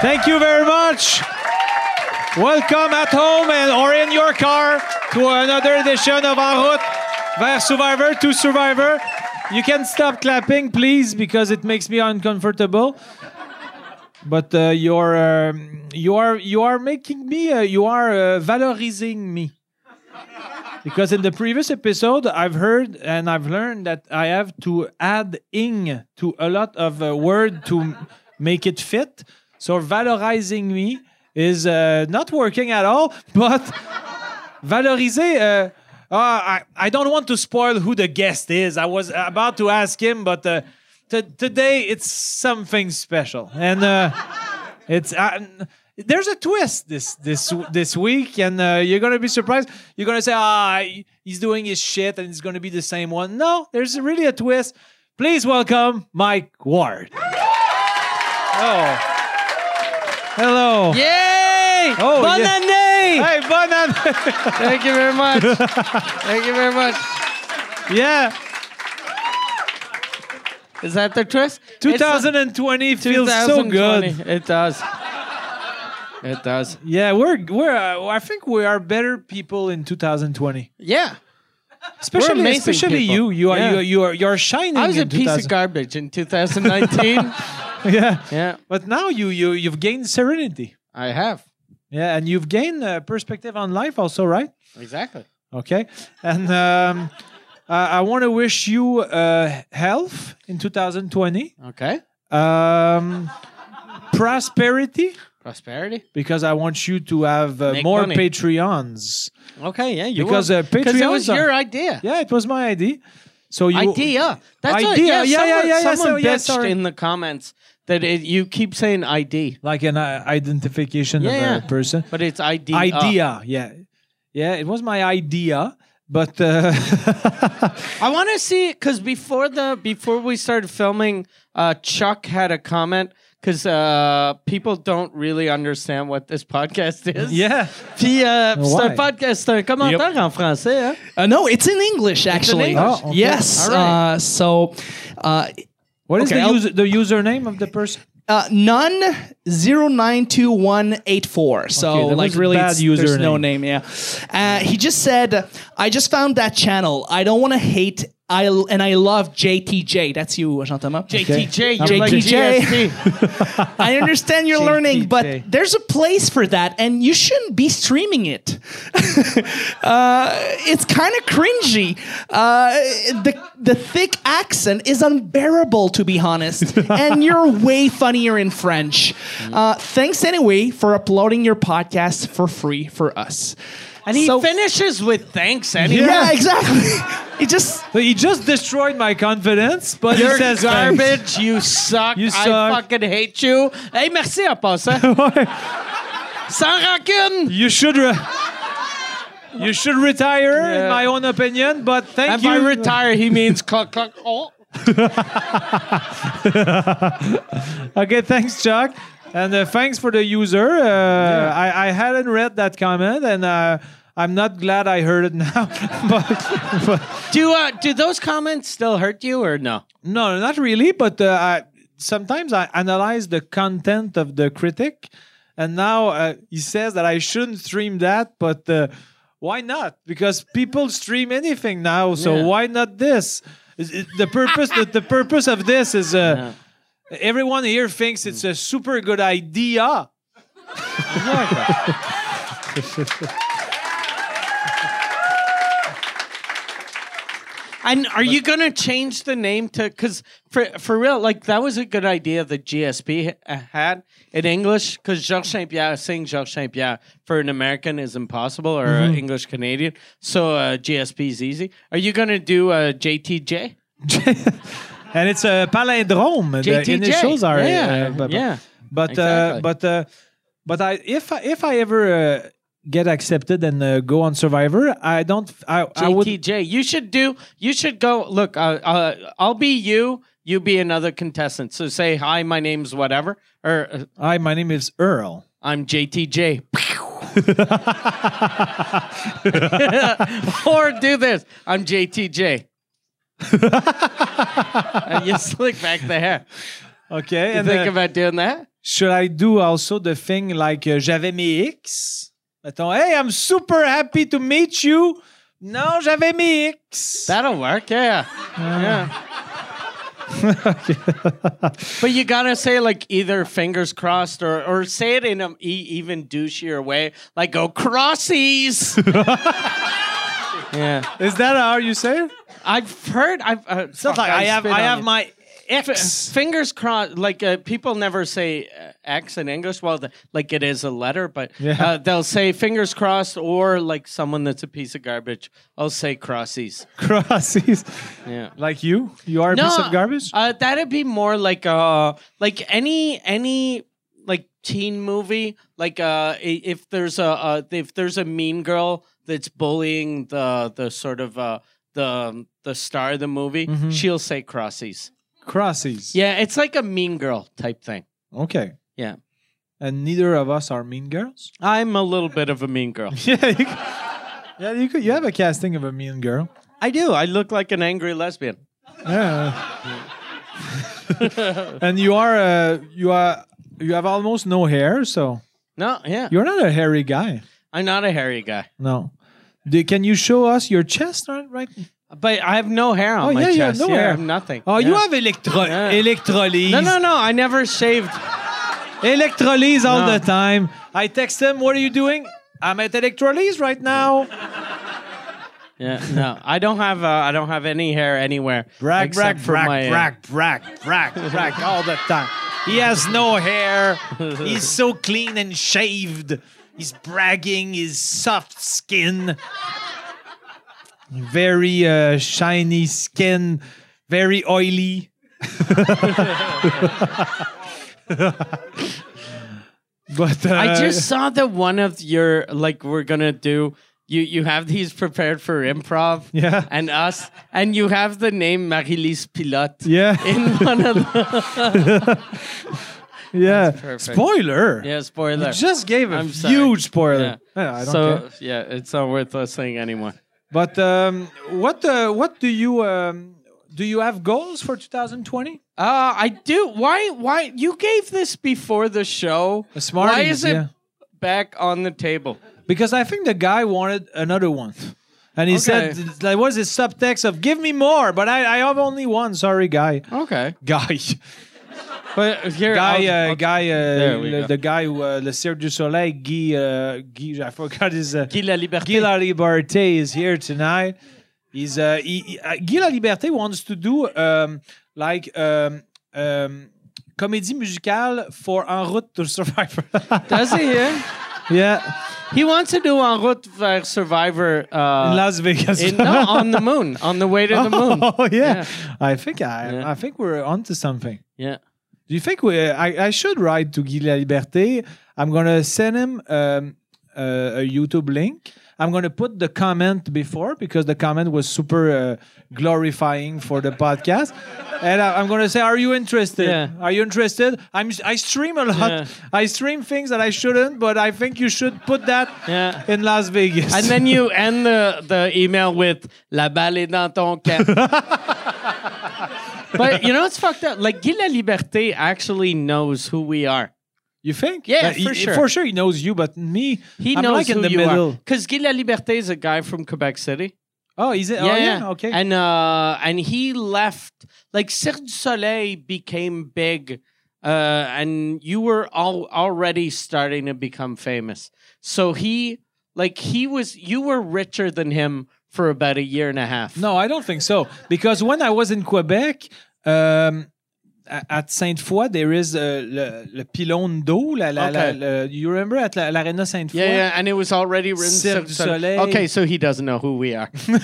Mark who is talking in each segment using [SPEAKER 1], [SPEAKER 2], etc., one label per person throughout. [SPEAKER 1] Thank you very much. Welcome at home and or in your car to another edition of En Route vers Survivor to Survivor. You can stop clapping, please, because it makes me uncomfortable. But uh, you're um, you are you are making me uh, you are uh, valorizing me. Because in the previous episode, I've heard and I've learned that I have to add ing to a lot of uh, word to m- make it fit. So valorizing me is uh, not working at all, but valoriser. Uh, uh, I, I don't want to spoil who the guest is. I was about to ask him, but uh, t- today it's something special. And. Uh, It's uh, there's a twist this this this week, and uh, you're gonna be surprised. You're gonna say, "Ah, he- he's doing his shit, and it's gonna be the same one." No, there's really a twist. Please welcome Mike Ward. Oh, hello.
[SPEAKER 2] Yay!
[SPEAKER 1] Oh,
[SPEAKER 2] Bonne
[SPEAKER 1] yeah.
[SPEAKER 2] année!
[SPEAKER 1] Hey, bon an-
[SPEAKER 2] Thank you very much. Thank you very much.
[SPEAKER 1] yeah,
[SPEAKER 2] Is that the twist? It's not-
[SPEAKER 1] 2020 feels so
[SPEAKER 2] 2020.
[SPEAKER 1] good.
[SPEAKER 2] It does. It does.
[SPEAKER 1] Yeah, we're we're. Uh, I think we are better people in 2020.
[SPEAKER 2] Yeah.
[SPEAKER 1] Especially,
[SPEAKER 2] amazing
[SPEAKER 1] especially
[SPEAKER 2] people.
[SPEAKER 1] you. You are
[SPEAKER 2] Yeah.
[SPEAKER 1] you are- you are you're shining.
[SPEAKER 2] I was a
[SPEAKER 1] in
[SPEAKER 2] piece
[SPEAKER 1] 2000.
[SPEAKER 2] of garbage in 2019.
[SPEAKER 1] Yeah.
[SPEAKER 2] yeah,
[SPEAKER 1] But now you you you've gained serenity.
[SPEAKER 2] I have.
[SPEAKER 1] Yeah, and you've gained uh, perspective on life also, right?
[SPEAKER 2] Exactly.
[SPEAKER 1] Okay. And um, I, I want to wish you uh, health in 2020,
[SPEAKER 2] Okay.
[SPEAKER 1] um, prosperity
[SPEAKER 2] Prosperity.
[SPEAKER 1] because I want you to have uh,
[SPEAKER 2] Make
[SPEAKER 1] more
[SPEAKER 2] money.
[SPEAKER 1] Patreons.
[SPEAKER 2] Okay. Yeah. You
[SPEAKER 1] Because,
[SPEAKER 2] were-
[SPEAKER 1] uh,
[SPEAKER 2] 'cause it was
[SPEAKER 1] Patreons are-
[SPEAKER 2] your idea.
[SPEAKER 1] Yeah, it was my idea. So you
[SPEAKER 2] idea. That's what-
[SPEAKER 1] Idea.
[SPEAKER 2] yeah,
[SPEAKER 1] Yeah, yeah,
[SPEAKER 2] someone,
[SPEAKER 1] yeah, yeah,
[SPEAKER 2] Someone
[SPEAKER 1] so- yeah,
[SPEAKER 2] bitched
[SPEAKER 1] sorry.
[SPEAKER 2] in the comments that it, you keep saying ID,
[SPEAKER 1] like an uh, identification of
[SPEAKER 2] Yeah,
[SPEAKER 1] a
[SPEAKER 2] yeah.
[SPEAKER 1] person.
[SPEAKER 2] but it's uh, ID.
[SPEAKER 1] Idea, yeah, yeah. It was my idea, but uh,
[SPEAKER 2] I want to see because before the before we started filming, uh, Chuck had a comment because uh, people don't really understand what this podcast is.
[SPEAKER 1] yeah. Oh,
[SPEAKER 2] Puis euh, puis c'est un
[SPEAKER 1] Why?
[SPEAKER 2] podcast, c'est un commentaire en français. Hein?
[SPEAKER 3] Uh, no, it's in English actually.
[SPEAKER 2] English.
[SPEAKER 1] Oh, okay.
[SPEAKER 3] Yes.
[SPEAKER 2] All right.
[SPEAKER 3] Uh, so, uh,
[SPEAKER 1] What is
[SPEAKER 3] Okay,
[SPEAKER 1] the
[SPEAKER 3] I'll-
[SPEAKER 1] user, the username of the person?
[SPEAKER 3] uh, none zero nine two one eight four. So,
[SPEAKER 1] Okay, that
[SPEAKER 3] like,
[SPEAKER 1] was a
[SPEAKER 3] really,
[SPEAKER 1] bad
[SPEAKER 3] it's- there's
[SPEAKER 1] username.
[SPEAKER 3] no name. Yeah. Uh, he just said, "I just found that channel. I don't want to hate. I l- and I love JTJ. That's you, Jean-Thomas.
[SPEAKER 2] JTJ,
[SPEAKER 1] I'm
[SPEAKER 2] you're like
[SPEAKER 3] JTJ.
[SPEAKER 2] GST.
[SPEAKER 3] I understand you're learning,
[SPEAKER 1] JTJ.
[SPEAKER 3] but there's a place for that, and you shouldn't be streaming it. uh, it's kind of cringy. Uh, the the thick accent is unbearable, to be honest. and you're way funnier in French. Uh, thanks anyway for uploading your podcast for free for us.
[SPEAKER 2] and he
[SPEAKER 3] So-
[SPEAKER 2] finishes with thanks anyway.
[SPEAKER 3] Yeah, exactly. it just
[SPEAKER 1] So he just destroyed my confidence, but he
[SPEAKER 2] You're
[SPEAKER 1] says
[SPEAKER 2] garbage.
[SPEAKER 1] thanks.
[SPEAKER 2] You suck.
[SPEAKER 1] You
[SPEAKER 2] I
[SPEAKER 1] suck.
[SPEAKER 2] fucking hate you. Hey, merci en passant. Sans rancune.
[SPEAKER 1] You should. Re- you should retire, in
[SPEAKER 2] Yeah.
[SPEAKER 1] my own opinion. But thank
[SPEAKER 2] And
[SPEAKER 1] you.
[SPEAKER 2] by retire, he means cluck, cluck. Oh.
[SPEAKER 1] Okay, thanks, Chuck, and uh, thanks for the user. Uh, I, I hadn't read that comment, and uh, I'm not glad I heard it now. but, but
[SPEAKER 2] Do uh, do those comments still hurt you or no?
[SPEAKER 1] No, not really. But uh, I, sometimes I analyze the content of the critic, and now uh, he says that I shouldn't stream that. But uh, why not? Because people stream anything now, so
[SPEAKER 2] Yeah.
[SPEAKER 1] why not this? Is it- the purpose the, the purpose of this is uh, everyone here thinks it's a super good idea.
[SPEAKER 2] And are you gonna change the name to? Because for for real, like that was a good idea that GSP h- uh, had in English. Because Georges Saint Pierre saying Georges Saint Pierre for an American is impossible or
[SPEAKER 1] Mm-hmm.
[SPEAKER 2] an English Canadian. So uh, GSP is easy. Are you gonna do uh, JTJ?
[SPEAKER 1] and it's a palindrome. The
[SPEAKER 2] JTJ.
[SPEAKER 1] initials are
[SPEAKER 2] Yeah,
[SPEAKER 1] uh, bu- bu-
[SPEAKER 2] yeah,
[SPEAKER 1] But uh,
[SPEAKER 2] exactly.
[SPEAKER 1] but uh, but I if I, if I ever uh, get accepted and uh, go on Survivor, I don't. I, I would.
[SPEAKER 2] JTJ. You should do. You should go. Look, uh, uh, I'll be you. You be another contestant. So say hi. My name's whatever. Or uh,
[SPEAKER 1] Hi, my name is Earl.
[SPEAKER 2] I'm JTJ. or do this. I'm JTJ. and you slick back the hair.
[SPEAKER 1] Okay,
[SPEAKER 2] You
[SPEAKER 1] and
[SPEAKER 2] think
[SPEAKER 1] uh,
[SPEAKER 2] about doing that?
[SPEAKER 1] should I do also the thing like uh, j'avais mes X? Mettons, hey, I'm super happy to meet you. Non, j'avais mes X.
[SPEAKER 2] That'll work, yeah. yeah. but you gotta say like either fingers crossed or or say it in an e- even douchier way, like go crossies. yeah,
[SPEAKER 1] Is that how you say it?
[SPEAKER 2] I've heard. I've uh, fuck,
[SPEAKER 1] Like,
[SPEAKER 2] I
[SPEAKER 1] I have,
[SPEAKER 2] spit
[SPEAKER 1] I
[SPEAKER 2] on
[SPEAKER 1] have
[SPEAKER 2] you.
[SPEAKER 1] my
[SPEAKER 2] F-
[SPEAKER 1] X.
[SPEAKER 2] fingers crossed. Like uh, people never say uh, X in English. Well, the, like it is a letter, but uh, they'll say fingers crossed, or like someone that's a piece of garbage. I'll say crossies.
[SPEAKER 1] Crossies.
[SPEAKER 2] Yeah.
[SPEAKER 1] Like you? You are a piece of garbage?
[SPEAKER 2] Uh, that'd be more like uh, like any any like teen movie. Like uh, i- if there's a uh, if there's a mean girl that's bullying the the sort of uh, the the star of the movie, she'll say crossies.
[SPEAKER 1] Crossies.
[SPEAKER 2] Yeah, it's like a mean girl type thing.
[SPEAKER 1] Okay.
[SPEAKER 2] Yeah.
[SPEAKER 1] And neither of us are mean girls?
[SPEAKER 2] I'm a little bit of a mean girl.
[SPEAKER 1] yeah. You, c- yeah, you could. You have a casting of a mean girl.
[SPEAKER 2] I do. I look like an angry lesbian.
[SPEAKER 1] Yeah. and you are uh, you are you have almost no hair, so
[SPEAKER 2] No, yeah.
[SPEAKER 1] you're not a hairy guy.
[SPEAKER 2] I'm not a hairy guy.
[SPEAKER 1] No. Do, can you show us your chest right? right?
[SPEAKER 2] But I have no hair on
[SPEAKER 1] Oh,
[SPEAKER 2] my
[SPEAKER 1] yeah, you have
[SPEAKER 2] chest.
[SPEAKER 1] no
[SPEAKER 2] yeah,
[SPEAKER 1] hair.
[SPEAKER 2] I have nothing.
[SPEAKER 1] Oh, you
[SPEAKER 2] Yeah.
[SPEAKER 1] have electro
[SPEAKER 2] Yeah.
[SPEAKER 1] electrolytes.
[SPEAKER 2] No, no, no. I never shaved.
[SPEAKER 1] Electrolytes all
[SPEAKER 2] No.
[SPEAKER 1] the time. I text him, "What are you doing?" I'm at electrolytes right now.
[SPEAKER 2] Yeah, no, I don't have. Uh, I don't have any hair anywhere.
[SPEAKER 1] Brag, brag,
[SPEAKER 2] except for
[SPEAKER 1] brag,
[SPEAKER 2] my, uh,
[SPEAKER 1] brag, brag, brag, brag, all the time. He has no hair. He's so clean and shaved. He's bragging his soft skin. Very uh, shiny skin, very oily. but uh,
[SPEAKER 2] I just saw that one of your like we're gonna do. You you have these prepared for improv.
[SPEAKER 1] Yeah.
[SPEAKER 2] And us, and you have the name Marilise Pilote.
[SPEAKER 1] Yeah.
[SPEAKER 2] In one of the
[SPEAKER 1] yeah.
[SPEAKER 2] perfect.
[SPEAKER 1] Spoiler.
[SPEAKER 2] yeah spoiler.
[SPEAKER 1] You just gave a
[SPEAKER 2] I'm sorry.
[SPEAKER 1] huge
[SPEAKER 2] yeah.
[SPEAKER 1] spoiler. Yeah, I don't
[SPEAKER 2] so
[SPEAKER 1] care.
[SPEAKER 2] yeah, it's not worth listening anymore.
[SPEAKER 1] But um, what uh, what do you um, do? You have goals for 2020?
[SPEAKER 2] Uh, I do. Why? Why you gave this before the show? Why
[SPEAKER 1] Smarties,
[SPEAKER 2] is it
[SPEAKER 1] yeah.
[SPEAKER 2] back on the table?
[SPEAKER 1] Because I think the guy wanted another one, and he
[SPEAKER 2] Okay.
[SPEAKER 1] said that was his subtext of "Give me more," but I, I have only one. Sorry, guy,
[SPEAKER 2] Okay,
[SPEAKER 1] guy,
[SPEAKER 2] but here
[SPEAKER 1] guy,
[SPEAKER 2] I'll-
[SPEAKER 1] uh,
[SPEAKER 2] I'll-
[SPEAKER 1] guy. Uh,
[SPEAKER 2] There we
[SPEAKER 1] le-
[SPEAKER 2] go.
[SPEAKER 1] the guy who uh, Le Cirque du Soleil, Guy, uh, Guy. I forgot his. Uh,
[SPEAKER 2] Guy Laliberté.
[SPEAKER 1] Guy Liberté is here tonight. He's uh, he, he- uh, Guy Liberté wants to do um, like um, um, comédie musicale for En route to Survivor.
[SPEAKER 2] Does he here?
[SPEAKER 1] yeah,
[SPEAKER 2] He wants to do En route vers Survivor uh,
[SPEAKER 1] in Las Vegas.
[SPEAKER 2] in- no, on the moon, on the way to the moon.
[SPEAKER 1] oh yeah.
[SPEAKER 2] Yeah.
[SPEAKER 1] I think I
[SPEAKER 2] Yeah.
[SPEAKER 1] I think we're onto something.
[SPEAKER 2] Yeah.
[SPEAKER 1] Do you think we? I, I should write to Guy Liberté. I'm gonna send him um, uh, a YouTube link. I'm gonna put the comment before because the comment was super uh, glorifying for the podcast, and I, am gonna say, "Are you interested?
[SPEAKER 2] Yeah.
[SPEAKER 1] Are you interested? I'm I stream a lot.
[SPEAKER 2] Yeah.
[SPEAKER 1] I stream things that I shouldn't, but I think you should put that
[SPEAKER 2] Yeah.
[SPEAKER 1] in Las Vegas.
[SPEAKER 2] And then you end the, the email with La balle est dans ton camp. but you know what's fucked up? Like Guy Liberté actually knows who we are.
[SPEAKER 1] you think?
[SPEAKER 2] Yeah,
[SPEAKER 1] But he-
[SPEAKER 2] for sure.
[SPEAKER 1] For sure, he knows you, but me,
[SPEAKER 2] He
[SPEAKER 1] I'm
[SPEAKER 2] knows
[SPEAKER 1] like
[SPEAKER 2] who
[SPEAKER 1] in the
[SPEAKER 2] you
[SPEAKER 1] middle.
[SPEAKER 2] are. Because Guy Liberté is a guy from Quebec City.
[SPEAKER 1] Oh, is it? oh, yeah. Okay.
[SPEAKER 2] And uh, and he left. Like Cirque du Soleil became big, uh, and you were all already starting to become famous. So he, like, he was. You were richer than him for about a year and a half.
[SPEAKER 1] No, I don't think so. Because when I was in Quebec, um, a- at Sainte Foy, there is uh, le, le pylône d'eau. La, la,
[SPEAKER 2] Okay.
[SPEAKER 1] la, le- you remember at la- l'Arena Sainte Foy?
[SPEAKER 2] Yeah, yeah, and it was already written.
[SPEAKER 1] Cirque du Soleil.
[SPEAKER 2] Okay, so he doesn't know who we are.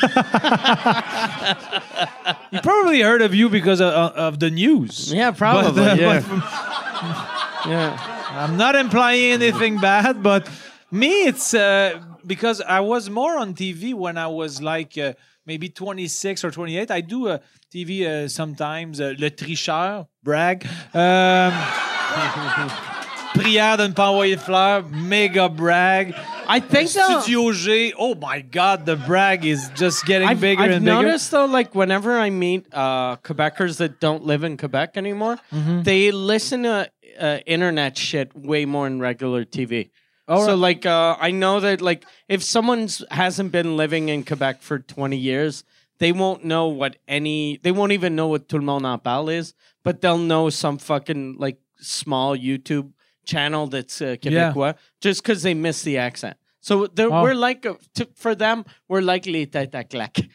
[SPEAKER 1] He probably heard of you because of, of the news.
[SPEAKER 2] Yeah, probably, yeah.
[SPEAKER 1] but
[SPEAKER 2] yeah,
[SPEAKER 1] I'm not implying anything bad, but me, it's uh, because I was more on TV when I was like. Uh, Maybe 26 or 28. I do uh, TV uh, sometimes. Uh, Le Tricheur, brag. Um, prière de ne pas envoyer de fleurs, méga brag.
[SPEAKER 2] I think so.
[SPEAKER 1] Studio G, oh my god, the brag is just getting
[SPEAKER 2] I've,
[SPEAKER 1] bigger
[SPEAKER 2] I've
[SPEAKER 1] and bigger.
[SPEAKER 2] noticed though, like
[SPEAKER 1] Mm-hmm.
[SPEAKER 2] whenever I meet uh, Quebecers that don't live in Quebec anymore, they listen to uh, internet shit way more than regular TV.
[SPEAKER 1] All
[SPEAKER 2] so
[SPEAKER 1] right.
[SPEAKER 2] like uh, I know that like if someone's hasn't been living in Quebec for 20 years, they won't know what any they won't even know what Tout le monde en parle is, but they'll know some fucking like small YouTube channel that's uh,
[SPEAKER 1] Yeah.
[SPEAKER 2] Quebecois just cuz they miss the accent. So they're-
[SPEAKER 1] Wow.
[SPEAKER 2] we're like uh, to, for them we're like les têtes à claque.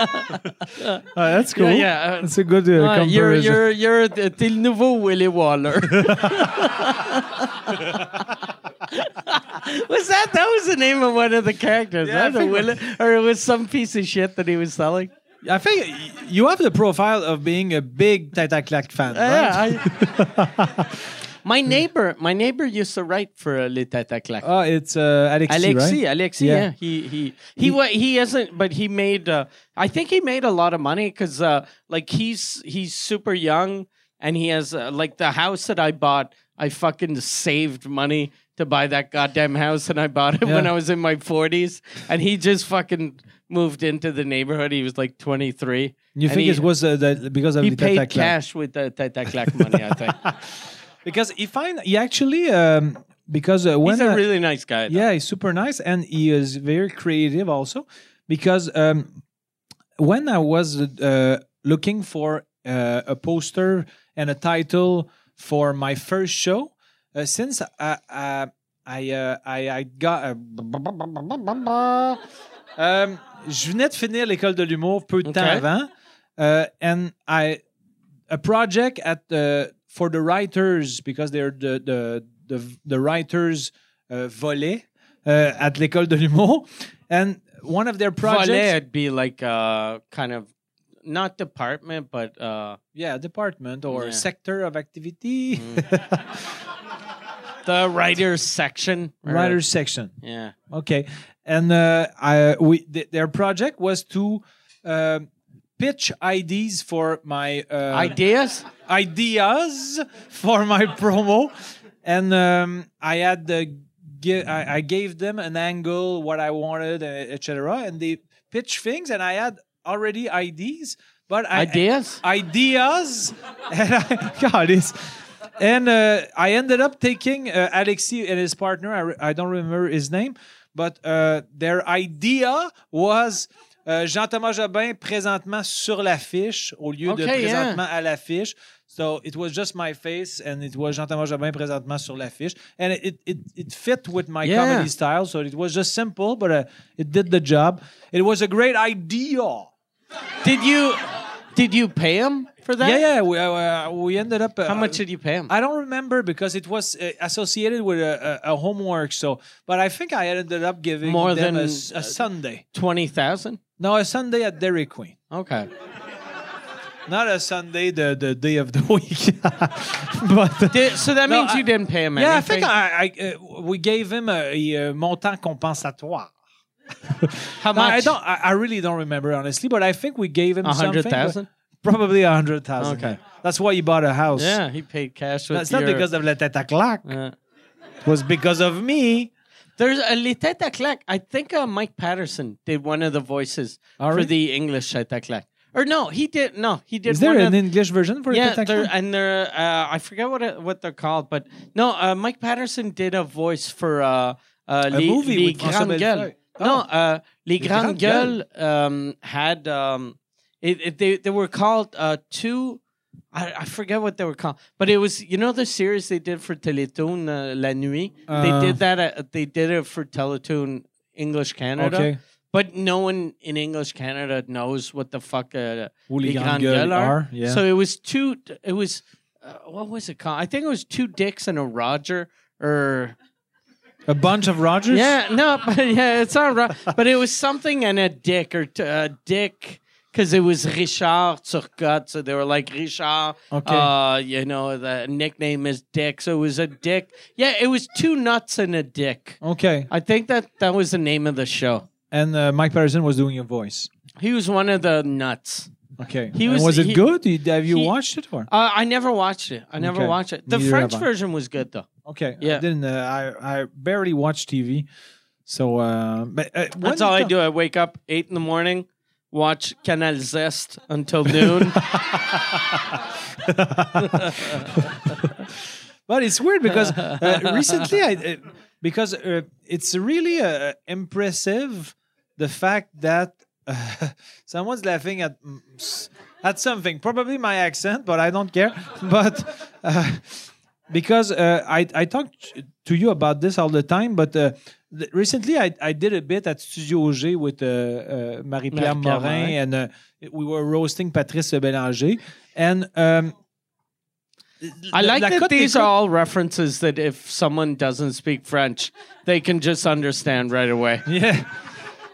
[SPEAKER 1] Ah, that's cool.
[SPEAKER 2] yeah, uh,
[SPEAKER 1] that's a good uh,
[SPEAKER 2] Uh,
[SPEAKER 1] comparison.
[SPEAKER 2] you're you're you're the- t'es le nouveau Willy Waller. was that that was the name of one of the characters?
[SPEAKER 1] Yeah, I
[SPEAKER 2] right? A
[SPEAKER 1] think-
[SPEAKER 2] Willy, or it was some piece of shit that he was selling.
[SPEAKER 1] I think you have the profile of being a big Tata Clack fan.
[SPEAKER 2] Yeah,
[SPEAKER 1] right?
[SPEAKER 2] I- my neighbor, my neighbor used to write for uh, Les Têtes à Claque.
[SPEAKER 1] Oh, it's uh, Alexi,
[SPEAKER 2] Alexi,
[SPEAKER 1] right?
[SPEAKER 2] Alexi,
[SPEAKER 1] Yeah.
[SPEAKER 2] yeah. He he he wa- he isn't, but he made. Uh, I think he made a lot of money because uh, like he's he's super young and he has uh, like the house that I bought. I fucking saved money to buy that goddamn house, and I bought it when
[SPEAKER 1] Yeah.
[SPEAKER 2] I was in my forties. And he just fucking moved into the neighborhood. He was like twenty three.
[SPEAKER 1] You think
[SPEAKER 2] he,
[SPEAKER 1] it was uh, that because of
[SPEAKER 2] he
[SPEAKER 1] the
[SPEAKER 2] paid
[SPEAKER 1] Tata Clack?
[SPEAKER 2] cash with the Tata Clack money? I think
[SPEAKER 1] Because he find he actually um, because uh, when
[SPEAKER 2] he's a
[SPEAKER 1] I-
[SPEAKER 2] really nice guy. though.
[SPEAKER 1] yeah, he's super nice and he is very creative also. Because um, when I was uh, looking for uh, a poster and a title for my first show, uh, since I I I, uh, I, I got uh, um, je venais de finir l'école de l'humour peu de temps
[SPEAKER 2] Okay.
[SPEAKER 1] avant, uh, and I a project at the for the writers because they're the the the, the writers uh, volet uh, at l'école de l'humour, and one of their projects
[SPEAKER 2] Volet would be like uh kind of not department, but uh
[SPEAKER 1] yeah department or
[SPEAKER 2] Yeah.
[SPEAKER 1] sector of activity
[SPEAKER 2] the writers section. or-
[SPEAKER 1] writers section.
[SPEAKER 2] Yeah.
[SPEAKER 1] Okay, and uh, I we th- their project was to. um Pitch IDs for my uh,
[SPEAKER 2] Ideas?
[SPEAKER 1] ideas for my promo, and um, I had the gi- I, I gave them an angle, what I wanted, etc. And they pitched things, and I had already IDs, but I,
[SPEAKER 2] Ideas?
[SPEAKER 1] ideas, and I God, it's- and uh, I ended up taking uh, Alexi and his partner. I, re- I don't remember his name, but uh, their idea was. uh, Jean-Thomas Jobin présentement sur l'affiche au lieu de
[SPEAKER 2] Okay, yeah.
[SPEAKER 1] présentement à l'affiche. So it was just my face and it was Jean-Thomas Jobin présentement sur l'affiche. And it, it, it fit with my
[SPEAKER 2] Yeah.
[SPEAKER 1] comedy style. So it was just simple, but uh, it did the job. It was a great idea.
[SPEAKER 2] Did you did you pay him for that?
[SPEAKER 1] Yeah, yeah. We, uh, we ended up. Uh,
[SPEAKER 2] How much did you pay him?
[SPEAKER 1] I don't remember because it was uh, associated with a, a, a homework. So, but I think I ended up giving
[SPEAKER 2] More
[SPEAKER 1] them a
[SPEAKER 2] than,
[SPEAKER 1] s- a,
[SPEAKER 2] uh,
[SPEAKER 1] Sunday.
[SPEAKER 2] Twenty thousand?
[SPEAKER 1] No, a Sunday at Dairy Queen.
[SPEAKER 2] Okay.
[SPEAKER 1] Not a Sunday, the, the day of the week. but
[SPEAKER 2] Did, so that
[SPEAKER 1] No,
[SPEAKER 2] means
[SPEAKER 1] I-
[SPEAKER 2] you didn't pay him
[SPEAKER 1] Yeah, I
[SPEAKER 2] anything.
[SPEAKER 1] think I, I uh, we gave him a, a montant compensatoire.
[SPEAKER 2] How
[SPEAKER 1] No,
[SPEAKER 2] much?
[SPEAKER 1] I don't. I, I really don't remember honestly, but I think we gave him
[SPEAKER 2] A
[SPEAKER 1] something,
[SPEAKER 2] hundred
[SPEAKER 1] but
[SPEAKER 2] thousand?
[SPEAKER 1] Probably a hundred thousand.
[SPEAKER 2] Okay.
[SPEAKER 1] that's why he bought a house.
[SPEAKER 2] Yeah, he paid cash with
[SPEAKER 1] that's not
[SPEAKER 2] your- uh,
[SPEAKER 1] because of la tête à claque.
[SPEAKER 2] Yeah.
[SPEAKER 1] It was because of me.
[SPEAKER 2] There's a Les Têtes à Claque. I think uh, Mike Patterson did one of the voices
[SPEAKER 1] Ah,
[SPEAKER 2] for
[SPEAKER 1] really?
[SPEAKER 2] the English Tête à Claque. Or no, he did. No, he did.
[SPEAKER 1] Is there
[SPEAKER 2] one
[SPEAKER 1] an
[SPEAKER 2] of,
[SPEAKER 1] English version for
[SPEAKER 2] yeah,
[SPEAKER 1] tête à
[SPEAKER 2] they're,
[SPEAKER 1] claque?
[SPEAKER 2] and they're. Uh, I forget what it, what they're called, but no, uh, Mike Patterson did a voice for uh, uh, Les,
[SPEAKER 1] movie
[SPEAKER 2] Les
[SPEAKER 1] with François
[SPEAKER 2] Grandes Gueules.
[SPEAKER 1] Bellefeuille. Oh.
[SPEAKER 2] No, uh, Les,
[SPEAKER 1] Grandes
[SPEAKER 2] Grandes Gueules um, had um, it, it, they they were called uh, two. I, I forget what they were called, but it was you know the series they did for Teletoon uh, La Nuit.
[SPEAKER 1] Uh.
[SPEAKER 2] they did that. At, they did it for Teletoon English Canada.
[SPEAKER 1] Okay.
[SPEAKER 2] But no one in English Canada knows what the fuck uh,
[SPEAKER 1] Who Les Grandes
[SPEAKER 2] Les Grandes
[SPEAKER 1] Gueules
[SPEAKER 2] Gueules
[SPEAKER 1] are,
[SPEAKER 2] are.
[SPEAKER 1] yeah.
[SPEAKER 2] So it was two. It was uh, what was it called? I think it was two dicks and a Roger. Or
[SPEAKER 1] A bunch of Rogers.
[SPEAKER 2] yeah, no, but yeah, it's not right. But it was something and a dick or t- a dick because it was Richard Turcotte. So they were like Richard.
[SPEAKER 1] Okay.
[SPEAKER 2] Uh, you know the nickname is Dick. So it was a dick. Yeah, it was two nuts and a dick.
[SPEAKER 1] Okay.
[SPEAKER 2] I think that that was the name of the show.
[SPEAKER 1] And uh, Mike Patterson was doing a voice.
[SPEAKER 2] He was one of the nuts.
[SPEAKER 1] Okay.
[SPEAKER 2] He
[SPEAKER 1] And
[SPEAKER 2] was-
[SPEAKER 1] was it
[SPEAKER 2] he-
[SPEAKER 1] good? Did- Have you
[SPEAKER 2] he-
[SPEAKER 1] watched it or?
[SPEAKER 2] Uh, I never watched it. I never
[SPEAKER 1] Okay.
[SPEAKER 2] watched it. The
[SPEAKER 1] Neither
[SPEAKER 2] French
[SPEAKER 1] have I.
[SPEAKER 2] version was good though.
[SPEAKER 1] Okay. I
[SPEAKER 2] Yeah.
[SPEAKER 1] didn't. Uh, I I barely watch TV. So, uh, but uh, when
[SPEAKER 2] That's all I
[SPEAKER 1] you
[SPEAKER 2] do. I wake up eight in the morning, watch Canal Zest until noon.
[SPEAKER 1] But it's weird because uh, recently, I, uh, because uh, it's really uh, impressive the fact that uh, someone's laughing at mm, at something, probably my accent, but I don't care. But uh, because uh, I I talk to you about this all the time, but. Uh, th- Recently, I, I did a bit at Studio G with uh, uh, Marie-Pierre
[SPEAKER 2] Marie-Pierre
[SPEAKER 1] Morin, and
[SPEAKER 2] Morin.
[SPEAKER 1] uh, we were roasting Patrice Bélanger. And um,
[SPEAKER 2] I
[SPEAKER 1] la-
[SPEAKER 2] like
[SPEAKER 1] la
[SPEAKER 2] that
[SPEAKER 1] cote
[SPEAKER 2] these
[SPEAKER 1] d'écoute-
[SPEAKER 2] are all references that if someone doesn't speak French, they can just understand right away.
[SPEAKER 1] Yeah.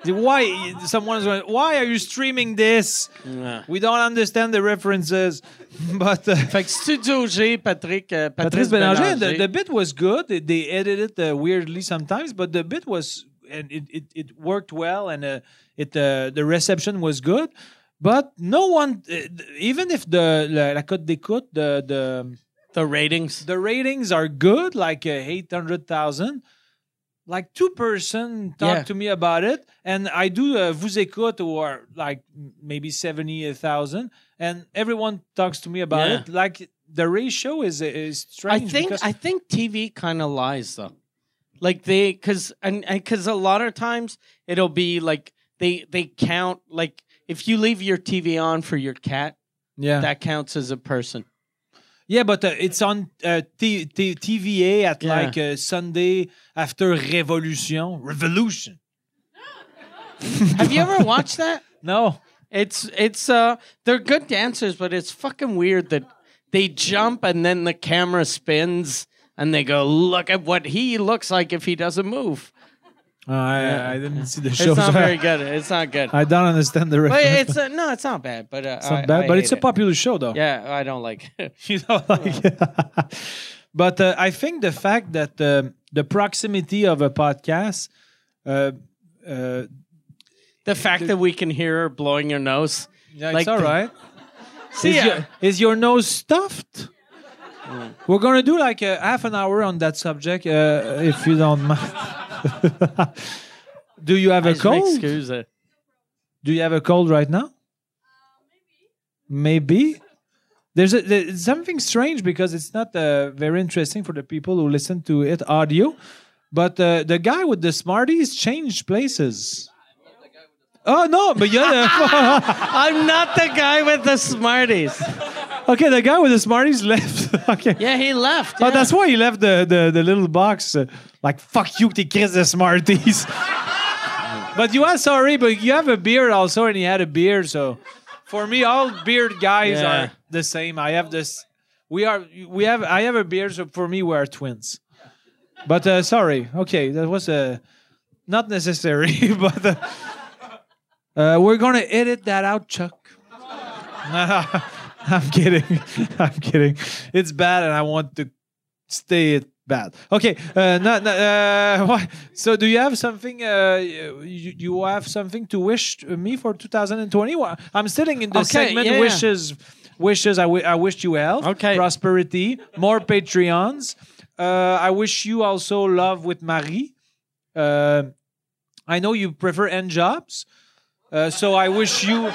[SPEAKER 1] Why someone's going, why are you streaming this?
[SPEAKER 2] Yeah.
[SPEAKER 1] We don't understand the references. But uh,
[SPEAKER 2] Fait que Studio G, Patrick, uh, Patrice,
[SPEAKER 1] Patrice Bélanger,
[SPEAKER 2] Bélanger.
[SPEAKER 1] the, the bit was good. They- They edited it uh, weirdly sometimes, but the bit was and it, it, it worked well and uh, it uh, the reception was good. But no one, uh, even if the la, la cote d'écoute, the the
[SPEAKER 2] The ratings.
[SPEAKER 1] the ratings are good, like uh, 800,000. Like two person talk
[SPEAKER 2] Yeah.
[SPEAKER 1] to me about it, and I do uh, vous écoute or like m- maybe 70,000, and everyone talks to me about
[SPEAKER 2] Yeah.
[SPEAKER 1] it. Like the ratio is is
[SPEAKER 2] I
[SPEAKER 1] strange.
[SPEAKER 2] think
[SPEAKER 1] because-
[SPEAKER 2] I think TV kind of lies though, like they because and because a lot of times it'll be like they they count like if you leave your TV on for your cat,
[SPEAKER 1] yeah
[SPEAKER 2] that counts as a person.
[SPEAKER 1] yeah, but uh, it's on uh, T- T- TVA at
[SPEAKER 2] Yeah.
[SPEAKER 1] like uh, Sunday after Revolution. Revolution.
[SPEAKER 2] Have you ever watched that?
[SPEAKER 1] No,
[SPEAKER 2] It's it's uh they're good dancers, but it's fucking weird that they jump and then the camera spins and they go look at what he looks like if he doesn't move.
[SPEAKER 1] Uh, I, I didn't see the show.
[SPEAKER 2] It's not
[SPEAKER 1] so I-
[SPEAKER 2] very good. It's not good.
[SPEAKER 1] I don't understand the
[SPEAKER 2] But
[SPEAKER 1] reference.
[SPEAKER 2] it's uh, no, it's not bad. But uh,
[SPEAKER 1] It's not bad, but it's a popular show though.
[SPEAKER 2] Yeah, I don't like. it.
[SPEAKER 1] you know like but uh, i think the fact that um the proximity of a podcast uh, uh,
[SPEAKER 2] The fact that we can hear her blowing her nose.
[SPEAKER 1] yeah,
[SPEAKER 2] Like
[SPEAKER 1] it's all
[SPEAKER 2] the-
[SPEAKER 1] right
[SPEAKER 2] See,
[SPEAKER 1] is,
[SPEAKER 2] yeah.
[SPEAKER 1] your, is your nose stuffed we're gonna do like a half an hour on that subject uh, if you don't mind do you have a
[SPEAKER 2] Just make
[SPEAKER 1] cold
[SPEAKER 2] excuses.
[SPEAKER 1] do you have a cold right now maybe there's, a, there's something strange because it's not uh, very interesting for the people who listen to it audio but uh, the guy with the smarties changed places oh no but yeah
[SPEAKER 2] I'm not the guy with the smarties.
[SPEAKER 1] the- okay the guy with the smarties left okay
[SPEAKER 2] Yeah, he left.
[SPEAKER 1] Oh,
[SPEAKER 2] yeah.
[SPEAKER 1] that's why he left the, the, the little box. Uh, like, fuck you, the kids, the Smarties. but you are sorry, but you have a beard also, and he had a beard. So, for me, all beard guys
[SPEAKER 2] Yeah.
[SPEAKER 1] are the same. I have this. We are. We have. I have a beard. So for me, we are twins. But uh, sorry. Okay, that was uh, not necessary. but uh, uh, we're gonna edit that out, Chuck. I'm kidding. I'm kidding. It's bad, and I want to stay it bad. Okay. Uh, not, not, uh, why- So, do you have something? Uh, you, you have something to wish to me for 2021? I'm sitting in the
[SPEAKER 2] Okay,
[SPEAKER 1] segment
[SPEAKER 2] yeah, yeah.
[SPEAKER 1] wishes. Wishes. I, w- I wish you health,
[SPEAKER 2] Okay.
[SPEAKER 1] prosperity, more Patreons. Uh, I wish you also love with Marie. Uh, I know you prefer end jobs, uh, so I wish you.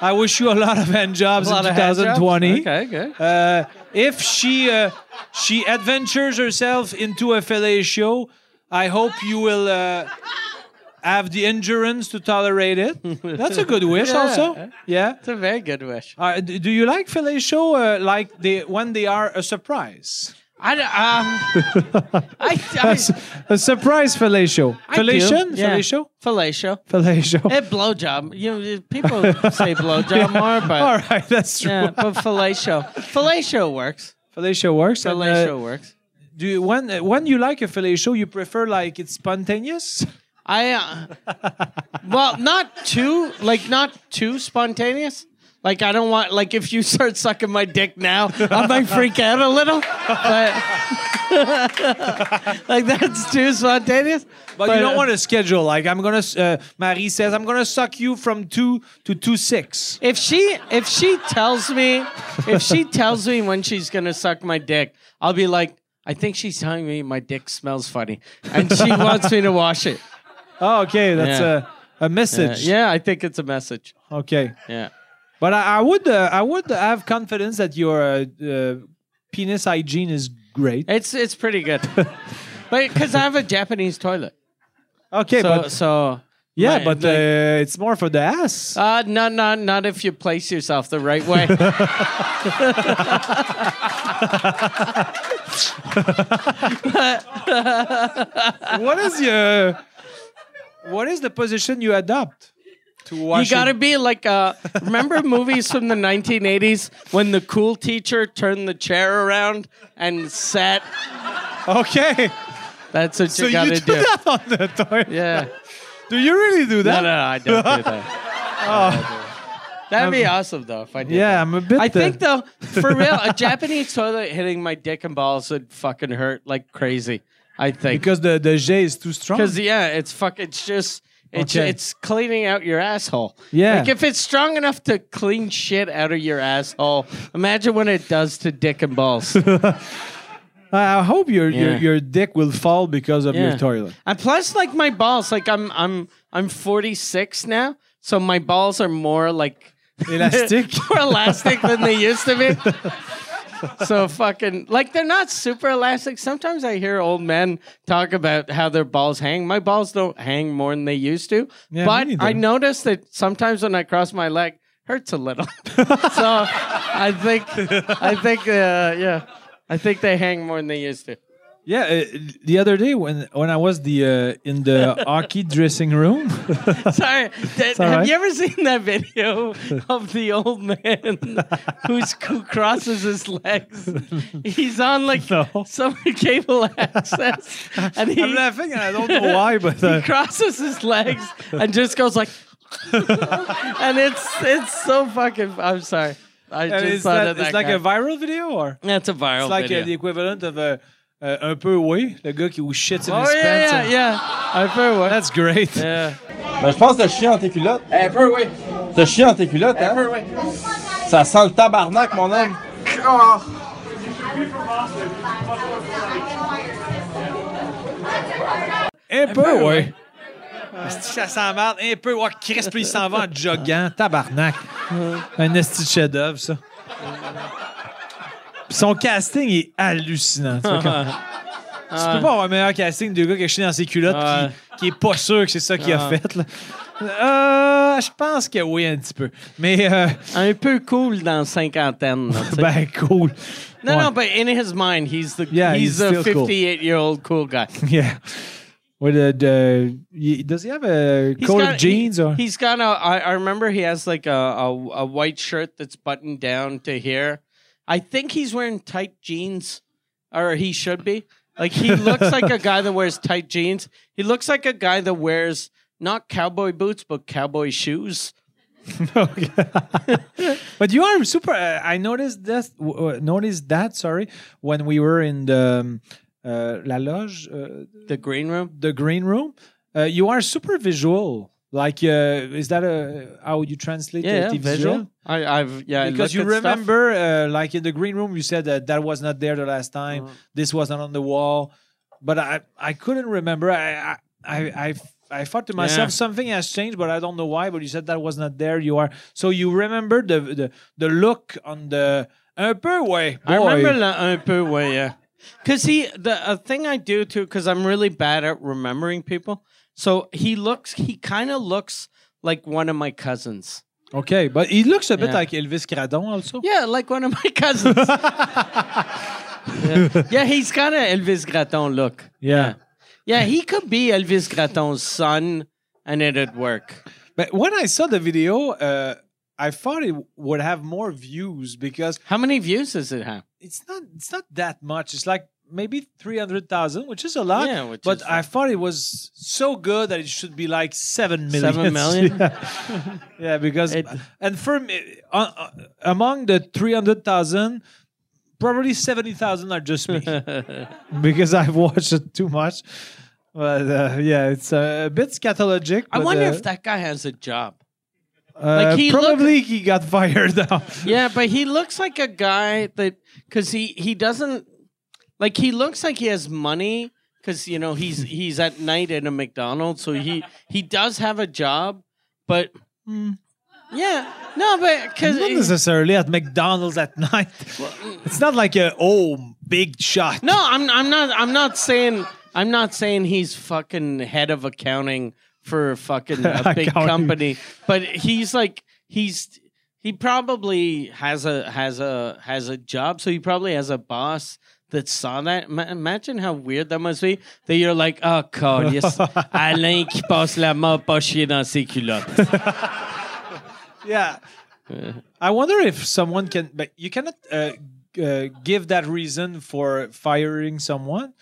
[SPEAKER 1] I wish you a lot of end jobs
[SPEAKER 2] A lot
[SPEAKER 1] in
[SPEAKER 2] of hand jobs?
[SPEAKER 1] 2020
[SPEAKER 2] Okay, good.
[SPEAKER 1] uh, if she uh, she adventures herself into a fellatio, I hope you will uh, have the endurance to tolerate it. That's a good wish,
[SPEAKER 2] Yeah.
[SPEAKER 1] also. Yeah.
[SPEAKER 2] It's a very good wish.
[SPEAKER 1] Uh, d- do you like fellatio uh, like they, when they are a surprise?
[SPEAKER 2] I d- um, I, I,
[SPEAKER 1] A, su- a surprise fellatio.
[SPEAKER 2] I do,
[SPEAKER 1] Fellation?
[SPEAKER 2] yeah.
[SPEAKER 1] Fellatio?
[SPEAKER 2] Fellatio.
[SPEAKER 1] Fellatio.
[SPEAKER 2] Eh, blowjob. You know, people say blowjob more, but
[SPEAKER 1] All right, that's true.
[SPEAKER 2] yeah, but fellatio. Fellatio works.
[SPEAKER 1] Fellatio works. and, uh,
[SPEAKER 2] Fellatio works.
[SPEAKER 1] do you, when uh, when you like a fellatio, you prefer like it's spontaneous?
[SPEAKER 2] I uh, well, not too like not too spontaneous. Like I don't want like if you start sucking my dick now, I might freak out a little. But like that's too spontaneous.
[SPEAKER 1] But, you don't
[SPEAKER 2] uh,
[SPEAKER 1] want to schedule. Like I'm gonna. Uh, Marie says I'm gonna suck you from two to two six.
[SPEAKER 2] if she if she tells me if she tells me when she's gonna suck my dick, I'll be like, I think she's telling me my dick smells funny, and she wants me to wash it.
[SPEAKER 1] Oh, okay, that's
[SPEAKER 2] Yeah.
[SPEAKER 1] uh, A
[SPEAKER 2] Yeah,
[SPEAKER 1] message.
[SPEAKER 2] yeah, I think it's a message.
[SPEAKER 1] Okay.
[SPEAKER 2] Yeah.
[SPEAKER 1] But I, I would uh, I would have confidence that your uh, uh, penis hygiene is great.
[SPEAKER 2] It's it's pretty good. but because I have a Japanese toilet.
[SPEAKER 1] Okay,
[SPEAKER 2] so
[SPEAKER 1] but
[SPEAKER 2] so
[SPEAKER 1] yeah,
[SPEAKER 2] my-
[SPEAKER 1] but
[SPEAKER 2] like,
[SPEAKER 1] uh, it's more for the ass.
[SPEAKER 2] uh, no, no, not if you place yourself the right way.
[SPEAKER 1] what is your what is the position you adopt to
[SPEAKER 2] you
[SPEAKER 1] wash?
[SPEAKER 2] gotta
[SPEAKER 1] it?
[SPEAKER 2] be like uh remember movies from the 1980s when the cool teacher turned the chair around and sat.
[SPEAKER 1] okay.
[SPEAKER 2] That's what
[SPEAKER 1] So
[SPEAKER 2] you gotta
[SPEAKER 1] you do,
[SPEAKER 2] do.
[SPEAKER 1] that on the toilet.
[SPEAKER 2] Yeah.
[SPEAKER 1] Do you really do
[SPEAKER 2] No,
[SPEAKER 1] that? Oh.
[SPEAKER 2] no, I don't do that. That'd be awesome though if I did.
[SPEAKER 1] Um, Yeah, I'm a bit.
[SPEAKER 2] I think
[SPEAKER 1] uh,
[SPEAKER 2] though, for real, a Japanese toilet hitting my dick and balls would fucking hurt like crazy. I think
[SPEAKER 1] because the the J is too strong.
[SPEAKER 2] because yeah, it's fuck. It's just it's
[SPEAKER 1] Okay.
[SPEAKER 2] it's cleaning out your asshole.
[SPEAKER 1] Yeah.
[SPEAKER 2] like if it's strong enough to clean shit out of your asshole, imagine what it does to dick and balls.
[SPEAKER 1] I I hope your, your
[SPEAKER 2] Yeah.
[SPEAKER 1] your dick will fall because of
[SPEAKER 2] Yeah.
[SPEAKER 1] your toilet.
[SPEAKER 2] and plus, like my balls, like I'm I'm I'm 46 now, so my balls are more like
[SPEAKER 1] Elastic.
[SPEAKER 2] more elastic than they used to be. So fucking like they're not super elastic. Sometimes I hear old men talk about how their balls hang. My balls don't hang more than they used to,
[SPEAKER 1] Yeah,
[SPEAKER 2] but
[SPEAKER 1] me neither.
[SPEAKER 2] I notice that sometimes when I cross my leg, hurts a little. so I think I think uh, yeah, I think they hang more than they used to.
[SPEAKER 1] Yeah, uh, the other day when when I was the uh, in the hockey dressing room,
[SPEAKER 2] Sorry, that-
[SPEAKER 1] all
[SPEAKER 2] have
[SPEAKER 1] right.
[SPEAKER 2] you ever seen that video of the old man who's, who crosses his legs? He's on like
[SPEAKER 1] No.
[SPEAKER 2] some cable access, and he
[SPEAKER 1] I'm laughing and I don't know why, but uh,
[SPEAKER 2] crosses his legs and just goes like, and it's it's so fucking. I'm sorry, I
[SPEAKER 1] uh,
[SPEAKER 2] just
[SPEAKER 1] is
[SPEAKER 2] thought
[SPEAKER 1] that-
[SPEAKER 2] of that.
[SPEAKER 1] it's like
[SPEAKER 2] guy.
[SPEAKER 1] a viral video or
[SPEAKER 2] That's a viral
[SPEAKER 1] it's like uh,
[SPEAKER 2] video.
[SPEAKER 1] the equivalent of a uh, un peu oui, the guy who shits in
[SPEAKER 2] oh
[SPEAKER 1] his pants.
[SPEAKER 2] yeah, yeah,
[SPEAKER 1] and-
[SPEAKER 2] yeah. I feel what.
[SPEAKER 1] That's great.
[SPEAKER 2] yeah.
[SPEAKER 4] Ben, je pense que t'as chié en tes culottes.
[SPEAKER 5] Un peu, oui.
[SPEAKER 4] T'as chié en tes culottes, hein?
[SPEAKER 5] Un peu, oui.
[SPEAKER 4] Ça sent le tabarnak, mon homme.
[SPEAKER 5] Ah.
[SPEAKER 1] Un peu oui. Esti, Ça s'emmerde un peu. Oh, Chris, puis il s'en va en joguant. Tabarnak. Un esti de chef-d'œuvre, ça. Puis Son casting est hallucinant. Tu, vois, quand- tu peux pas avoir un meilleur casting de gars qui a chié dans ses culottes
[SPEAKER 2] Ouais.
[SPEAKER 1] qui, qui est pas sûr que c'est ça qu'il a fait. là. Euh, je pense que oui, un petit peu. Mais, euh,
[SPEAKER 2] Un peu cool dans cinquantaine. là, tu sais.
[SPEAKER 1] ben, cool.
[SPEAKER 2] No,
[SPEAKER 1] Ouais.
[SPEAKER 2] no, but in his mind, he's the
[SPEAKER 1] Yeah, he's
[SPEAKER 2] he's, the
[SPEAKER 1] still cool.
[SPEAKER 2] fifty-eight year old cool guy.
[SPEAKER 1] Yeah. With a, the, y- does he have a
[SPEAKER 2] He's
[SPEAKER 1] coat
[SPEAKER 2] got-
[SPEAKER 1] of jeans?
[SPEAKER 2] he,
[SPEAKER 1] or?
[SPEAKER 2] He's got a. I, I remember he has like a, a a white shirt that's buttoned down to here. I think he's wearing tight jeans, or he should be. Like he looks like a guy that wears tight jeans. He looks like a guy that wears not cowboy boots but cowboy shoes.
[SPEAKER 1] Okay. but you are super. Uh, I noticed that. w- Uh, noticed that. Sorry, when we were in the um, uh, la loge, uh,
[SPEAKER 2] The green room.
[SPEAKER 1] the green room, uh, you are super visual. Like, uh, is that a, how you translate
[SPEAKER 2] Yeah,
[SPEAKER 1] it?
[SPEAKER 2] yeah, visual. I, I've yeah. I
[SPEAKER 1] Because
[SPEAKER 2] looked
[SPEAKER 1] you
[SPEAKER 2] at stuff.
[SPEAKER 1] remember, uh, like in the green room, you said that that was not there the last time. This was not on the wall, but I I couldn't remember. I I I. I I thought to myself
[SPEAKER 2] Yeah.
[SPEAKER 1] something has changed, but I don't know why. But you said that was not there. You are so you remember the the, the look on the un peu way.
[SPEAKER 2] I remember that un peu, ouais, yeah. Because he, the a thing I do too, because I'm really bad at remembering people. So he looks, he kind of looks like one of my cousins.
[SPEAKER 1] Okay, but he looks a bit
[SPEAKER 2] Yeah.
[SPEAKER 1] like Elvis Cradon also.
[SPEAKER 2] Yeah, like one of my cousins. yeah. Yeah, he's got an Elvis Graton look.
[SPEAKER 1] Yeah.
[SPEAKER 2] Yeah, he could be Elvis Graton's son, and it'd work.
[SPEAKER 1] But when I saw the video, uh, I thought it would have more views because
[SPEAKER 2] How many views does it have?
[SPEAKER 1] it's not it's not that much. It's like maybe three hundred thousand, which is a lot.
[SPEAKER 2] Yeah, which
[SPEAKER 1] but
[SPEAKER 2] is-
[SPEAKER 1] I thought it was so good that it should be like seven million.
[SPEAKER 2] Seven million?
[SPEAKER 1] yeah. Yeah, because
[SPEAKER 2] It-
[SPEAKER 1] and for me, uh, uh, among the three hundred thousand, probably seventy thousand are just me because I've watched it too much. But uh, yeah, it's uh, a bit scatologic.
[SPEAKER 2] I
[SPEAKER 1] but,
[SPEAKER 2] wonder
[SPEAKER 1] uh,
[SPEAKER 2] if that guy has a job.
[SPEAKER 1] uh,
[SPEAKER 2] he looked-
[SPEAKER 1] probably he got fired now.
[SPEAKER 2] Yeah, but he looks like a guy that because he he doesn't like he looks like he has money because you know he's he's at night at a McDonald's, so he he does have a job, but yeah, no, but
[SPEAKER 1] Not
[SPEAKER 2] because
[SPEAKER 1] necessarily at McDonald's at night. It's not like a oh big shot.
[SPEAKER 2] no, I'm I'm not I'm not saying I'm not saying he's fucking head of accounting for fucking a big
[SPEAKER 1] Accounting.
[SPEAKER 2] company, but he's like he's he probably has a has a has a job, so he probably has a boss. That saw that. Ma- imagine how weird that must be. That you're like, oh god, yes, Alain qui passe la main pas chier dans ses culottes.
[SPEAKER 1] Yeah. I wonder if someone can, but you cannot uh, g- uh, give that reason for firing someone.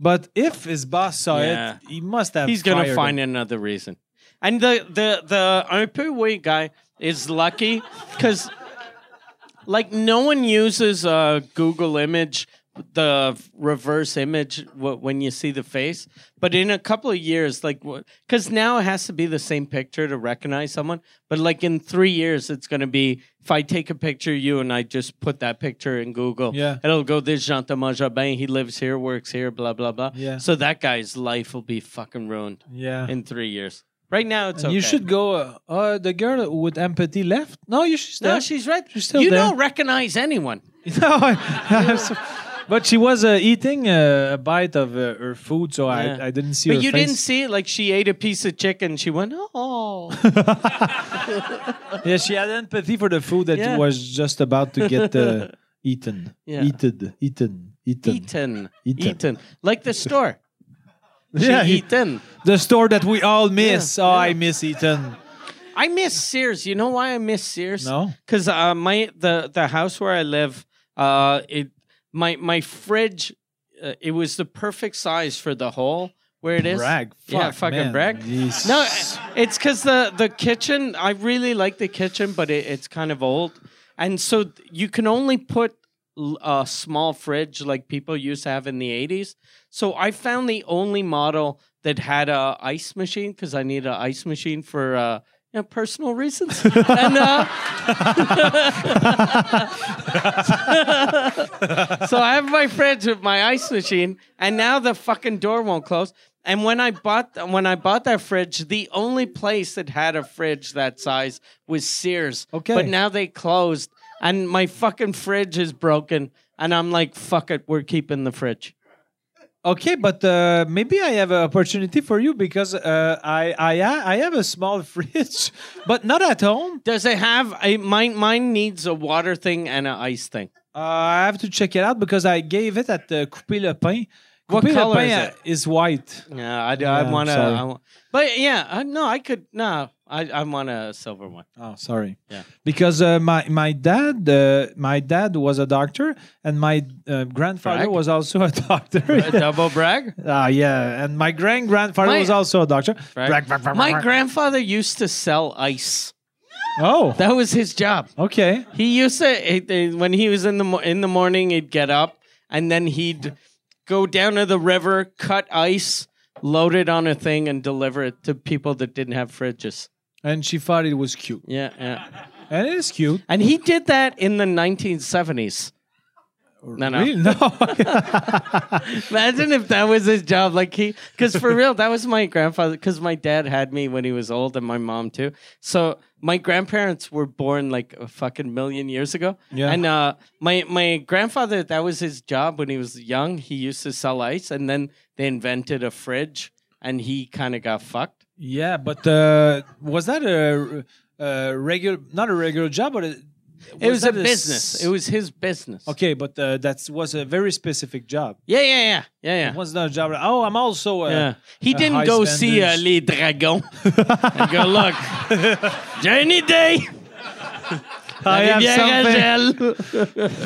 [SPEAKER 1] But if his boss saw
[SPEAKER 2] Yeah.
[SPEAKER 1] it, he must have.
[SPEAKER 2] He's gonna
[SPEAKER 1] fired
[SPEAKER 2] find
[SPEAKER 1] him.
[SPEAKER 2] another reason. And the the the Opu Way guy is lucky because like no one uses uh, Google image the reverse image wh- when you see the face but in a couple of years like because now it has to be the same picture to recognize someone but like in three years it's going to be if i take a picture of you and i just put that picture in google
[SPEAKER 1] Yeah.
[SPEAKER 2] it'll go this jean thomas jobin he lives here works here blah blah blah
[SPEAKER 1] Yeah.
[SPEAKER 2] so that guy's life will be fucking ruined
[SPEAKER 1] Yeah.
[SPEAKER 2] in three years right now it's
[SPEAKER 1] You
[SPEAKER 2] okay.
[SPEAKER 1] should go. Uh, uh, the girl with empathy left. No, you should.
[SPEAKER 2] no
[SPEAKER 1] stay.
[SPEAKER 2] she's right
[SPEAKER 1] She's still
[SPEAKER 2] you
[SPEAKER 1] there.
[SPEAKER 2] don't recognize anyone
[SPEAKER 1] No, I- I'm so- but she was uh, eating uh, a bite of uh, her food, so
[SPEAKER 2] Yeah.
[SPEAKER 1] I, I didn't see.
[SPEAKER 2] But
[SPEAKER 1] her
[SPEAKER 2] you
[SPEAKER 1] face.
[SPEAKER 2] didn't see it. Like she ate a piece of chicken. She went, oh.
[SPEAKER 1] Yeah, she had empathy for the food that
[SPEAKER 2] Yeah.
[SPEAKER 1] was just about to get uh, eaten.
[SPEAKER 2] Yeah.
[SPEAKER 1] Eaten, eaten, eaten.
[SPEAKER 2] Eaten.
[SPEAKER 1] Eaten.
[SPEAKER 2] Eaten. Like the store. She
[SPEAKER 1] Yeah, he-
[SPEAKER 2] eaten.
[SPEAKER 1] The store that we all miss.
[SPEAKER 2] Yeah,
[SPEAKER 1] oh,
[SPEAKER 2] yeah.
[SPEAKER 1] I miss Eaton.
[SPEAKER 2] I miss Sears. You know why I miss Sears?
[SPEAKER 1] No.
[SPEAKER 2] Because uh, my the the house where I live, uh, it my my fridge, uh, it was the perfect size for the hole where it is.
[SPEAKER 1] Brag.
[SPEAKER 2] yeah,
[SPEAKER 1] Fuck,
[SPEAKER 2] fucking
[SPEAKER 1] man.
[SPEAKER 2] brag.
[SPEAKER 1] Yes.
[SPEAKER 2] No, it's because the the kitchen. I really like the kitchen, but it, it's kind of old, and so th- you can only put l- a small fridge like people used to have in the eighties. So I found the only model that had a ice machine because I need an ice machine for. Uh, you know, personal reasons, and uh, so I have my fridge with my ice machine, and now the fucking door won't close. And when I bought when I bought that fridge, the only place that had a fridge that size was Sears.
[SPEAKER 1] Okay.
[SPEAKER 2] but now they closed, and my fucking fridge is broken. And I'm like, fuck it, we're keeping the fridge.
[SPEAKER 1] Okay, but uh, maybe I have an opportunity for you because uh, I, I ha- I have a small fridge, but not at home.
[SPEAKER 2] Does it have a mine? Mine needs a water thing and an ice thing.
[SPEAKER 1] Uh, I have to check it out because I gave it at uh, Couper le Pain.
[SPEAKER 2] What
[SPEAKER 1] Couper
[SPEAKER 2] color
[SPEAKER 1] le Pain
[SPEAKER 2] is
[SPEAKER 1] uh,
[SPEAKER 2] it?
[SPEAKER 1] is white.
[SPEAKER 2] Yeah, I,
[SPEAKER 1] Yeah,
[SPEAKER 2] I
[SPEAKER 1] I'm
[SPEAKER 2] want to.
[SPEAKER 1] sorry.
[SPEAKER 2] I wa- but yeah, I, no, I could no. I I want a silver one.
[SPEAKER 1] Oh, sorry.
[SPEAKER 2] Yeah.
[SPEAKER 1] Because uh, my my dad uh, my dad was a doctor and my uh, grandfather
[SPEAKER 2] Brag.
[SPEAKER 1] was also a doctor.
[SPEAKER 2] A double brag.
[SPEAKER 1] Ah, yeah, and my grand grandfather
[SPEAKER 2] My-
[SPEAKER 1] was also a doctor.
[SPEAKER 2] Right?
[SPEAKER 1] Brag, brag, brag,
[SPEAKER 2] My
[SPEAKER 1] brag.
[SPEAKER 2] grandfather used to sell ice.
[SPEAKER 1] oh,
[SPEAKER 2] That was his job.
[SPEAKER 1] okay.
[SPEAKER 2] He used to he- he- when he was in the mo- in the morning, he'd get up and then he'd go down to the river, cut ice, load it on a thing, and deliver it to people that didn't have fridges.
[SPEAKER 1] And she thought it was cute,
[SPEAKER 2] Yeah, yeah.
[SPEAKER 1] and it is cute.
[SPEAKER 2] And he did that in the 1970s. No, no.
[SPEAKER 1] Really? No.
[SPEAKER 2] Imagine if that was his job. Like he, because for real, that was my grandfather. Because my dad had me when he was old, and my mom too. So my grandparents were born like a fucking million years ago.
[SPEAKER 1] Yeah.
[SPEAKER 2] And uh, my my grandfather, that was his job when he was young. He used to sell ice, and then they invented a fridge, and he kind of got fucked.
[SPEAKER 1] yeah, but uh, was that a, a regular, not a regular job, but a,
[SPEAKER 2] It was, a
[SPEAKER 1] that
[SPEAKER 2] business.
[SPEAKER 1] s-
[SPEAKER 2] It was his business.
[SPEAKER 1] okay, but uh, that was a very specific job.
[SPEAKER 2] Yeah, yeah, yeah, yeah, yeah.
[SPEAKER 1] It was not a job. Oh, I'm also. Uh,
[SPEAKER 2] Yeah. He
[SPEAKER 1] uh,
[SPEAKER 2] didn't
[SPEAKER 1] high
[SPEAKER 2] go see uh,
[SPEAKER 1] standards.
[SPEAKER 2] Les Dragons and go, look, Johnny Day.
[SPEAKER 1] I have something.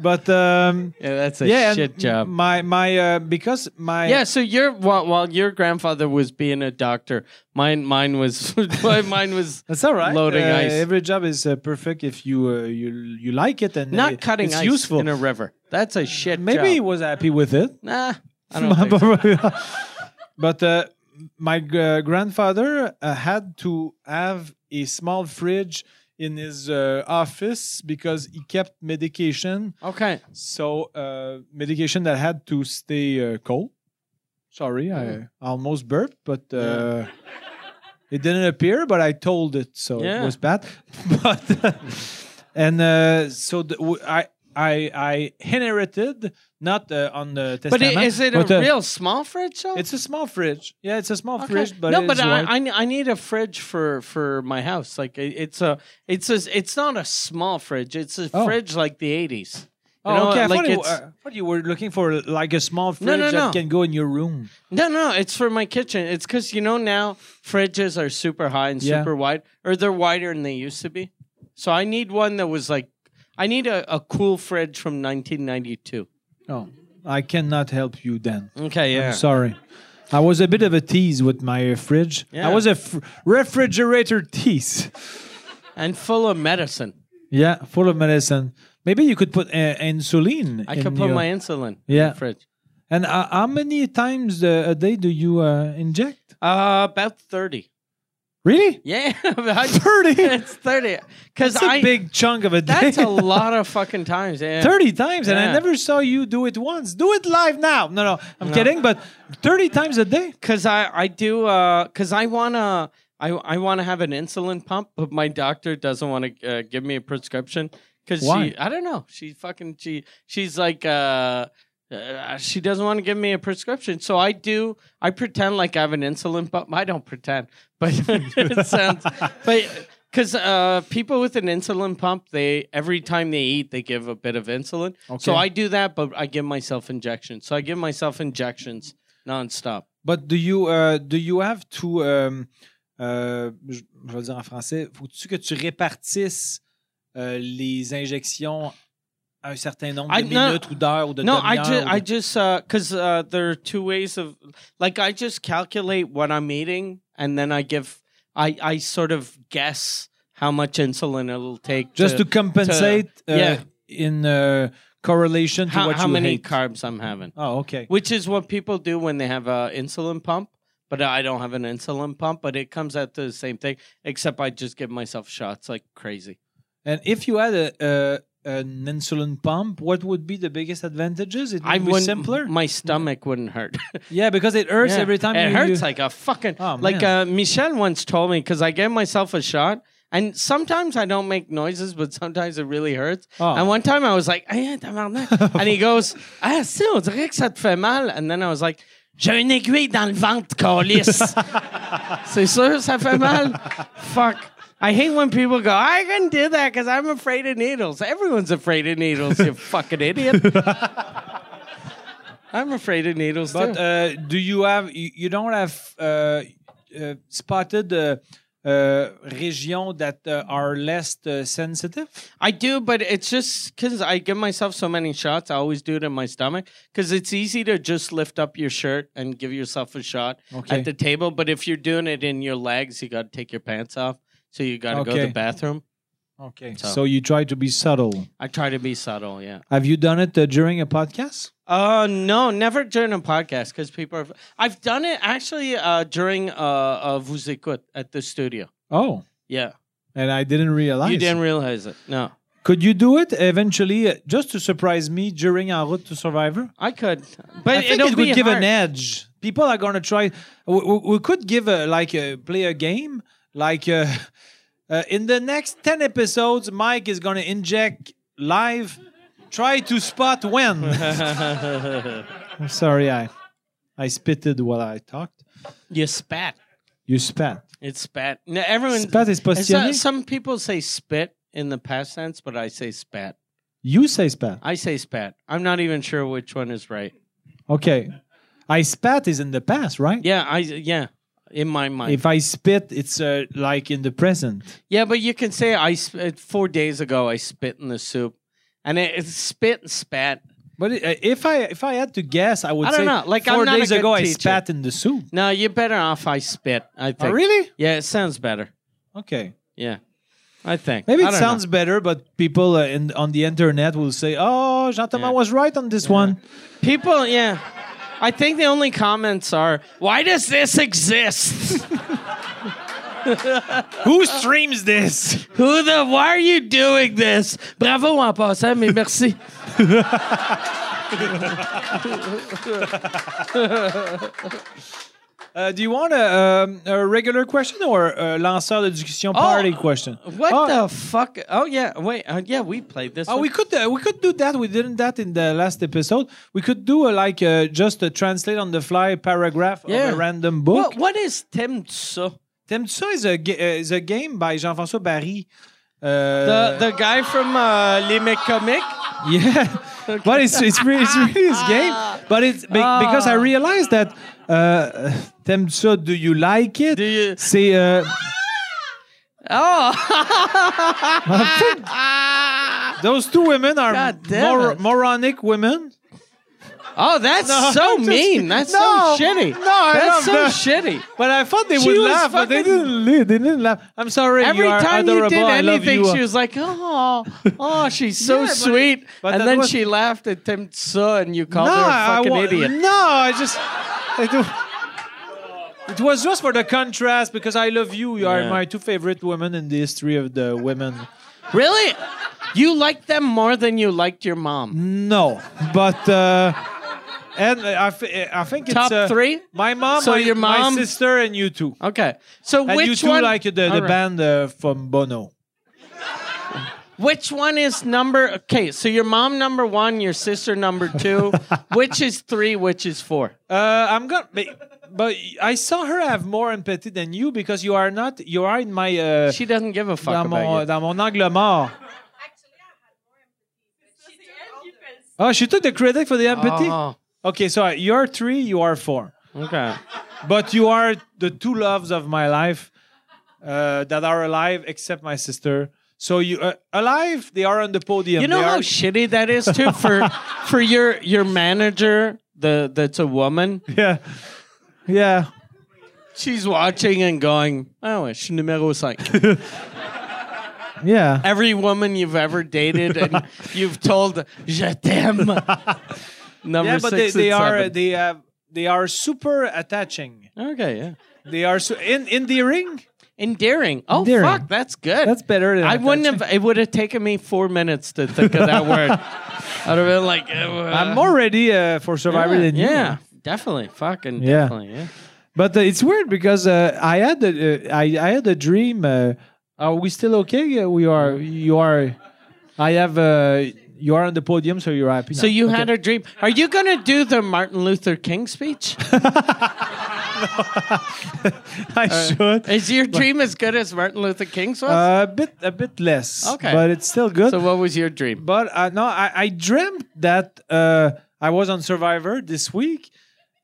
[SPEAKER 1] But um,
[SPEAKER 2] Yeah, that's a
[SPEAKER 1] yeah, and
[SPEAKER 2] shit job.
[SPEAKER 1] My my uh, because my
[SPEAKER 2] yeah, so your while, while your grandfather was being a doctor, mine mine was mine was
[SPEAKER 1] That's all right.
[SPEAKER 2] loading
[SPEAKER 1] Uh,
[SPEAKER 2] ice,
[SPEAKER 1] Every job is uh, perfect if you uh, you you like it and
[SPEAKER 2] not
[SPEAKER 1] it-
[SPEAKER 2] cutting
[SPEAKER 1] it's
[SPEAKER 2] ice
[SPEAKER 1] useful.
[SPEAKER 2] in a river. That's a shit.
[SPEAKER 1] Maybe he
[SPEAKER 2] job.
[SPEAKER 1] was happy with it. uh,
[SPEAKER 2] nah. I don't think so.
[SPEAKER 1] but uh, my g- grandfather uh, had to have a small fridge in his uh, office because he kept medication.
[SPEAKER 2] Okay.
[SPEAKER 1] So uh, medication that had to stay uh, cold. Sorry,
[SPEAKER 2] Mm.
[SPEAKER 1] I almost burped, but uh, it didn't appear. But I told it, so it
[SPEAKER 2] Yeah.
[SPEAKER 1] was bad. but uh, and uh, so the, w- I I I inherited not uh, on the
[SPEAKER 2] But
[SPEAKER 1] testament.
[SPEAKER 2] i- is it a
[SPEAKER 1] but, uh,
[SPEAKER 2] real small fridge? Though?
[SPEAKER 1] It's a small fridge. Yeah, it's a small
[SPEAKER 2] Okay.
[SPEAKER 1] fridge, but
[SPEAKER 2] no, but
[SPEAKER 1] it's
[SPEAKER 2] I,
[SPEAKER 1] white.
[SPEAKER 2] I ne- I need a fridge for for my house. Like it- it's a it's a it's not a small fridge. It's a
[SPEAKER 1] Oh.
[SPEAKER 2] fridge like the eighties.
[SPEAKER 1] Oh, okay. I thought, you, I thought you were looking for like a small fridge
[SPEAKER 2] No, no,
[SPEAKER 1] that
[SPEAKER 2] no.
[SPEAKER 1] can go in your room.
[SPEAKER 2] No, no, it's for my kitchen. It's because you know now fridges are super high and
[SPEAKER 1] Yeah.
[SPEAKER 2] super wide, or they're wider than they used to be. So I need one that was like, I need a, a cool fridge from 1992.
[SPEAKER 1] Oh, I cannot help you then.
[SPEAKER 2] Okay, yeah.
[SPEAKER 1] I'm sorry. I was a bit of a tease with my uh, fridge.
[SPEAKER 2] Yeah.
[SPEAKER 1] I was a fr- refrigerator tease.
[SPEAKER 2] and full of medicine.
[SPEAKER 1] Yeah, full of medicine. Maybe you could put uh, insulin.
[SPEAKER 2] I
[SPEAKER 1] in
[SPEAKER 2] could put
[SPEAKER 1] your-
[SPEAKER 2] my insulin in
[SPEAKER 1] Yeah.
[SPEAKER 2] the fridge.
[SPEAKER 1] And uh, how many times uh, a day do you uh, inject?
[SPEAKER 2] Uh, about 30.
[SPEAKER 1] Really?
[SPEAKER 2] Yeah, about
[SPEAKER 1] 30?
[SPEAKER 2] It's 30. Because
[SPEAKER 1] That's a
[SPEAKER 2] I.
[SPEAKER 1] big chunk of a day.
[SPEAKER 2] that's a lot of fucking times. Yeah.
[SPEAKER 1] 30 times, and I
[SPEAKER 2] Yeah.
[SPEAKER 1] never saw you do it once. Do it live now. No, no, I'm kidding, but 30 times a day.
[SPEAKER 2] Cause I I do uh cause I wanna I I wanna have an insulin pump, but my doctor doesn't want to uh, give me a prescription. Cause
[SPEAKER 1] Why?
[SPEAKER 2] she I don't know she fucking she she's like uh. Uh, she doesn't want to give me a prescription, so I do. I pretend like I have an insulin pump. I don't pretend, but it sounds. But because uh, people with an insulin pump, they every time they eat, they give a bit of insulin.
[SPEAKER 1] Okay.
[SPEAKER 2] So I do that, but I give myself injections. So I give myself injections nonstop.
[SPEAKER 1] But do you uh, do you have to um, euh, je je vais le dire en français, faut-tu que tu répartisses euh, les injections à un certain nombre
[SPEAKER 2] I-
[SPEAKER 1] de
[SPEAKER 2] no.
[SPEAKER 1] minutes ou d'heures ou de
[SPEAKER 2] no, I
[SPEAKER 1] demi-heures
[SPEAKER 2] just,
[SPEAKER 1] ou de-
[SPEAKER 2] I just, uh, cause uh, there are two ways of, like, I just calculate what I'm eating, and then I give, I, I sort of guess how much insulin it'll take.
[SPEAKER 1] just to, compensate uh,
[SPEAKER 2] yeah.
[SPEAKER 1] in uh, correlation to
[SPEAKER 2] how,
[SPEAKER 1] what
[SPEAKER 2] how
[SPEAKER 1] you
[SPEAKER 2] many
[SPEAKER 1] hate.
[SPEAKER 2] carbs I'm having,
[SPEAKER 1] oh, okay.
[SPEAKER 2] which is what people do when they have a insulin pump. But I don't have an insulin pump, but it comes out to the same thing, except I just give myself shots like crazy.
[SPEAKER 1] And if you had a, uh, an insulin pump, what would be the biggest advantages? It would
[SPEAKER 2] I
[SPEAKER 1] be
[SPEAKER 2] wouldn't-
[SPEAKER 1] simpler.
[SPEAKER 2] My stomach wouldn't hurt.
[SPEAKER 1] yeah, because it hurts
[SPEAKER 2] Yeah.
[SPEAKER 1] every time.
[SPEAKER 2] It
[SPEAKER 1] you,
[SPEAKER 2] hurts
[SPEAKER 1] you-
[SPEAKER 2] like a fucking
[SPEAKER 1] Oh,
[SPEAKER 2] like uh, Michelle once told me because I gave myself a shot. And sometimes I don't make noises, but sometimes it really hurts.
[SPEAKER 1] Oh.
[SPEAKER 2] And one time I was like, "Aïe, tabarnak." and he goes, Ah, si, on dirait que ça te fait mal. And then I was like, J'ai une aiguille dans le ventre, calice. C'est sûr, ça fait mal. Fuck. I hate when people go, I couldn't do that because I'm afraid of needles. Everyone's afraid of needles, you fucking idiot. I'm afraid of needles,
[SPEAKER 1] But
[SPEAKER 2] too.
[SPEAKER 1] uh, do you have you, you don't have uh, uh, spotted uh, uh, regions that uh, are less uh, sensitive?
[SPEAKER 2] I do, but it's just because I give myself so many shots. I always do it in my stomach because it's easy to just lift up your shirt and give yourself a shot
[SPEAKER 1] Okay.
[SPEAKER 2] at the table. But if you're doing it in your legs, you got to take your pants off. So you got to go to
[SPEAKER 1] Okay.
[SPEAKER 2] the bathroom.
[SPEAKER 1] Okay, so,
[SPEAKER 2] So-
[SPEAKER 1] you try to be subtle.
[SPEAKER 2] I try to be subtle. Yeah.
[SPEAKER 1] Have you done it uh, during a podcast?
[SPEAKER 2] Uh, no, never during a podcast because people are. I've done it actually uh, during uh, uh, Vous Écoute at the studio.
[SPEAKER 1] Oh,
[SPEAKER 2] Yeah.
[SPEAKER 1] and I didn't realize.
[SPEAKER 2] You didn't realize it. No.
[SPEAKER 1] Could you do it eventually, uh, just to surprise me during En route to Survivor?
[SPEAKER 2] I could. But
[SPEAKER 1] I think
[SPEAKER 2] it'll
[SPEAKER 1] it would
[SPEAKER 2] be
[SPEAKER 1] give an
[SPEAKER 2] hard.
[SPEAKER 1] edge. People are going to try. We, we- we could give a like a, play a game like uh, uh, in the next ten episodes. Mike is going to inject live. Try to spot when. I'm sorry, I I spitted while I talked.
[SPEAKER 2] You spat.
[SPEAKER 1] You spat.
[SPEAKER 2] It's spat. No, everyone
[SPEAKER 1] Spat is
[SPEAKER 2] It's not-
[SPEAKER 1] positioning.
[SPEAKER 2] some people say spit in the past tense, but I say spat.
[SPEAKER 1] You say spat.
[SPEAKER 2] I say spat. I'm not even sure which one is right.
[SPEAKER 1] Okay. I spat is in the past, right?
[SPEAKER 2] Yeah, I yeah, in my mind.
[SPEAKER 1] If I spit, it's uh, like in the present.
[SPEAKER 2] yeah, but you can say I spit four days ago. I spit in the soup, and it, it's spit and spat.
[SPEAKER 1] But uh, if I if I had to guess, I would
[SPEAKER 2] I don't
[SPEAKER 1] say
[SPEAKER 2] know. Like, I'm
[SPEAKER 1] four
[SPEAKER 2] not a
[SPEAKER 1] days
[SPEAKER 2] good
[SPEAKER 1] ago I
[SPEAKER 2] teacher.
[SPEAKER 1] spat in the soup.
[SPEAKER 2] No, you're better off. I spit. I
[SPEAKER 1] Oh,
[SPEAKER 2] think.
[SPEAKER 1] really?
[SPEAKER 2] Yeah, it sounds better.
[SPEAKER 1] Okay.
[SPEAKER 2] Yeah, I think.
[SPEAKER 1] Maybe
[SPEAKER 2] I
[SPEAKER 1] it
[SPEAKER 2] don't
[SPEAKER 1] sounds better, but people uh, in, on the internet will say, "Oh, Jean Thomas
[SPEAKER 2] Yeah.
[SPEAKER 1] was right on this one."
[SPEAKER 2] know. people. Yeah, I think the only comments are, "Why does this exist?"
[SPEAKER 1] Who streams this?
[SPEAKER 2] Who the? Why are you doing this? Bravo en passant, mais merci.
[SPEAKER 1] Uh, do you want a, um, a regular question or a lanceur de discussion party question?
[SPEAKER 2] Oh, What
[SPEAKER 1] oh,
[SPEAKER 2] the fuck? Oh yeah, wait. Uh, yeah, we played this.
[SPEAKER 1] Oh,
[SPEAKER 2] one.
[SPEAKER 1] we could uh, we could do that. We didn't that in the last episode. We could do a, like uh, just a translate on the fly paragraph
[SPEAKER 2] Yeah.
[SPEAKER 1] of a random book.
[SPEAKER 2] What, what is Tim So?
[SPEAKER 1] T'aimes-tu ça is a, ga- uh, is a game by Jean-François Barry.
[SPEAKER 2] The
[SPEAKER 1] Uh,
[SPEAKER 2] the guy from uh, Les Mécomiques?
[SPEAKER 1] yeah, but it's it's really, it's really
[SPEAKER 2] Ah.
[SPEAKER 1] this game. But it's be- because I realized that uh, t'aimes ça? Do you like it?
[SPEAKER 2] Do you-
[SPEAKER 1] C'est euh,
[SPEAKER 2] Oh,
[SPEAKER 1] those two women are
[SPEAKER 2] Ah. God damn
[SPEAKER 1] mor-
[SPEAKER 2] it.
[SPEAKER 1] moronic women.
[SPEAKER 2] oh, that's
[SPEAKER 1] No,
[SPEAKER 2] so
[SPEAKER 1] I'm just
[SPEAKER 2] mean.
[SPEAKER 1] kidding.
[SPEAKER 2] That's
[SPEAKER 1] No,
[SPEAKER 2] so shitty.
[SPEAKER 1] no, I
[SPEAKER 2] that's so
[SPEAKER 1] love
[SPEAKER 2] shitty.
[SPEAKER 1] But I thought they
[SPEAKER 2] She
[SPEAKER 1] would
[SPEAKER 2] was
[SPEAKER 1] laugh, but they
[SPEAKER 2] fucking-
[SPEAKER 1] didn't. li- They didn't laugh. I'm sorry.
[SPEAKER 2] Every
[SPEAKER 1] you are
[SPEAKER 2] time
[SPEAKER 1] adorable.
[SPEAKER 2] you did
[SPEAKER 1] I love
[SPEAKER 2] anything,
[SPEAKER 1] you.
[SPEAKER 2] she was like, "Oh, oh, she's so
[SPEAKER 1] Yeah, but it-
[SPEAKER 2] sweet,"
[SPEAKER 1] but that
[SPEAKER 2] and then
[SPEAKER 1] was-
[SPEAKER 2] she laughed at Tim So, and you called
[SPEAKER 1] no,
[SPEAKER 2] her a
[SPEAKER 1] I
[SPEAKER 2] fucking
[SPEAKER 1] wa-
[SPEAKER 2] idiot.
[SPEAKER 1] No, I just. I do. It was just for the contrast because I love you. You are
[SPEAKER 2] Yeah.
[SPEAKER 1] my two favorite women in the history of the women.
[SPEAKER 2] Really? You liked them more than you liked your mom.
[SPEAKER 1] No, but uh, and I, f- I think
[SPEAKER 2] Top
[SPEAKER 1] it's uh,
[SPEAKER 2] three?
[SPEAKER 1] My mom,
[SPEAKER 2] So
[SPEAKER 1] my,
[SPEAKER 2] your mom-
[SPEAKER 1] my sister, and you two.
[SPEAKER 2] Okay. So
[SPEAKER 1] Mm. And
[SPEAKER 2] which
[SPEAKER 1] you two
[SPEAKER 2] one
[SPEAKER 1] like the, the
[SPEAKER 2] All right.
[SPEAKER 1] band uh, from Bono.
[SPEAKER 2] Which one is number Okay, so your mom number 1, your sister number 2, which is 3, which is 4?
[SPEAKER 1] Uh, I'm gonna, but, but I saw her have more empathy than you because you are not. You are in my uh,
[SPEAKER 2] She doesn't give a fuck
[SPEAKER 1] dans
[SPEAKER 2] about
[SPEAKER 1] mon
[SPEAKER 2] you.
[SPEAKER 1] dans mon angle mort. Oh, she took the credit for the empathy.
[SPEAKER 2] Oh,
[SPEAKER 1] Okay, so you're three, you are four,
[SPEAKER 2] okay.
[SPEAKER 1] but you are the two loves of my life uh, that are alive, except my sister. So you uh, alive? They are on the podium.
[SPEAKER 2] You know
[SPEAKER 1] They
[SPEAKER 2] how
[SPEAKER 1] are-
[SPEAKER 2] shitty that is too for for your your manager the that's a woman.
[SPEAKER 1] yeah, yeah.
[SPEAKER 2] She's watching and going, "Oh, je suis numéro 5."
[SPEAKER 1] Yeah.
[SPEAKER 2] every woman you've ever dated and you've told je t'aime. Number
[SPEAKER 1] Yeah, but they,
[SPEAKER 2] six
[SPEAKER 1] they
[SPEAKER 2] and
[SPEAKER 1] are
[SPEAKER 2] seven.
[SPEAKER 1] they have they are super attaching.
[SPEAKER 2] okay, yeah.
[SPEAKER 1] They are so in in the ring.
[SPEAKER 2] Endearing. Oh
[SPEAKER 1] Endearing.
[SPEAKER 2] fuck, that's good.
[SPEAKER 1] That's better than
[SPEAKER 2] I wouldn't
[SPEAKER 1] attaching.
[SPEAKER 2] have. It would have taken me four minutes to think of that word. I'd have been like, uh,
[SPEAKER 1] I'm more ready uh, for survivor
[SPEAKER 2] yeah,
[SPEAKER 1] than you.
[SPEAKER 2] yeah, definitely, fucking,
[SPEAKER 1] Yeah.
[SPEAKER 2] definitely, yeah.
[SPEAKER 1] But uh, it's weird because uh, I had a, uh, I, I had a dream. Uh, are we still okay? Yeah, we are. You are. I have. Uh, you are on the podium, so you're happy.
[SPEAKER 2] So you had a dream. Are you gonna do the Martin Luther King speech?
[SPEAKER 1] I should.
[SPEAKER 2] uh, Is your dream as good as Martin Luther King's was?
[SPEAKER 1] A bit, a bit less.
[SPEAKER 2] Okay.
[SPEAKER 1] But it's still good.
[SPEAKER 2] so what was your dream?
[SPEAKER 1] But uh, no, I, I dreamt that uh, I was on Survivor this week,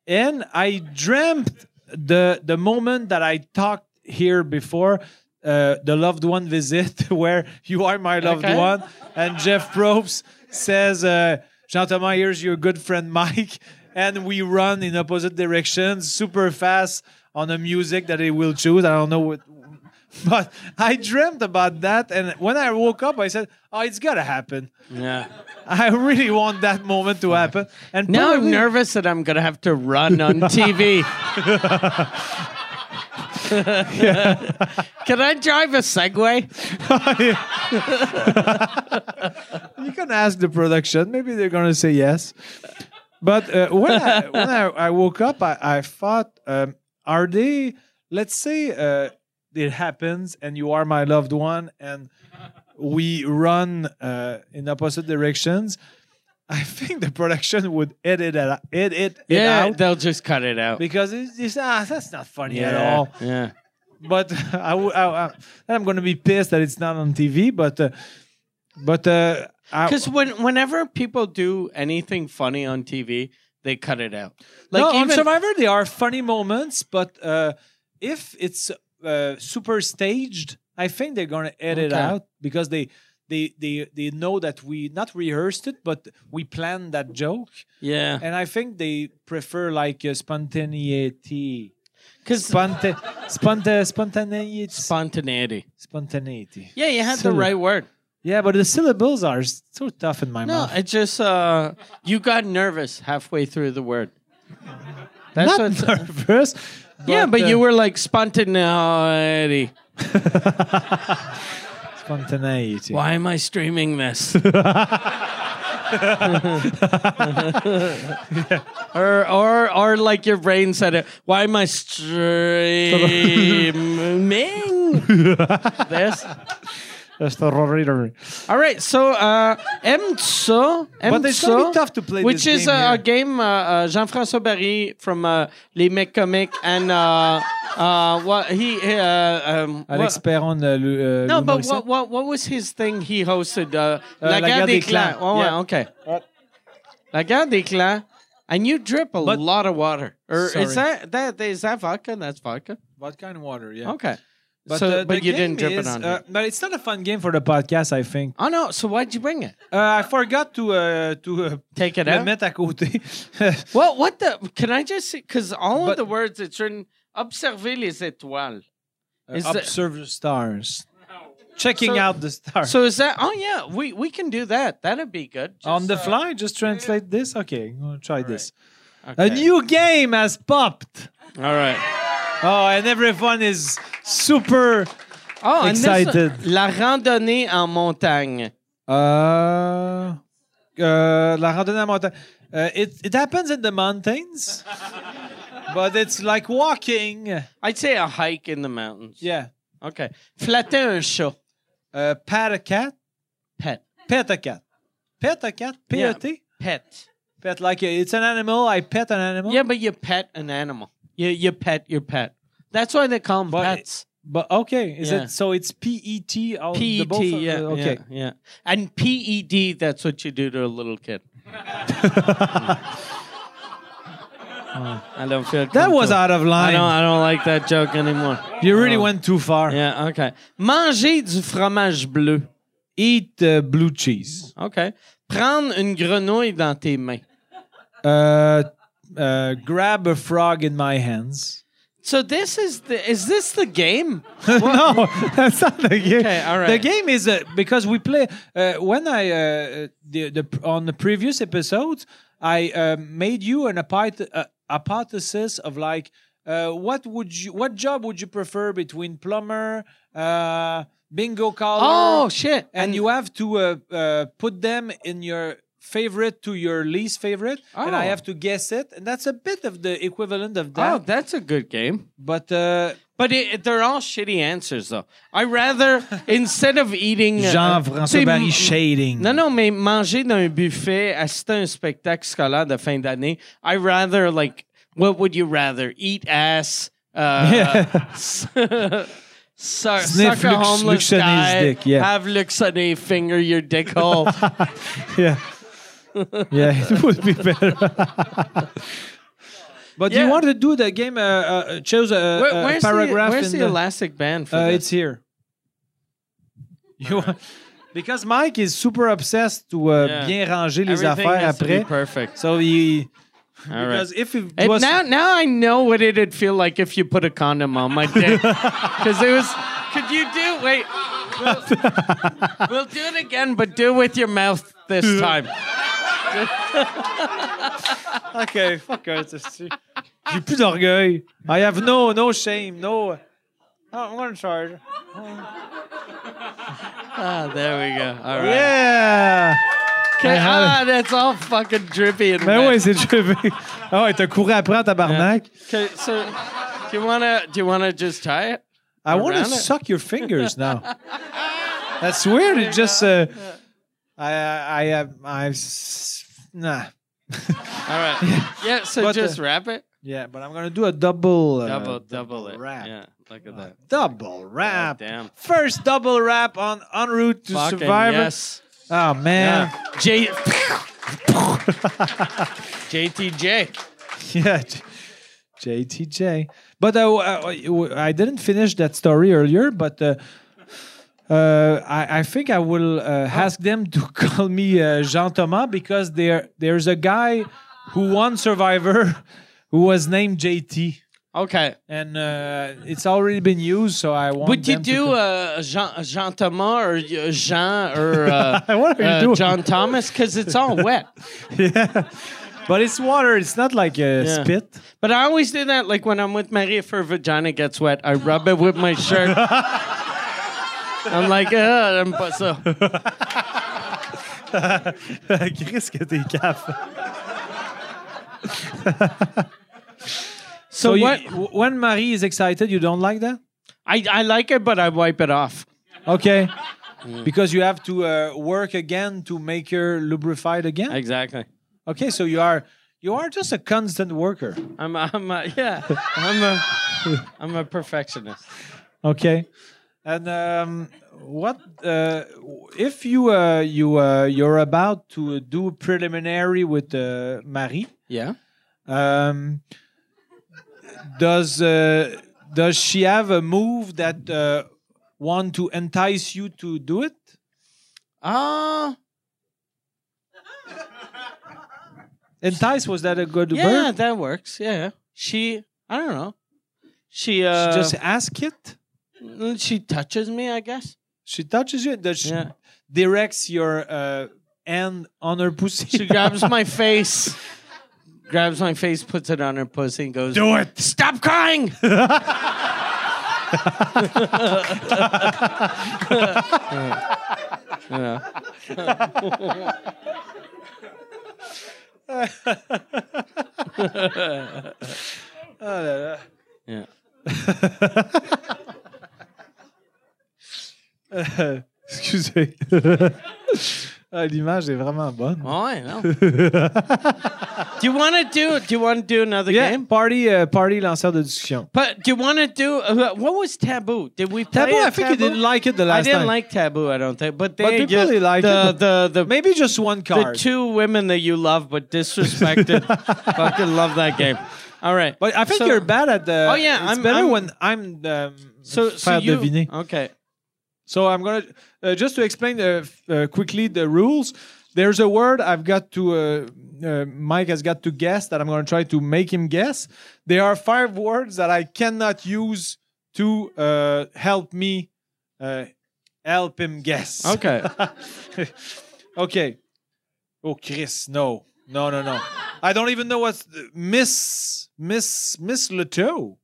[SPEAKER 1] and I dreamt the the moment that I talked here before. Uh, the loved one visit where you are my loved
[SPEAKER 2] Okay.
[SPEAKER 1] one and jeff probst says uh, jean-thomas here's your good friend mike and we run in opposite directions super fast on a music that he will choose i don't know what but i dreamt about that and when i woke up i said oh it's gotta happen
[SPEAKER 2] Yeah.
[SPEAKER 1] I really want that moment to happen. And
[SPEAKER 2] Now I'm
[SPEAKER 1] probably-
[SPEAKER 2] nervous that I'm gonna have to run on TV. Can I drive a Segway?
[SPEAKER 1] You can ask the production. Maybe they're gonna say yes. But uh, when I, when I, I woke up, I, I thought, um, are they? Let's say uh, it happens, and you are my loved one, and we run uh, in opposite directions. I think the production would edit it, edit it
[SPEAKER 2] Yeah,
[SPEAKER 1] out
[SPEAKER 2] they'll just cut it out.
[SPEAKER 1] because it's, it's ah, that's not funny at all.
[SPEAKER 2] Yeah.
[SPEAKER 1] but I, w- I, I I'm going to be pissed that it's not on TV. But uh, but uh, I,
[SPEAKER 2] Because when whenever people do anything funny on TV, they cut it out. Like
[SPEAKER 1] no, on
[SPEAKER 2] even
[SPEAKER 1] Survivor there are funny moments, but uh, if it's uh, super staged, I think they're going to edit
[SPEAKER 2] Okay.
[SPEAKER 1] out because they. They, they they know that we not rehearsed it, but we planned that joke,
[SPEAKER 2] yeah,
[SPEAKER 1] and I think they prefer like uh, spontaneity,
[SPEAKER 2] because
[SPEAKER 1] Sponte, sponte, spontaneity,
[SPEAKER 2] spontaneity.
[SPEAKER 1] spontaneity.
[SPEAKER 2] Yeah, you had the
[SPEAKER 1] Silly.
[SPEAKER 2] right word.
[SPEAKER 1] Yeah, but the syllables are s- so tough in my
[SPEAKER 2] No,
[SPEAKER 1] mouth.
[SPEAKER 2] it just uh, you got nervous halfway through the word. That's
[SPEAKER 1] not
[SPEAKER 2] what.
[SPEAKER 1] nervous.
[SPEAKER 2] yeah, but
[SPEAKER 1] uh,
[SPEAKER 2] you were like spontaneity.
[SPEAKER 1] Spontaneity.
[SPEAKER 2] Why am I streaming this? or, or, or like your brain said it. Why am I streaming this?
[SPEAKER 1] That's the roar-roar.
[SPEAKER 2] All right, so uh, MTSO,
[SPEAKER 1] But it's gonna be tough to play
[SPEAKER 2] which
[SPEAKER 1] this
[SPEAKER 2] is
[SPEAKER 1] game
[SPEAKER 2] a,
[SPEAKER 1] here.
[SPEAKER 2] a game uh, uh, Jean-François Barry from uh, Les Mecs Comiques and uh, uh, what he he, uh, um,
[SPEAKER 1] Alex
[SPEAKER 2] what-
[SPEAKER 1] Perron, euh, Lou- euh,
[SPEAKER 2] no,
[SPEAKER 1] Lou
[SPEAKER 2] but
[SPEAKER 1] Morissette.
[SPEAKER 2] what, what what was his thing he hosted? Uh,
[SPEAKER 1] Uh,
[SPEAKER 2] La, Guerre des Clans. Oh,
[SPEAKER 1] Yeah. Uh,
[SPEAKER 2] okay. La Guerre des Clans, and you drip a
[SPEAKER 1] But-
[SPEAKER 2] lot of water. Or
[SPEAKER 1] Sorry.
[SPEAKER 2] is that that is that vodka? That's vodka.
[SPEAKER 1] Vodka and water, yeah.
[SPEAKER 2] Okay.
[SPEAKER 1] But,
[SPEAKER 2] so,
[SPEAKER 1] uh, the
[SPEAKER 2] but you
[SPEAKER 1] game
[SPEAKER 2] didn't drip
[SPEAKER 1] is,
[SPEAKER 2] it on.
[SPEAKER 1] uh,
[SPEAKER 2] here.
[SPEAKER 1] but it's not a fun game for the podcast, I think.
[SPEAKER 2] oh no! So why'd you bring it?
[SPEAKER 1] Uh, I forgot to uh, to uh,
[SPEAKER 2] Take it
[SPEAKER 1] le
[SPEAKER 2] out.
[SPEAKER 1] mettre à côté.
[SPEAKER 2] Well, what the? Can I just say? Because all
[SPEAKER 1] But-
[SPEAKER 2] of the words it's written, observer les étoiles. Is that-
[SPEAKER 1] Observe the stars. Checking
[SPEAKER 2] So-
[SPEAKER 1] out the stars.
[SPEAKER 2] So is that? Oh yeah, we we can do that. That'd be good.
[SPEAKER 1] On
[SPEAKER 2] Just,
[SPEAKER 1] the
[SPEAKER 2] uh,
[SPEAKER 1] fly, just translate this. Okay, I'm gonna try this. A
[SPEAKER 2] okay.
[SPEAKER 1] new game has popped.
[SPEAKER 2] All right.
[SPEAKER 1] Oh, and everyone is super.
[SPEAKER 2] Oh, and this one,
[SPEAKER 1] Excited.
[SPEAKER 2] la randonnée en montagne.
[SPEAKER 1] Uh, uh, la randonnée en montagne. Uh, it it happens in the mountains, but it's like walking.
[SPEAKER 2] I'd say a hike in the mountains.
[SPEAKER 1] Yeah,
[SPEAKER 2] Okay. Flatter un chat.
[SPEAKER 1] uh, pat a cat,
[SPEAKER 2] Pet.
[SPEAKER 1] pet a cat, pet a cat, P
[SPEAKER 2] Yeah.
[SPEAKER 1] A T.
[SPEAKER 2] Pet.
[SPEAKER 1] Pet like uh, it's an animal. I pet an animal.
[SPEAKER 2] Yeah, but you pet an animal. You you pet your pet. That's why they call them
[SPEAKER 1] But-
[SPEAKER 2] pets.
[SPEAKER 1] But okay, is
[SPEAKER 2] Yeah.
[SPEAKER 1] it so? It's P E T. all- the
[SPEAKER 2] PET,
[SPEAKER 1] both of-
[SPEAKER 2] yeah,
[SPEAKER 1] uh, Okay.
[SPEAKER 2] okay, yeah, and PED. That's what you do to a little kid. Oh, I don't feel
[SPEAKER 1] That was
[SPEAKER 2] comfortable.
[SPEAKER 1] out of
[SPEAKER 2] I
[SPEAKER 1] line.
[SPEAKER 2] don't. I don't like that joke anymore.
[SPEAKER 1] You really went too far.
[SPEAKER 2] Yeah. Okay. Manger du fromage bleu.
[SPEAKER 1] Eat uh, blue cheese.
[SPEAKER 2] Okay. Prendre une grenouille dans tes mains.
[SPEAKER 1] Uh, uh, grab a frog in my hands.
[SPEAKER 2] So this is the is this the game?
[SPEAKER 1] no, that's not the game.
[SPEAKER 2] Okay, all right.
[SPEAKER 1] The game is uh, because we play uh, when I uh, the, the on the previous episodes I uh, made you an hypoth- uh, hypothesis of like uh, what would you what job would you prefer between plumber, uh, bingo caller,
[SPEAKER 2] Oh shit!
[SPEAKER 1] and, you have to uh, uh, put them in your favorite to your least favorite, and I
[SPEAKER 2] Oh.
[SPEAKER 1] have to guess it, and that's a bit of the equivalent of that.
[SPEAKER 2] oh, that's a good game.
[SPEAKER 1] But uh,
[SPEAKER 2] But it, it- they're all shitty answers though. I rather instead of eating uh, tu sais, m-
[SPEAKER 1] shading.
[SPEAKER 2] Non, non, mais manger dans un buffet, assister à un spectacle scolaire de fin d'année, I rather, like, what would you rather? Eat ass, uh,
[SPEAKER 1] Yeah.
[SPEAKER 2] su-
[SPEAKER 1] Sniff
[SPEAKER 2] suck a
[SPEAKER 1] Luc-
[SPEAKER 2] homeless
[SPEAKER 1] Luc Sonner's
[SPEAKER 2] guy,
[SPEAKER 1] dick, yeah.
[SPEAKER 2] have looks on a finger your dick hole.
[SPEAKER 1] Yeah. yeah,
[SPEAKER 2] Uh,
[SPEAKER 1] it would be better. but you
[SPEAKER 2] Yeah.
[SPEAKER 1] want to do the game? Uh, uh, choose a, a-
[SPEAKER 2] Where-
[SPEAKER 1] a
[SPEAKER 2] where's
[SPEAKER 1] paragraph.
[SPEAKER 2] the, where's
[SPEAKER 1] in
[SPEAKER 2] the elastic band for
[SPEAKER 1] uh,
[SPEAKER 2] this?
[SPEAKER 1] it's here. You want- because Mike is super obsessed to uh,
[SPEAKER 2] Yeah.
[SPEAKER 1] bien ranger les
[SPEAKER 2] Everything
[SPEAKER 1] affaires
[SPEAKER 2] has to be
[SPEAKER 1] après.
[SPEAKER 2] perfect.
[SPEAKER 1] So he
[SPEAKER 2] All right.
[SPEAKER 1] because if it
[SPEAKER 2] And
[SPEAKER 1] was
[SPEAKER 2] now, now I know what it'd feel like if you put a condom on my dick. Because it was. Could you do? Wait. We'll, we'll do it again, but do it with your mouth this time.
[SPEAKER 1] okay, fuck it, it's- j'ai plus d'orgueil. I have no no shame, no. I'm gonna charge.
[SPEAKER 2] Ah, there we go. All right.
[SPEAKER 1] Yeah.
[SPEAKER 2] Okay, ah, that's all fucking drippy and
[SPEAKER 1] Ben
[SPEAKER 2] wet.
[SPEAKER 1] oui, c'est chevé. Ah ouais, t'as couru après en tabarnak.
[SPEAKER 2] Okay, so do you wanna do you wanna just try it?
[SPEAKER 1] I want to
[SPEAKER 2] Around it.
[SPEAKER 1] suck your fingers now. That's weird. It just uh, I I I I s- nah.
[SPEAKER 2] All right. Yeah. So
[SPEAKER 1] But, uh,
[SPEAKER 2] just wrap it.
[SPEAKER 1] Yeah, but I'm gonna do a double uh,
[SPEAKER 2] Double, double it.
[SPEAKER 1] wrap.
[SPEAKER 2] Yeah. Look at that.
[SPEAKER 1] Double wrap.
[SPEAKER 2] damn.
[SPEAKER 1] First double wrap on en route to
[SPEAKER 2] Fucking
[SPEAKER 1] survivor.
[SPEAKER 2] yes.
[SPEAKER 1] Oh man.
[SPEAKER 2] Yeah. J. JTJ.
[SPEAKER 1] Yeah. J- JTJ. But uh, uh, I didn't finish that story earlier, but uh, uh, I, I think I will uh, ask them to call me uh, Jean Thomas because there there's a guy who won Survivor who was named JT.
[SPEAKER 2] Okay.
[SPEAKER 1] And uh, it's already been used, so I want.
[SPEAKER 2] Would you
[SPEAKER 1] them to
[SPEAKER 2] do
[SPEAKER 1] co-
[SPEAKER 2] uh, Jean, Jean Thomas or uh, Jean or uh,
[SPEAKER 1] What are you
[SPEAKER 2] uh,
[SPEAKER 1] doing?
[SPEAKER 2] John Thomas? Because it's all wet.
[SPEAKER 1] yeah. But it's water. It's not like a
[SPEAKER 2] Yeah.
[SPEAKER 1] spit.
[SPEAKER 2] But I always do that. Like when I'm with Marie, if her vagina gets wet, I rub it with my shirt. I'm like, ah, I'm bu- so.
[SPEAKER 1] Qu'est-ce que t'es cap?
[SPEAKER 2] So,
[SPEAKER 1] So, you-
[SPEAKER 2] what?
[SPEAKER 1] w- when Marie is excited, you don't like that?
[SPEAKER 2] I, I like it, but I wipe it off.
[SPEAKER 1] Okay. Because you have to uh, work again to make her lubrified again.
[SPEAKER 2] Exactly.
[SPEAKER 1] Okay, so you are you are just a constant worker.
[SPEAKER 2] I'm a, I'm a, yeah. I'm a I'm a perfectionist.
[SPEAKER 1] Okay. And um, what uh, if you uh, you uh, you're about to do preliminary with uh, Marie?
[SPEAKER 2] Yeah.
[SPEAKER 1] Um, does uh, does she have a move that uh, want to entice you to do it?
[SPEAKER 2] Ah.
[SPEAKER 1] Entice was that a good
[SPEAKER 2] yeah,
[SPEAKER 1] word?
[SPEAKER 2] that works. Yeah. She. I don't know. She. Uh,
[SPEAKER 1] she
[SPEAKER 2] she
[SPEAKER 1] just ask it.
[SPEAKER 2] She touches me, I guess.
[SPEAKER 1] She touches you. Does she
[SPEAKER 2] Yeah.
[SPEAKER 1] directs your uh, hand on her pussy?
[SPEAKER 2] She grabs my face, grabs my face, puts it on her pussy, and goes,
[SPEAKER 1] do it.
[SPEAKER 2] "Stop crying." Yeah.
[SPEAKER 1] Excusez. Ah, L'image est vraiment bonne.
[SPEAKER 2] Oh, I know. do you want to do? Do you want to do another
[SPEAKER 1] Yeah,
[SPEAKER 2] game?
[SPEAKER 1] party, uh, party lanceur de discussion.
[SPEAKER 2] But do you want to do? Uh, what was taboo? Did we play
[SPEAKER 1] Taboo,
[SPEAKER 2] a
[SPEAKER 1] I think you didn't like it the
[SPEAKER 2] I
[SPEAKER 1] last
[SPEAKER 2] didn't
[SPEAKER 1] time.
[SPEAKER 2] like taboo. I don't think. But they
[SPEAKER 1] But people
[SPEAKER 2] just-
[SPEAKER 1] really liked
[SPEAKER 2] the,
[SPEAKER 1] it,
[SPEAKER 2] the the
[SPEAKER 1] Maybe just one
[SPEAKER 2] the
[SPEAKER 1] card.
[SPEAKER 2] two women that you love but disrespected. Fucking love that game. All right.
[SPEAKER 1] But I think
[SPEAKER 2] So-
[SPEAKER 1] you're bad at the.
[SPEAKER 2] Oh, yeah,
[SPEAKER 1] it's
[SPEAKER 2] I'm-
[SPEAKER 1] better
[SPEAKER 2] I'm-
[SPEAKER 1] when I'm the.
[SPEAKER 2] so so
[SPEAKER 1] faire
[SPEAKER 2] you
[SPEAKER 1] deviner.
[SPEAKER 2] okay.
[SPEAKER 1] So I'm gonna uh, just to explain uh, f- uh, quickly the rules. There's a word I've got to. Uh, uh, Mike has got to guess that I'm gonna try to make him guess. There are five words that I cannot use to uh, help me uh, help him guess.
[SPEAKER 2] Okay.
[SPEAKER 1] okay. Oh, Chris, no, no, no, no. I don't even know what's Miss Miss Miss Leteau.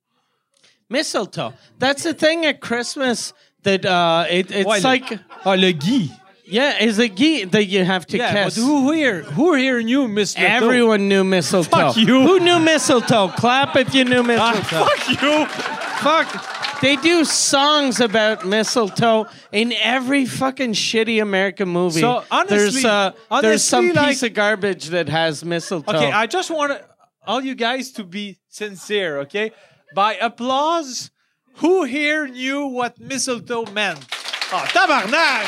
[SPEAKER 2] Mistletoe. That's the thing at Christmas that uh, it, it's
[SPEAKER 1] Ouais, le-
[SPEAKER 2] like
[SPEAKER 1] Ah, le Guy.
[SPEAKER 2] yeah, it's a gee that you have to
[SPEAKER 1] Yeah,
[SPEAKER 2] kiss.
[SPEAKER 1] but who here? Who here knew Miss Leteau?
[SPEAKER 2] Everyone knew mistletoe.
[SPEAKER 1] Fuck you.
[SPEAKER 2] Who knew mistletoe? Clap if you
[SPEAKER 1] Ah,
[SPEAKER 2] knew mistletoe.
[SPEAKER 1] fuck you.
[SPEAKER 2] Fuck. They do songs about mistletoe in every fucking shitty American movie.
[SPEAKER 1] So, honestly-
[SPEAKER 2] there's, uh, there's some
[SPEAKER 1] honestly,
[SPEAKER 2] piece
[SPEAKER 1] like-
[SPEAKER 2] of garbage that has mistletoe.
[SPEAKER 1] Okay, I just want all you guys to be sincere, okay? By applause, who here knew what mistletoe meant? Oh, tabarnak!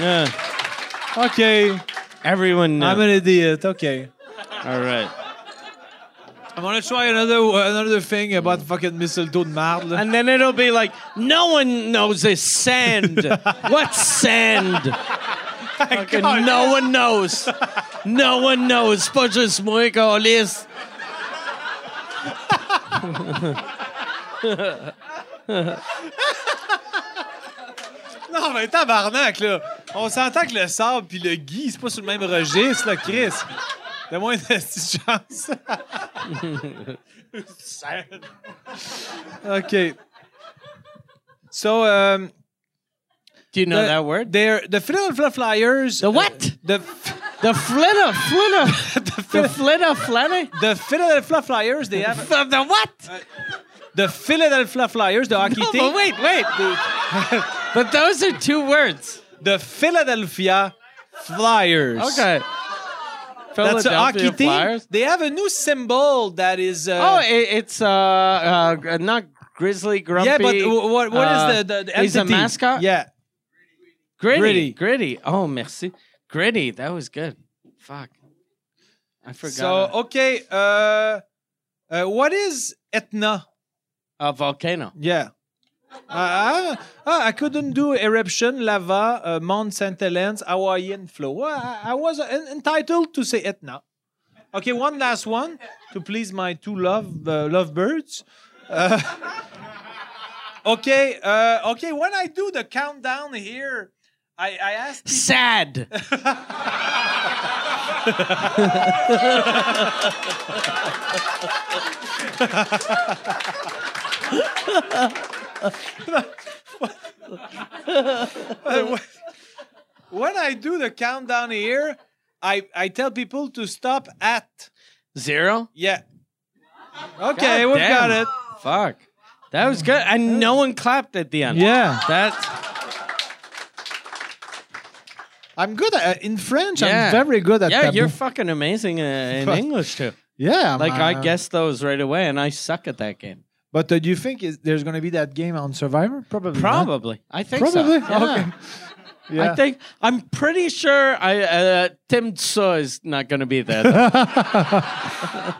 [SPEAKER 2] Yeah.
[SPEAKER 1] Okay,
[SPEAKER 2] Everyone knew.
[SPEAKER 1] I'm an idiot. Okay.
[SPEAKER 2] All right.
[SPEAKER 1] I'm gonna try another another thing about fucking mistletoe de marde. là.
[SPEAKER 2] And then it'll be like, no one knows this sand. what sand? Fucking
[SPEAKER 1] God.
[SPEAKER 2] no one knows. No one knows. Bunches moik all this.
[SPEAKER 1] Non, mais tabarnak, là. On s'entend que le sable puis le gui, c'est pas sur le même registre, là, Chris. T'as moins de petite chance. Sad. OK. So, um,
[SPEAKER 2] Do you know
[SPEAKER 1] the-
[SPEAKER 2] that word?
[SPEAKER 1] They're, the Philadelphia Flyers. uh,
[SPEAKER 2] The what?
[SPEAKER 1] The,
[SPEAKER 2] The flitter, flitter, the flitter, flitter.
[SPEAKER 1] the Philadelphia Flyers, they have.
[SPEAKER 2] The, the what?
[SPEAKER 1] The Philadelphia Flyers, the hockey
[SPEAKER 2] No,
[SPEAKER 1] team.
[SPEAKER 2] but wait, wait. But those are two words.
[SPEAKER 1] The Philadelphia Flyers.
[SPEAKER 2] Okay.
[SPEAKER 1] That's a hockey team.
[SPEAKER 2] Flyers.
[SPEAKER 1] They have a new symbol that is. Uh,
[SPEAKER 2] Oh, it, it's uh, uh, gr- not Grizzly Grumpy.
[SPEAKER 1] Yeah, but wh- what what is
[SPEAKER 2] uh,
[SPEAKER 1] the the, the
[SPEAKER 2] he's a
[SPEAKER 1] entity?
[SPEAKER 2] mascot?
[SPEAKER 1] Yeah,
[SPEAKER 2] Gritty.
[SPEAKER 1] Gritty.
[SPEAKER 2] Gritty. Oh, merci. Gritty. That was good. Fuck. I forgot.
[SPEAKER 1] so okay. Uh, uh, what is Etna? oh.
[SPEAKER 2] a volcano.
[SPEAKER 1] Yeah. Ah, ah, I couldn't do eruption, lava, uh, Mount St. Helens, Hawaiian flow. Well, I, I was uh, en- entitled to say Etna. Okay, one last one to please my two love uh, lovebirds. Uh, okay, uh, okay. When I do the countdown here, I, I ask.
[SPEAKER 2] Sad.
[SPEAKER 1] When I do the countdown here, I, I tell people to stop at.
[SPEAKER 2] Zero?
[SPEAKER 1] Yeah. Okay, we've got
[SPEAKER 2] damn.
[SPEAKER 1] it.
[SPEAKER 2] Fuck. That was good. And no one clapped at the end.
[SPEAKER 1] Yeah.
[SPEAKER 2] That's
[SPEAKER 1] I'm good at, in French.
[SPEAKER 2] Yeah.
[SPEAKER 1] I'm very good at
[SPEAKER 2] yeah,
[SPEAKER 1] taboo.
[SPEAKER 2] you're fucking amazing uh, in
[SPEAKER 1] Fuck.
[SPEAKER 2] English too.
[SPEAKER 1] yeah.
[SPEAKER 2] Like I
[SPEAKER 1] uh,
[SPEAKER 2] guessed those right away, and I suck at that game.
[SPEAKER 1] But uh, do you think is, there's going to be that game on Survivor? Probably. not.
[SPEAKER 2] Probably, I think
[SPEAKER 1] Probably.
[SPEAKER 2] so. Yeah.
[SPEAKER 1] Okay. Yeah.
[SPEAKER 2] I think I'm pretty sure I uh, Tim So is not going to be there. though.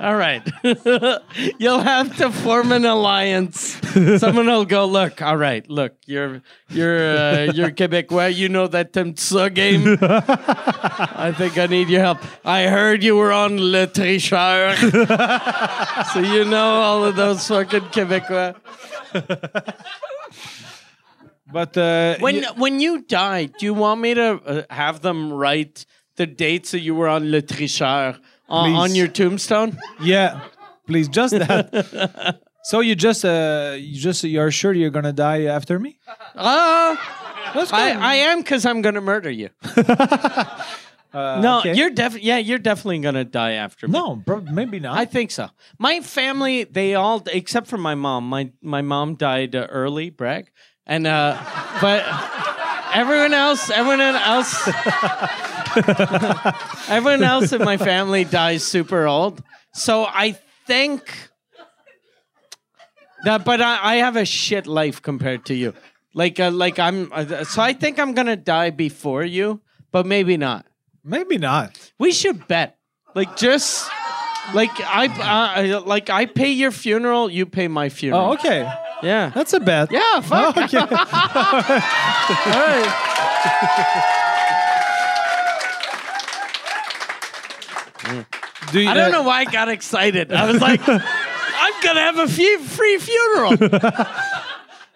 [SPEAKER 2] All right, you'll have to form an alliance. Someone will go look. All right, look, you're you're uh, you're Quebecois. You know that Tim So game. I think I need your help. I heard you were on Le Tricheur, so you know all of those fucking Quebecois.
[SPEAKER 1] But uh,
[SPEAKER 2] When
[SPEAKER 1] y-
[SPEAKER 2] when you die, do you want me to uh, have them write the dates that you were on Le Tricheur on,
[SPEAKER 1] Please.
[SPEAKER 2] on your tombstone?
[SPEAKER 1] yeah, please just that. so you just uh, you just you're sure you're going to die after me? Uh,
[SPEAKER 2] Ah,
[SPEAKER 1] That's
[SPEAKER 2] I,
[SPEAKER 1] good.
[SPEAKER 2] I am because I'm gonna murder you. no,
[SPEAKER 1] Uh, okay.
[SPEAKER 2] you're def yeah, you're definitely gonna die after me.
[SPEAKER 1] no, prob- maybe not.
[SPEAKER 2] I think so. My family, they all except for my mom. My my mom died uh, early, brag, and uh, but everyone else, everyone else, everyone else in my family dies super old. So I think that, but I, I have a shit life compared to you. Like uh, like I'm, uh, so I think I'm gonna die before you, but maybe not.
[SPEAKER 1] maybe not.
[SPEAKER 2] We should bet. Like just like I uh, I- like I pay your funeral, you pay my funeral.
[SPEAKER 1] Oh, okay.
[SPEAKER 2] Yeah.
[SPEAKER 1] That's a bet.
[SPEAKER 2] yeah, fuck.
[SPEAKER 1] Okay. Do you,
[SPEAKER 2] I don't
[SPEAKER 1] uh,
[SPEAKER 2] know why I got excited. I was like I'm going to have a few free funeral.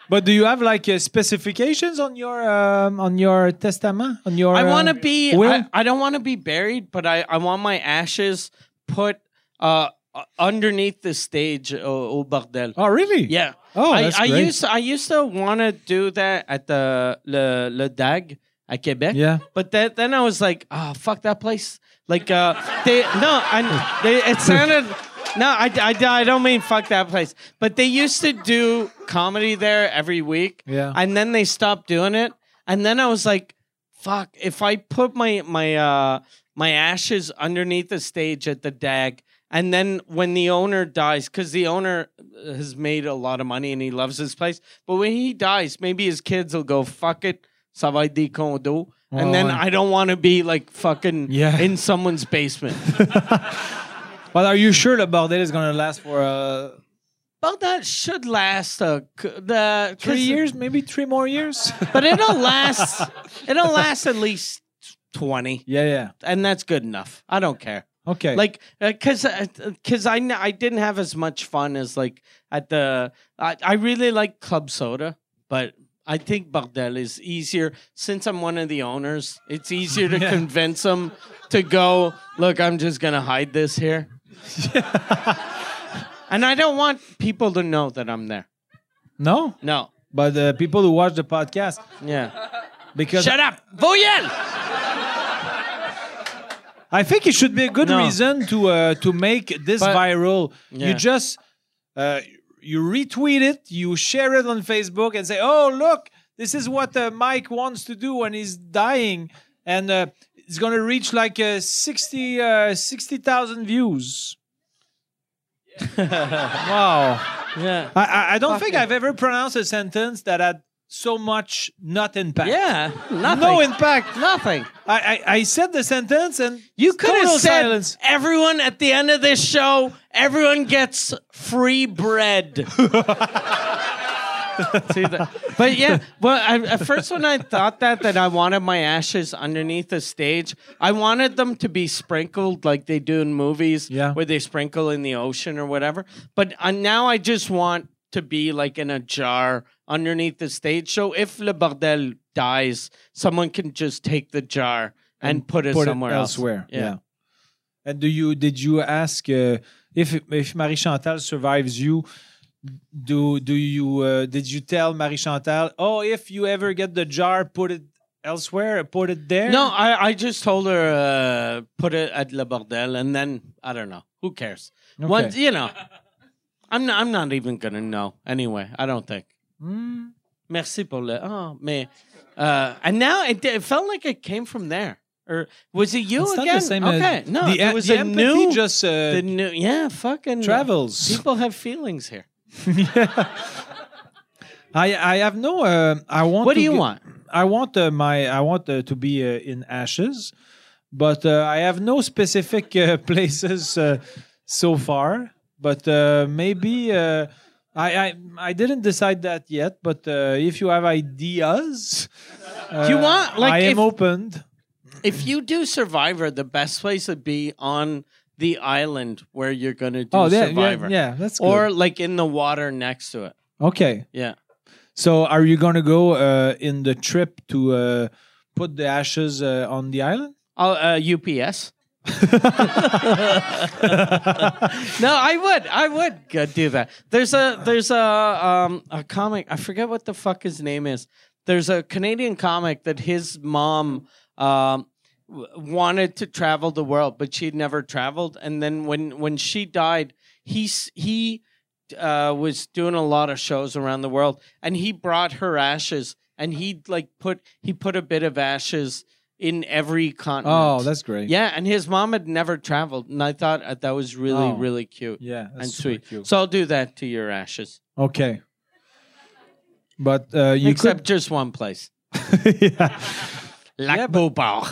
[SPEAKER 1] But do you have like uh, specifications on your um, on your testament on your?
[SPEAKER 2] I want to
[SPEAKER 1] um,
[SPEAKER 2] be
[SPEAKER 1] will?
[SPEAKER 2] I, I don't want to be buried, but I I want my ashes put uh uh, underneath the stage au, au bordel.
[SPEAKER 1] oh really?
[SPEAKER 2] Yeah.
[SPEAKER 1] Oh,
[SPEAKER 2] I,
[SPEAKER 1] that's
[SPEAKER 2] I
[SPEAKER 1] great.
[SPEAKER 2] used to, I used to want to do that at the le, le Dag at Quebec.
[SPEAKER 1] Yeah.
[SPEAKER 2] But that, then I was like, oh fuck that place. Like uh, they no, and they it sounded no, I, I, I don't mean fuck that place. But they used to do comedy there every week.
[SPEAKER 1] Yeah.
[SPEAKER 2] And then they stopped doing it. And then I was like, fuck, if I put my my uh my ashes underneath the stage at the dag and then when the owner dies cuz the owner uh, has made a lot of money and he loves his place, but when he dies, maybe his kids will go fuck it, ça va être des condos." and then
[SPEAKER 1] ouais.
[SPEAKER 2] I don't want to be like fucking
[SPEAKER 1] Oh. Yeah.
[SPEAKER 2] in someone's basement.
[SPEAKER 1] But are you sure the bordel is gonna last for uh,
[SPEAKER 2] Well, that should last uh, c- the
[SPEAKER 1] three
[SPEAKER 2] 'cause-
[SPEAKER 1] years, maybe three more years?
[SPEAKER 2] but it'll last. it'll last at least twenty,
[SPEAKER 1] yeah, yeah.
[SPEAKER 2] and that's good enough. I don't care.
[SPEAKER 1] Okay.
[SPEAKER 2] Like, uh, because because I kn- I didn't have as much fun as like at the I, I really like club soda, but I think Bardel is easier since I'm one of the owners. It's easier to convince them to go. Look, I'm just gonna hide this here, and I don't want people to know that I'm there.
[SPEAKER 1] no,
[SPEAKER 2] No,
[SPEAKER 1] but uh, people who watch the podcast
[SPEAKER 2] yeah,
[SPEAKER 1] because
[SPEAKER 2] shut up, e Voyelle.
[SPEAKER 1] I think it should be a good
[SPEAKER 2] No.
[SPEAKER 1] reason to uh, to make this
[SPEAKER 2] But-
[SPEAKER 1] viral.
[SPEAKER 2] Yeah.
[SPEAKER 1] You just uh, you retweet it, you share it on Facebook, and say, "Oh, look, this is what uh, Mike wants to do when he's dying," and uh, it's gonna reach like uh, 60 uh, 60,000 views. wow!
[SPEAKER 2] Yeah.
[SPEAKER 1] I I, I don't think
[SPEAKER 2] Fucking-
[SPEAKER 1] I've ever pronounced a sentence that had so much not impact.
[SPEAKER 2] Yeah. Nothing.
[SPEAKER 1] no impact.
[SPEAKER 2] nothing.
[SPEAKER 1] I, I I said the sentence and
[SPEAKER 2] You could
[SPEAKER 1] total
[SPEAKER 2] have said
[SPEAKER 1] silence.
[SPEAKER 2] everyone at the end of this show, everyone gets free bread. See that? But yeah, well, I, at first when I thought that that I wanted my ashes underneath the stage, I wanted them to be sprinkled like they do in movies,
[SPEAKER 1] Yeah.
[SPEAKER 2] where they sprinkle in the ocean or whatever. But uh, now I just want to be like in a jar underneath the stage, so if Le Bordel dies, someone can just take the jar and put it
[SPEAKER 4] put
[SPEAKER 2] somewhere
[SPEAKER 4] it
[SPEAKER 2] else.
[SPEAKER 4] elsewhere.
[SPEAKER 2] Yeah.
[SPEAKER 4] Yeah. And do you did you ask uh, if if Marie Chantal survives you? Do do you uh, did you tell Marie Chantal? Oh, if you ever get the jar, put it elsewhere. Put it there.
[SPEAKER 2] No, I, I just told her uh, put it at Le Bordel, and then I don't know. Who cares?
[SPEAKER 4] Okay.
[SPEAKER 2] Once you know, I'm not, I'm not even gonna know anyway. I don't think.
[SPEAKER 4] Hmm.
[SPEAKER 2] Merci pour le. Oh, mais, uh, and now it, it felt like it came from there. Or was it you
[SPEAKER 4] It's not
[SPEAKER 2] again?
[SPEAKER 4] the same. uh,
[SPEAKER 2] okay, no,
[SPEAKER 4] the,
[SPEAKER 2] it was
[SPEAKER 4] the
[SPEAKER 2] a
[SPEAKER 4] empathy
[SPEAKER 2] new.
[SPEAKER 4] just uh,
[SPEAKER 2] the new, yeah, fucking
[SPEAKER 4] travels.
[SPEAKER 2] People have feelings here.
[SPEAKER 4] I I have no. Uh, I want.
[SPEAKER 2] What
[SPEAKER 4] to
[SPEAKER 2] do you
[SPEAKER 4] get-
[SPEAKER 2] want?
[SPEAKER 4] I want uh, my. I want uh, to be uh, in ashes, but uh, I have no specific uh, places uh, so far. But uh, maybe uh, I, I I didn't decide that yet. But uh, if you have ideas, uh,
[SPEAKER 2] you want like
[SPEAKER 4] I
[SPEAKER 2] if,
[SPEAKER 4] am opened.
[SPEAKER 2] if you do Survivor, the best place would be on the island where you're gonna do
[SPEAKER 4] Oh, yeah,
[SPEAKER 2] Survivor.
[SPEAKER 4] yeah, yeah, that's good.
[SPEAKER 2] or like in the water next to it.
[SPEAKER 4] Okay,
[SPEAKER 2] Yeah.
[SPEAKER 4] so are you gonna go uh, in the trip to uh, put the ashes uh, on the island?
[SPEAKER 2] Oh, uh, UPS. no, I would, I would go do that. There's a, there's a, um, a comic. I forget what the fuck his name is. There's a Canadian comic that his mom um, w- wanted to travel the world, but she'd never traveled. And then when when she died, he s- he uh, was doing a lot of shows around the world, and he brought her ashes, and he like put he put a bit of ashes in every continent.
[SPEAKER 4] Oh, that's great.
[SPEAKER 2] Yeah, and his mom had never traveled, and I thought uh, that was really,
[SPEAKER 4] Oh.
[SPEAKER 2] really cute
[SPEAKER 4] yeah, that's
[SPEAKER 2] and
[SPEAKER 4] super
[SPEAKER 2] sweet.
[SPEAKER 4] cute.
[SPEAKER 2] So I'll do that to your ashes,
[SPEAKER 4] Okay. But uh, you
[SPEAKER 2] except just one place,
[SPEAKER 4] could. yeah.
[SPEAKER 2] Lac Beauport.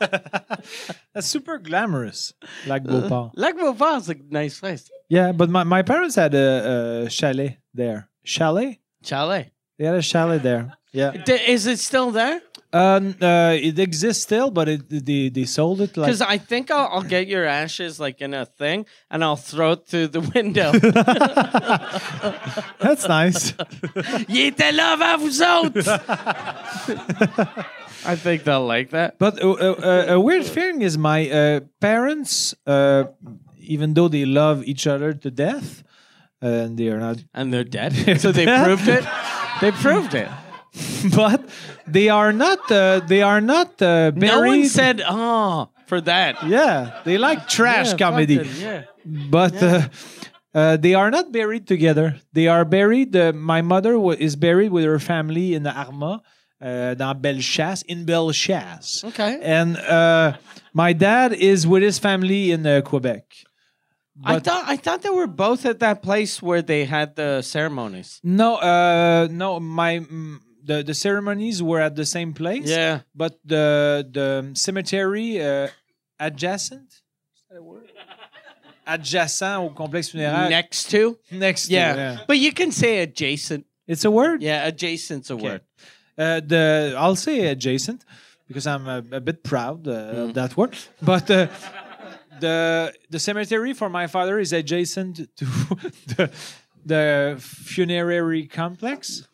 [SPEAKER 4] That's super glamorous, like
[SPEAKER 2] Uh.
[SPEAKER 4] Bhopal.
[SPEAKER 2] Lac Beauport's a nice place.
[SPEAKER 4] Yeah, but my, my parents had a, a chalet there. Chalet?
[SPEAKER 2] Chalet.
[SPEAKER 4] They had a chalet there. Yeah.
[SPEAKER 2] D- is it still there?
[SPEAKER 4] Um, uh, it exists still, but it, they, they sold it like.
[SPEAKER 2] Because I think I'll, I'll get your ashes like in a thing, and I'll throw it through the window.
[SPEAKER 4] That's nice.
[SPEAKER 2] Il était là avant vous autres. I think they'll like that.
[SPEAKER 4] But uh, uh, uh, a weird thing is my uh, parents, uh, even though they love each other to death, uh, and they are not
[SPEAKER 2] And they're dead. So they
[SPEAKER 4] dead.
[SPEAKER 2] proved it. They proved it.
[SPEAKER 4] but they are not uh, they are not uh, buried.
[SPEAKER 2] No one said, oh, for that.
[SPEAKER 4] yeah, they like trash
[SPEAKER 2] Yeah,
[SPEAKER 4] comedy,
[SPEAKER 2] fucking, yeah.
[SPEAKER 4] but uh, uh, they are not buried together. They are buried. Uh, my mother wa is buried with her family in Arma, uh, dans Bellechasse, in Bellechasse.
[SPEAKER 2] Okay.
[SPEAKER 4] and uh, my dad is with his family in uh, Quebec.
[SPEAKER 2] I thought I thought they were both at that place where they had the ceremonies.
[SPEAKER 4] No, uh, no, my. mm, the, the ceremonies were at the same place.
[SPEAKER 2] Yeah.
[SPEAKER 4] but the the cemetery uh, adjacent Is that a word? adjacent au complexe funéraire
[SPEAKER 2] Uh, Next to.
[SPEAKER 4] next to,
[SPEAKER 2] Yeah. But you can say adjacent.
[SPEAKER 4] it's a word
[SPEAKER 2] Yeah, adjacent's a word.
[SPEAKER 4] uh, the I'll say adjacent because I'm a, a bit proud uh,
[SPEAKER 2] Mm.
[SPEAKER 4] of that word but uh, the the cemetery for my father is adjacent to the the funerary complex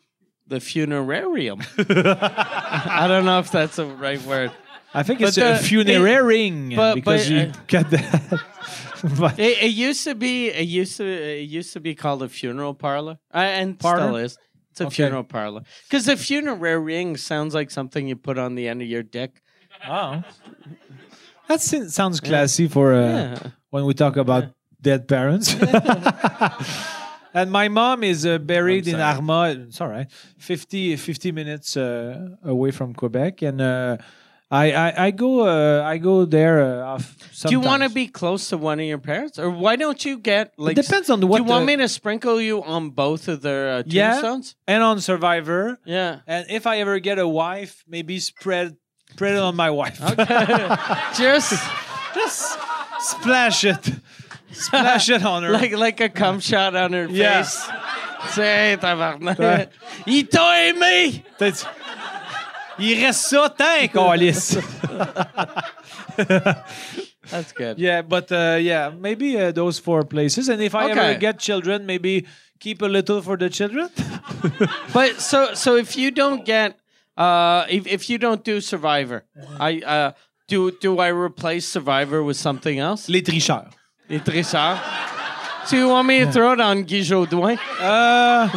[SPEAKER 2] The funerarium. I don't know if that's the right word.
[SPEAKER 4] I think it's
[SPEAKER 2] the-
[SPEAKER 4] a funerary
[SPEAKER 2] but-
[SPEAKER 4] because
[SPEAKER 2] but,
[SPEAKER 4] you
[SPEAKER 2] uh,
[SPEAKER 4] got that But-
[SPEAKER 2] It, it used to be. It used to. It used to be called a funeral parlor, uh, and
[SPEAKER 4] Parlor?
[SPEAKER 2] still is. It's a
[SPEAKER 4] Okay.
[SPEAKER 2] funeral parlor because the funerary ring sounds like something you put on the end of your dick.
[SPEAKER 4] Oh. That sin- sounds classy for uh,
[SPEAKER 2] Yeah.
[SPEAKER 4] when we talk about dead parents. and my mom is uh, buried in Arma. It's all right. 50, 50 minutes uh, away from Quebec. And uh, I, I, I go uh, I go there uh, off
[SPEAKER 2] Do you want to
[SPEAKER 4] sometimes.
[SPEAKER 2] be close to one of your parents, or why don't you get like?
[SPEAKER 4] It depends on what
[SPEAKER 2] Do you want
[SPEAKER 4] the-
[SPEAKER 2] me to sprinkle you on both of their uh,
[SPEAKER 4] Yeah.
[SPEAKER 2] tombstones?
[SPEAKER 4] And on Survivor.
[SPEAKER 2] Yeah.
[SPEAKER 4] And if I ever get a wife, maybe spread, spread it on my wife.
[SPEAKER 2] Just
[SPEAKER 4] Just splash it. Splash it on her.
[SPEAKER 2] like like a cum shot on her
[SPEAKER 4] Yeah.
[SPEAKER 2] face. Say, tabarnak. Il t'a aimé.
[SPEAKER 4] Peut-être- Il reste ça tant câlisse.
[SPEAKER 2] That's good.
[SPEAKER 4] Yeah, but uh, yeah, maybe uh, those four places. And if I ever
[SPEAKER 2] Okay.
[SPEAKER 4] get children, maybe keep a little for the children.
[SPEAKER 2] But so so if you don't get Uh, if, if you don't do Survivor, I uh, do. Do I replace Survivor with something else?
[SPEAKER 1] Les tricheurs.
[SPEAKER 2] Les Trésors. So you want me to throw it on Guy Jodoin?
[SPEAKER 1] Uh,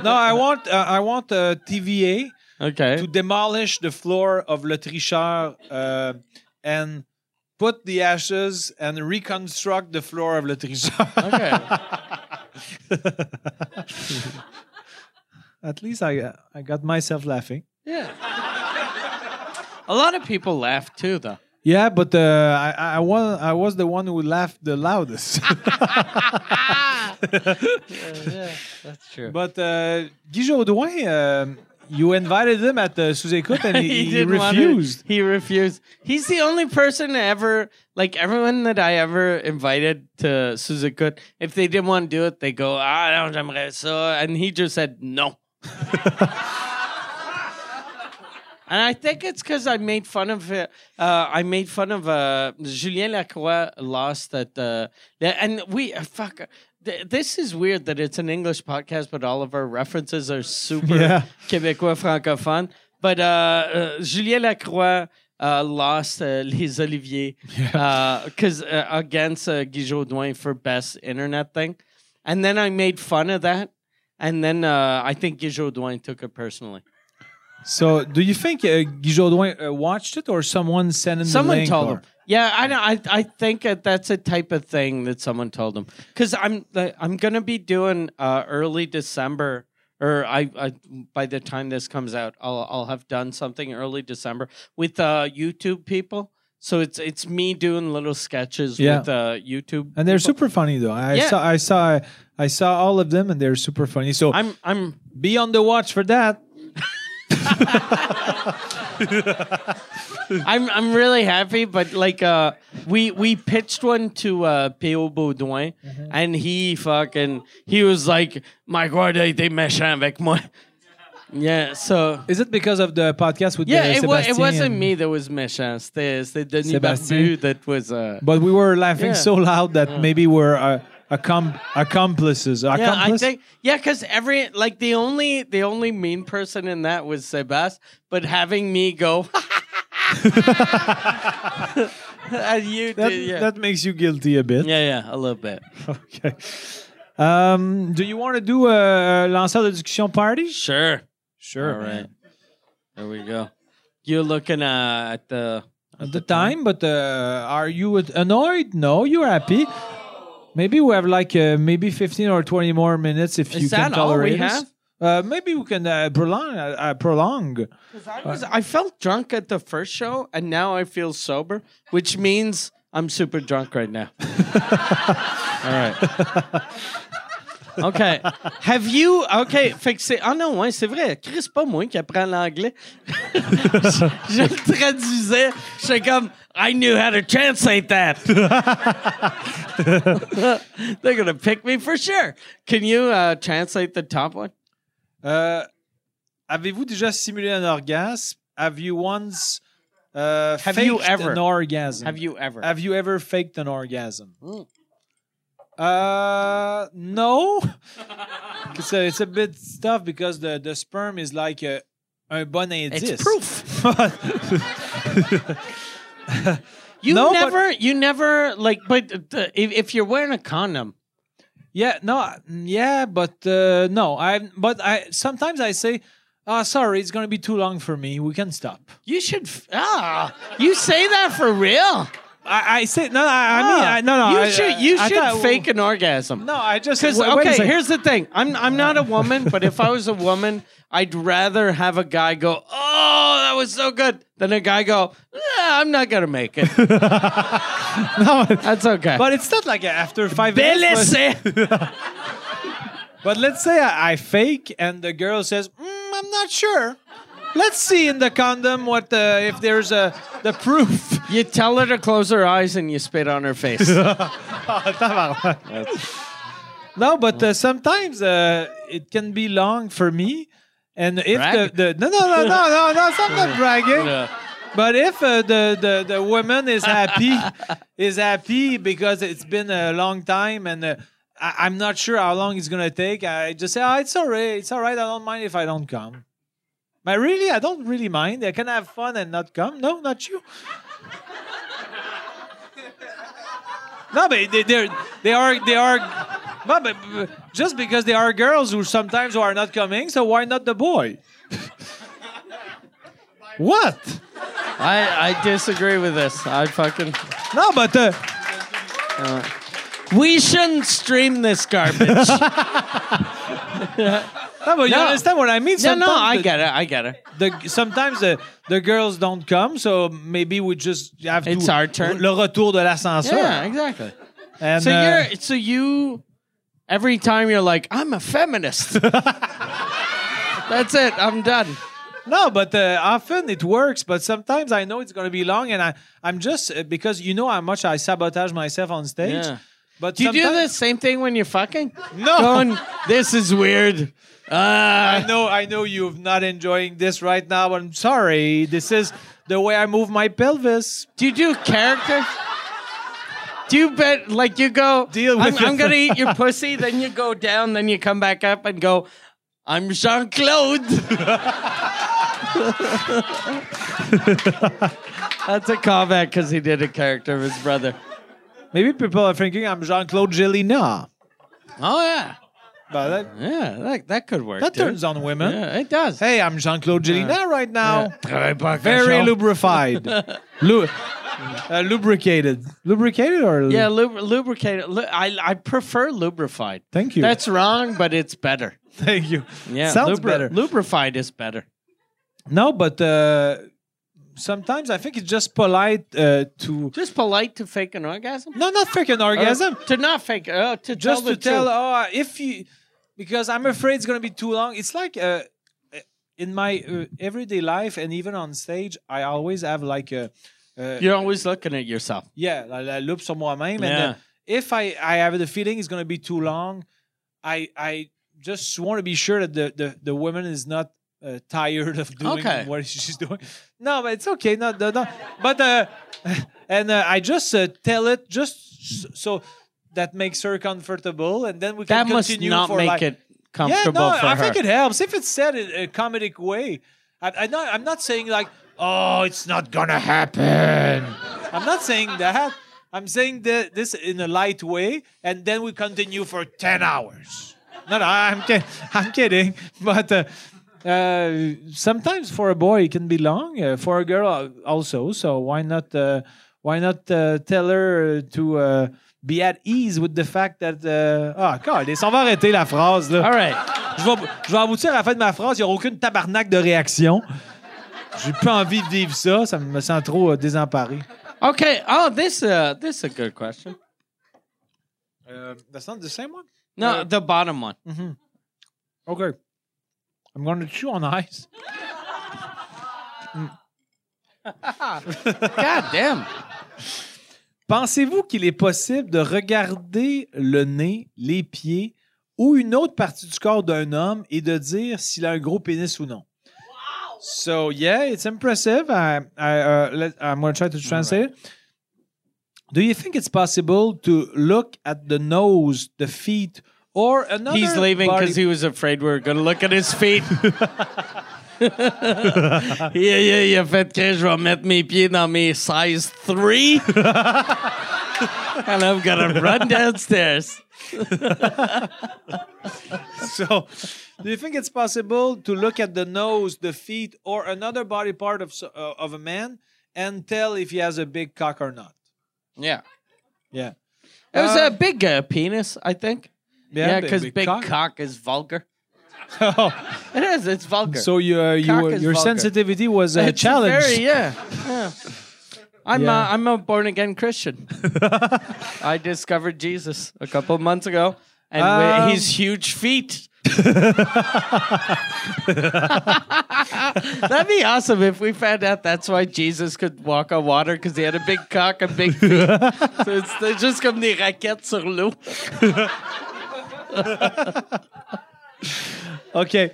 [SPEAKER 1] no, I want uh, I want uh, TVA
[SPEAKER 2] Okay.
[SPEAKER 1] to demolish the floor of Le Tricheur uh, and put the ashes and reconstruct the floor of Le Tricheur.
[SPEAKER 2] Okay.
[SPEAKER 1] At least I uh, I got myself laughing.
[SPEAKER 2] yeah. A lot of people laugh too, though.
[SPEAKER 1] Yeah, but uh, I I, was, I was the one who laughed the loudest.
[SPEAKER 2] That's true.
[SPEAKER 1] but uh, Guy Jodoin, um, you invited him at the sous-écoute and he, he
[SPEAKER 2] didn't wanna-
[SPEAKER 1] refused.
[SPEAKER 2] he refused. He's the only person to ever, like everyone that I ever invited to Suzukut, if they didn't want to do it, they go, ah, non, j'aimerais ça. And he just said, no. And I think it's because I made fun of it. Uh, I made fun of uh, Julien Lacroix lost at the, the and we uh, fuck. th- This is weird that it's an English podcast, but all of our references are super
[SPEAKER 1] Yeah.
[SPEAKER 2] Québécois francophone. But uh, uh, Julien Lacroix uh, lost uh, Les Oliviers because uh, against uh, Guy Jodoin for best internet thing, and then I made fun of that, and then uh, I think Guy Jodoin took it personally.
[SPEAKER 1] So, do you think uh, Guy Jodoin uh, watched it or someone sent him the
[SPEAKER 2] Someone
[SPEAKER 1] link?
[SPEAKER 2] told
[SPEAKER 1] or-
[SPEAKER 2] him. Yeah, I know. I I think that that's a type of thing that someone told him. Because I'm like, I'm gonna be doing uh, early December, or I, I by the time this comes out, I'll I'll have done something early December with uh, YouTube people. So it's it's me doing little sketches
[SPEAKER 1] Yeah.
[SPEAKER 2] with uh, YouTube,
[SPEAKER 1] And they're
[SPEAKER 2] people.
[SPEAKER 1] super funny though. I
[SPEAKER 2] Yeah.
[SPEAKER 1] saw I saw I saw all of them and they're super funny. So
[SPEAKER 2] I'm I'm
[SPEAKER 1] be on the watch for that.
[SPEAKER 2] I'm I'm really happy, but like uh, we we pitched one to uh, P.O. Baudouin,
[SPEAKER 1] Mm-hmm.
[SPEAKER 2] and he fucking he was like, "My God, they they méchant avec moi." Yeah, so
[SPEAKER 1] Is it because of the podcast with
[SPEAKER 2] yeah,
[SPEAKER 1] the
[SPEAKER 2] it, wa-
[SPEAKER 1] Sébastien
[SPEAKER 2] it wasn't
[SPEAKER 1] and-
[SPEAKER 2] me that was méchant. C'était c'était Denis
[SPEAKER 1] Sébastien.
[SPEAKER 2] Barbu that was. Uh,
[SPEAKER 1] But we were laughing
[SPEAKER 2] Yeah.
[SPEAKER 1] so loud that maybe we're uh, accom- accomplices.
[SPEAKER 2] yeah, I
[SPEAKER 1] Accomplice?
[SPEAKER 2] think yeah, because every like the only the only mean person in that was Sebas, but having me go. and you
[SPEAKER 1] that,
[SPEAKER 2] did, uh, yeah.
[SPEAKER 1] that makes you guilty a bit.
[SPEAKER 2] yeah, yeah, a little bit.
[SPEAKER 1] Okay. Um, do you want to do a lanceur de discussion party?
[SPEAKER 2] Sure.
[SPEAKER 1] Sure.
[SPEAKER 2] All right. There we go. You're looking uh, at the.
[SPEAKER 1] At the time, but uh, are you annoyed? No, you're happy. Maybe we have like uh, maybe 15 or 20 more minutes if
[SPEAKER 2] Is
[SPEAKER 1] you can
[SPEAKER 2] that all we
[SPEAKER 1] tolerate us.
[SPEAKER 2] have?
[SPEAKER 1] Uh, maybe we can uh, prolong. Uh, uh, prolong.
[SPEAKER 2] I, was, I felt drunk at the first show, and now I feel sober, which means I'm super drunk right now. all right. Okay. Have you. Okay. Fait que c'est. Ah non, ouais, c'est vrai. Chris, pas moi qui apprends l'anglais. je, je le traduisais. J'étais comme. I knew how to translate that. They're going to pick me for sure. Can you uh, translate the top one?
[SPEAKER 1] Euh, Avez-vous déjà simulé un orgasme? Have you once uh,
[SPEAKER 2] Have
[SPEAKER 1] faked
[SPEAKER 2] you ever?
[SPEAKER 1] an orgasm?
[SPEAKER 2] Have you ever?
[SPEAKER 1] Have you ever faked an orgasm?
[SPEAKER 2] Mm.
[SPEAKER 1] Uh, no. it's, a, it's a bit tough because the, the sperm is like a, un bon indice.
[SPEAKER 2] It's proof. you
[SPEAKER 1] No, but-
[SPEAKER 2] never, you never like, but uh, if, if you're wearing a condom,
[SPEAKER 1] Yeah, no, I- yeah, but uh, no, I. But I sometimes I say, "Ah, sorry, it's gonna be too long for me. We can stop."
[SPEAKER 2] you should. f- Ah, you say that for real?
[SPEAKER 1] I, I say no. I, I mean, I,
[SPEAKER 2] Ah,
[SPEAKER 1] no, no.
[SPEAKER 2] you
[SPEAKER 1] I,
[SPEAKER 2] should, you
[SPEAKER 1] I
[SPEAKER 2] should
[SPEAKER 1] thought-
[SPEAKER 2] fake an orgasm.
[SPEAKER 1] No, I just.
[SPEAKER 2] Because
[SPEAKER 1] wait- wait a
[SPEAKER 2] okay,
[SPEAKER 1] second.
[SPEAKER 2] here's the thing. I'm I'm not a woman, but if I was a woman, I'd rather have a guy go, "Oh, that was so good," than a guy go, "Ah, "I'm not gonna make it."
[SPEAKER 1] no,
[SPEAKER 2] That's okay.
[SPEAKER 1] but it's not like after five
[SPEAKER 2] Bel
[SPEAKER 1] minutes. But,
[SPEAKER 2] essai.
[SPEAKER 1] but let's say I, I fake, and the girl says, mm, "I'm not sure." Let's see in the condom what uh, if there's a the proof.
[SPEAKER 2] You tell her to close her eyes and you spit on her face.
[SPEAKER 1] No, but uh, sometimes uh, it can be long for me. And if
[SPEAKER 2] Brag?
[SPEAKER 1] the, the no no no no no no, so I'm not bragging. But if uh, the, the the woman is happy is happy because it's been a long time and uh, I, I'm not sure how long it's gonna take, I just say, oh, it's alright, it's alright. I don't mind if I don't come. But really, I don't really mind. I can have fun and not come. No, not you. no, but they, they're, they are they are. No, but but just because they are girls who sometimes who are not coming, so why not the boy? what?
[SPEAKER 2] I, I disagree with this. I fucking.
[SPEAKER 1] No, but uh,
[SPEAKER 2] We shouldn't stream this garbage.
[SPEAKER 1] no, but you
[SPEAKER 2] No.
[SPEAKER 1] understand what I mean.
[SPEAKER 2] no, no,
[SPEAKER 1] Sometimes
[SPEAKER 2] I
[SPEAKER 1] the-
[SPEAKER 2] get it. I get it.
[SPEAKER 1] the, sometimes the, the girls don't come, so maybe we just have
[SPEAKER 2] It's
[SPEAKER 1] to
[SPEAKER 2] our turn.
[SPEAKER 1] le retour de l'ascenseur.
[SPEAKER 2] Yeah, exactly.
[SPEAKER 1] And,
[SPEAKER 2] So
[SPEAKER 1] uh,
[SPEAKER 2] you're so you every time you're like, I'm a feminist. That's it. I'm done.
[SPEAKER 1] no, but uh, often it works. But sometimes I know it's going to be long, and I I'm just uh, because you know how much I sabotage myself on stage.
[SPEAKER 2] Yeah.
[SPEAKER 1] But
[SPEAKER 2] Do you do the
[SPEAKER 1] sometimes-
[SPEAKER 2] same thing when you're fucking?
[SPEAKER 1] No.
[SPEAKER 2] Going, this is weird.
[SPEAKER 1] I
[SPEAKER 2] Uh,
[SPEAKER 1] know I know you're not enjoying this right now. I'm sorry. This is the way I move my pelvis.
[SPEAKER 2] do you do character? Do you bet like you go?
[SPEAKER 1] Deal with
[SPEAKER 2] I'm,
[SPEAKER 1] it.
[SPEAKER 2] I'm gonna eat your pussy. Then you go down. Then you come back up and go. I'm Jean Claude. That's a callback because he did a character of his brother.
[SPEAKER 1] Maybe people are thinking I'm Jean Claude Gelina,
[SPEAKER 2] Oh yeah.
[SPEAKER 1] but that,
[SPEAKER 2] Yeah, that, that could work.
[SPEAKER 1] that
[SPEAKER 2] dude.
[SPEAKER 1] turns on women.
[SPEAKER 2] Yeah, it does.
[SPEAKER 1] Hey, I'm Jean Claude Gelina right now.
[SPEAKER 2] Travaille pas à
[SPEAKER 1] Very
[SPEAKER 2] cochon.
[SPEAKER 1] lubrified. Lu- uh, lubricated. Lubricated or? lu-
[SPEAKER 2] Yeah, lub- lubricated. Lu- I I prefer lubrified.
[SPEAKER 1] Thank you.
[SPEAKER 2] That's wrong, but it's better.
[SPEAKER 1] Thank you.
[SPEAKER 2] Yeah,
[SPEAKER 1] Sounds
[SPEAKER 2] lubri-
[SPEAKER 1] better.
[SPEAKER 2] Lubrified is better.
[SPEAKER 1] No, but uh, sometimes I think it's just polite uh, to.
[SPEAKER 2] Just polite to fake an orgasm.
[SPEAKER 1] No, not freaking orgasm.
[SPEAKER 2] Or to not fake. Uh, to
[SPEAKER 1] just
[SPEAKER 2] tell
[SPEAKER 1] to
[SPEAKER 2] the
[SPEAKER 1] tell,
[SPEAKER 2] truth.
[SPEAKER 1] oh, if you, because I'm afraid it's gonna be too long. It's like uh, in my uh, everyday life and even on stage, I always have like a, uh,
[SPEAKER 2] You're always looking at yourself.
[SPEAKER 1] yeah, la, la loupe sur moi-même.
[SPEAKER 2] Yeah.
[SPEAKER 1] And uh, if I I have the feeling it's gonna be too long, I I just want to be sure that the the, the woman is not. Uh, tired of doing
[SPEAKER 2] Okay.
[SPEAKER 1] what she's doing. No, but it's okay. No, no, no. But uh, and uh, I just uh, tell it just s- so that makes her comfortable, and then we can
[SPEAKER 2] That must
[SPEAKER 1] continue
[SPEAKER 2] not
[SPEAKER 1] for
[SPEAKER 2] make
[SPEAKER 1] like,
[SPEAKER 2] it comfortable
[SPEAKER 1] yeah, no,
[SPEAKER 2] for
[SPEAKER 1] I
[SPEAKER 2] her.
[SPEAKER 1] think it helps if it's said in a comedic way. I, I not, I'm not saying like, oh, it's not gonna happen. I'm not saying that. I'm saying that this in a light way, and then we continue for ten hours. No, no, I'm kidding. I'm kidding. But uh, uh, sometimes for a boy it can be long. Uh, for a girl uh, also. So why not? Uh, why not uh, tell her to uh, be at ease with the fact that? Uh, ah, God, on va arrêter la phrase là.
[SPEAKER 2] All right.
[SPEAKER 1] Je vais, je vais aboutir à la fin de ma phrase. Il n'y aura aucune tabarnak de réaction. J'ai plus envie de vivre ça. Ça me sent trop euh, désemparé.
[SPEAKER 2] Okay. Oh, this uh, this is a good question.
[SPEAKER 1] Uh, that's not the same one?
[SPEAKER 2] No, the bottom one.
[SPEAKER 1] Okay. I'm going to chew on ice.
[SPEAKER 2] God damn.
[SPEAKER 1] Pensez-vous qu'il est possible de regarder le nez, les pieds ou une autre partie du corps d'un homme et de dire s'il a un gros pénis ou non? So, yeah, it's impressive. I, I, uh, let, I'm going to try to translate it. Do you think it's possible to look at the nose, the feet, or another
[SPEAKER 2] He's leaving
[SPEAKER 1] body-
[SPEAKER 2] because he was afraid we were going to look at his feet. yeah, yeah, il a fait que je vais mettre mes pieds dans mes size 3. And I'm going to run downstairs.
[SPEAKER 1] So, do you think it's possible to look at the nose, the feet, or another body part of s- uh, of a man and tell if he has a big cock or not?
[SPEAKER 2] Yeah.
[SPEAKER 1] Yeah.
[SPEAKER 2] It was
[SPEAKER 1] Uh,
[SPEAKER 2] a big uh, penis, I think. Yeah, because big, cock. Oh. is vulgar. It is. It's vulgar.
[SPEAKER 1] so you, uh, you
[SPEAKER 2] Cock
[SPEAKER 1] were-
[SPEAKER 2] is
[SPEAKER 1] your
[SPEAKER 2] vulgar.
[SPEAKER 1] sensitivity was uh,
[SPEAKER 2] It's
[SPEAKER 1] challenged.
[SPEAKER 2] Very, yeah. yeah. I'm
[SPEAKER 1] Yeah.
[SPEAKER 2] A, I'm a born again Christian. I discovered Jesus a couple of months ago, and wi-
[SPEAKER 1] Um,
[SPEAKER 2] his huge feet. That'd be awesome if we found out that's why Jesus could walk on water because he had a big cock and big feet. so it's, they're just comme des raquettes sur l'eau.
[SPEAKER 1] okay.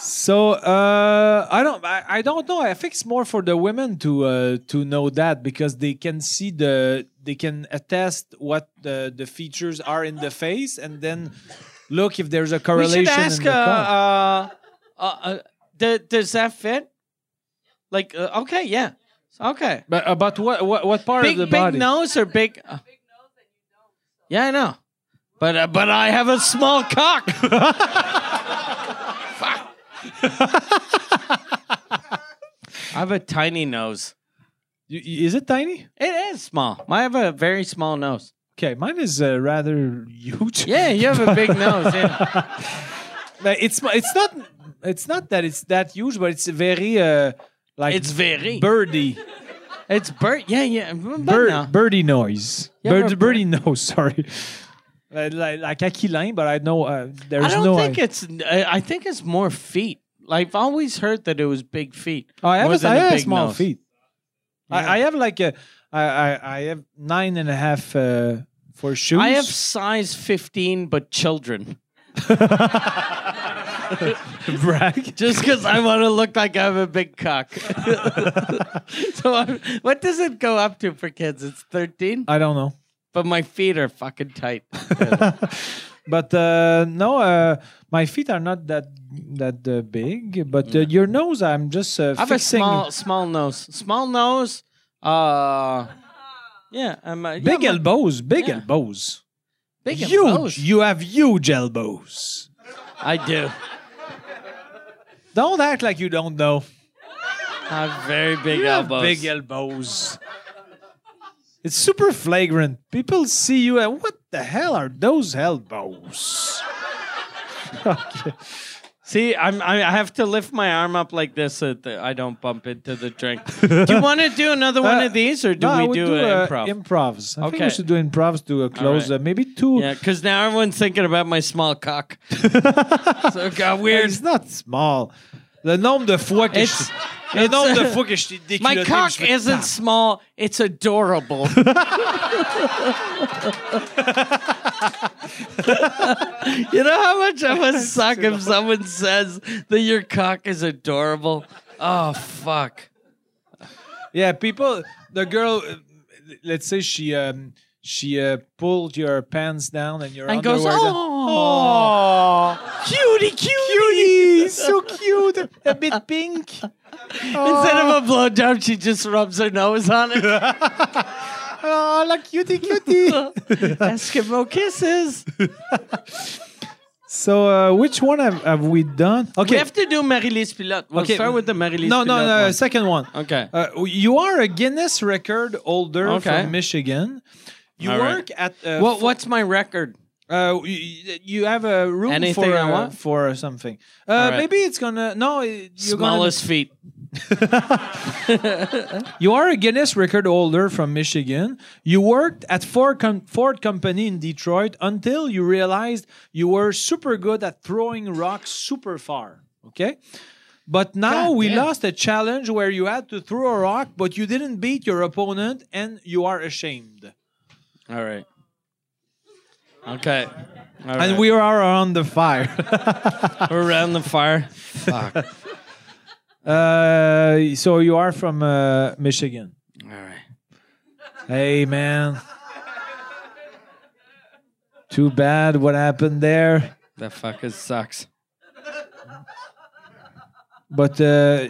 [SPEAKER 1] So uh, I don't I, I don't know. I think it's more for the women to uh, to know that because they can see the they can attest what the, the features are in the face and then look if there's a
[SPEAKER 2] We
[SPEAKER 1] correlation.
[SPEAKER 2] should ask.
[SPEAKER 1] in
[SPEAKER 2] Uh,
[SPEAKER 1] the cock.
[SPEAKER 2] uh, uh, uh, d- does that fit? Like, uh, okay, yeah, okay.
[SPEAKER 4] But about what what, what part
[SPEAKER 2] Big
[SPEAKER 4] of the
[SPEAKER 2] big
[SPEAKER 4] body?
[SPEAKER 2] nose or big? uh, yeah, I know. But uh, but I have a small cock. Fuck. I have a tiny nose.
[SPEAKER 4] You- you- Is it tiny?
[SPEAKER 2] It is small. I have a very small nose.
[SPEAKER 4] Okay, mine is uh, rather huge.
[SPEAKER 2] Yeah, you have a big nose. Yeah.
[SPEAKER 4] Like, it's it's not it's not that it's that huge, but it's very uh, like
[SPEAKER 2] It's very.
[SPEAKER 4] birdy
[SPEAKER 2] It's bird. Yeah, yeah. But
[SPEAKER 4] bird
[SPEAKER 2] no.
[SPEAKER 4] birdie noise.
[SPEAKER 2] Yeah,
[SPEAKER 4] bird,
[SPEAKER 2] but bird-
[SPEAKER 4] birdie nose. Sorry. Like, like, like aquilin, but I know uh, there's
[SPEAKER 2] I don't
[SPEAKER 4] no.
[SPEAKER 2] think it's. uh, I I think it's more feet. Like, I've always heard that it was big feet.
[SPEAKER 4] Oh, I have,
[SPEAKER 2] more
[SPEAKER 4] a,
[SPEAKER 2] than
[SPEAKER 4] I
[SPEAKER 2] a
[SPEAKER 4] have a
[SPEAKER 2] big
[SPEAKER 4] small
[SPEAKER 2] nose.
[SPEAKER 4] feet.
[SPEAKER 2] Yeah.
[SPEAKER 4] I, I have like a I, I I have nine and a half uh, for shoes.
[SPEAKER 2] I have size 15, but children.
[SPEAKER 4] brag.
[SPEAKER 2] Just because I want to look like I have a big cock. so, I'm, what does it go up to for kids? It's 13,
[SPEAKER 4] I don't know.
[SPEAKER 2] but my feet are fucking tight.
[SPEAKER 4] But uh, no, uh, my feet are not that that uh, big. But uh, your nose, I'm just uh,
[SPEAKER 2] I have a
[SPEAKER 4] fixing.
[SPEAKER 2] small, small nose. Small nose. Uh, yeah, I'm a,
[SPEAKER 4] big
[SPEAKER 2] yeah, my-
[SPEAKER 4] elbows, big
[SPEAKER 2] yeah.
[SPEAKER 4] elbows,
[SPEAKER 2] big
[SPEAKER 4] huge.
[SPEAKER 2] elbows.
[SPEAKER 4] You have huge elbows.
[SPEAKER 2] I do.
[SPEAKER 4] Don't act like you don't know.
[SPEAKER 2] I have very big
[SPEAKER 4] You have
[SPEAKER 2] elbows.
[SPEAKER 4] big elbows. It's super flagrant. People see you and what the hell are those elbows? okay.
[SPEAKER 2] See, I'm, I I have to lift my arm up like this so that I don't bump into the drink. do you want to do another one
[SPEAKER 4] Uh,
[SPEAKER 2] of these, or do
[SPEAKER 4] No, I
[SPEAKER 2] we
[SPEAKER 4] would
[SPEAKER 2] do,
[SPEAKER 4] uh,
[SPEAKER 2] an improv?
[SPEAKER 4] improvs. I think we
[SPEAKER 2] Okay.
[SPEAKER 4] should do improvs to uh, close.
[SPEAKER 2] right.
[SPEAKER 4] Uh, maybe two.
[SPEAKER 2] yeah, because now everyone's thinking about my small cock. so it got weird.
[SPEAKER 4] It's not small. Le nombre de fois que
[SPEAKER 2] It's-
[SPEAKER 4] je... Le
[SPEAKER 2] it's,
[SPEAKER 4] nombre de
[SPEAKER 2] uh,
[SPEAKER 4] fois que je t'ai déculotté,
[SPEAKER 2] My
[SPEAKER 4] je
[SPEAKER 2] cock
[SPEAKER 4] fais-
[SPEAKER 2] isn't small; it's adorable. you know how much I would suck if someone says that your cock is adorable. Oh fuck!
[SPEAKER 4] Yeah, people. The girl. uh, Let's say she um she uh, pulled your pants down and your
[SPEAKER 2] And goes,
[SPEAKER 4] underwear. down.
[SPEAKER 2] "Oh."
[SPEAKER 4] Aw.
[SPEAKER 2] Cutie, cutie.
[SPEAKER 4] cutie, so cute, a bit pink.
[SPEAKER 2] Instead of a blowjob, she just rubs her nose on it.
[SPEAKER 4] Oh, la cutie, cutie.
[SPEAKER 2] Eskimo kisses.
[SPEAKER 4] so, uh, which one have, have we done? Okay,
[SPEAKER 2] We have to do Marie-Lise Pilote. We'll
[SPEAKER 4] Okay.
[SPEAKER 2] start with the Marie-Lise
[SPEAKER 4] no,
[SPEAKER 2] Pilote
[SPEAKER 4] no, no,
[SPEAKER 2] one.
[SPEAKER 4] second one.
[SPEAKER 2] Okay.
[SPEAKER 4] Uh, you are a Guinness record holder
[SPEAKER 2] Okay.
[SPEAKER 4] from Michigan. You
[SPEAKER 2] Oh, All right.
[SPEAKER 4] work at uh,
[SPEAKER 2] What, what's my record?
[SPEAKER 4] Uh, you, you have a room
[SPEAKER 2] Anything
[SPEAKER 4] for
[SPEAKER 2] I
[SPEAKER 4] uh,
[SPEAKER 2] want?
[SPEAKER 4] for something. Uh,
[SPEAKER 2] right.
[SPEAKER 4] Maybe it's gonna no. it- You're
[SPEAKER 2] Smallest feet.
[SPEAKER 4] Gonna, you are a Guinness record holder from Michigan. You worked at Ford com- Ford Company in Detroit until you realized you were super good at throwing rocks super far. Okay. But now we lost a challenge where you had to throw a rock, but you didn't beat your opponent, and you are ashamed.
[SPEAKER 2] All right. Okay. All
[SPEAKER 4] And
[SPEAKER 2] right.
[SPEAKER 4] we are on the fire.
[SPEAKER 2] We're around the fire.
[SPEAKER 4] Uh, so you are from uh, Michigan.
[SPEAKER 2] All right.
[SPEAKER 4] Hey, man. Too bad what happened there.
[SPEAKER 2] That fucker sucks.
[SPEAKER 4] But uh,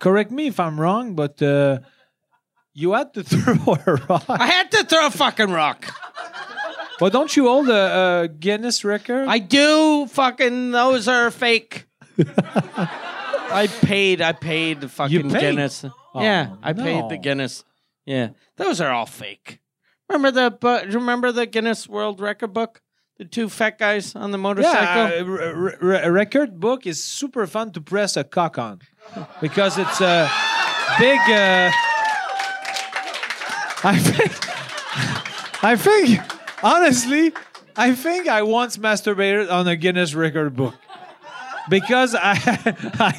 [SPEAKER 4] correct me if I'm wrong, but uh, you had to throw a rock.
[SPEAKER 2] I had to throw a fucking rock.
[SPEAKER 4] But don't you hold a, a Guinness record?
[SPEAKER 2] I do fucking those are fake. I paid I paid Oh, the fucking
[SPEAKER 4] paid?
[SPEAKER 2] Guinness. yeah, I paid
[SPEAKER 4] no.
[SPEAKER 2] the Guinness. Yeah. Those are all fake. Remember the bu- remember the Guinness World Record book? The two fat guys on the motorcycle?
[SPEAKER 4] yeah, a, r- r- a record book is super fun to press a cock on because it's a big. Uh, I think. I think. Honestly, I think I once masturbated on a Guinness record book because uh, I.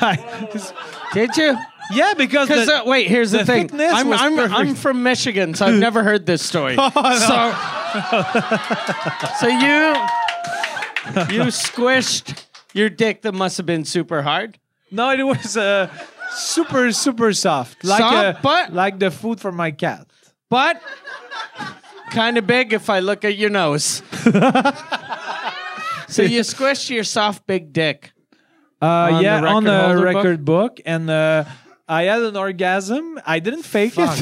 [SPEAKER 4] I, I-
[SPEAKER 2] Did you?
[SPEAKER 4] yeah, because
[SPEAKER 2] Because
[SPEAKER 4] the-
[SPEAKER 2] uh, wait, here's the,
[SPEAKER 4] the
[SPEAKER 2] thing.
[SPEAKER 4] thickness
[SPEAKER 2] I'm
[SPEAKER 4] was
[SPEAKER 2] I'm,
[SPEAKER 4] perfect.
[SPEAKER 2] I'm from Michigan, so I've never heard this story. So so you you squished your dick that must have been super hard.
[SPEAKER 4] no, it was uh, super super soft, like
[SPEAKER 2] Soft,
[SPEAKER 4] uh,
[SPEAKER 2] but-
[SPEAKER 4] like the food for my cat.
[SPEAKER 2] but kind of big if I look at your nose. so you squished your soft big dick
[SPEAKER 1] Uh, yeah,
[SPEAKER 2] the
[SPEAKER 1] on
[SPEAKER 2] record
[SPEAKER 1] a
[SPEAKER 2] holder book?
[SPEAKER 1] record book, and uh, I had an orgasm. I didn't fake it.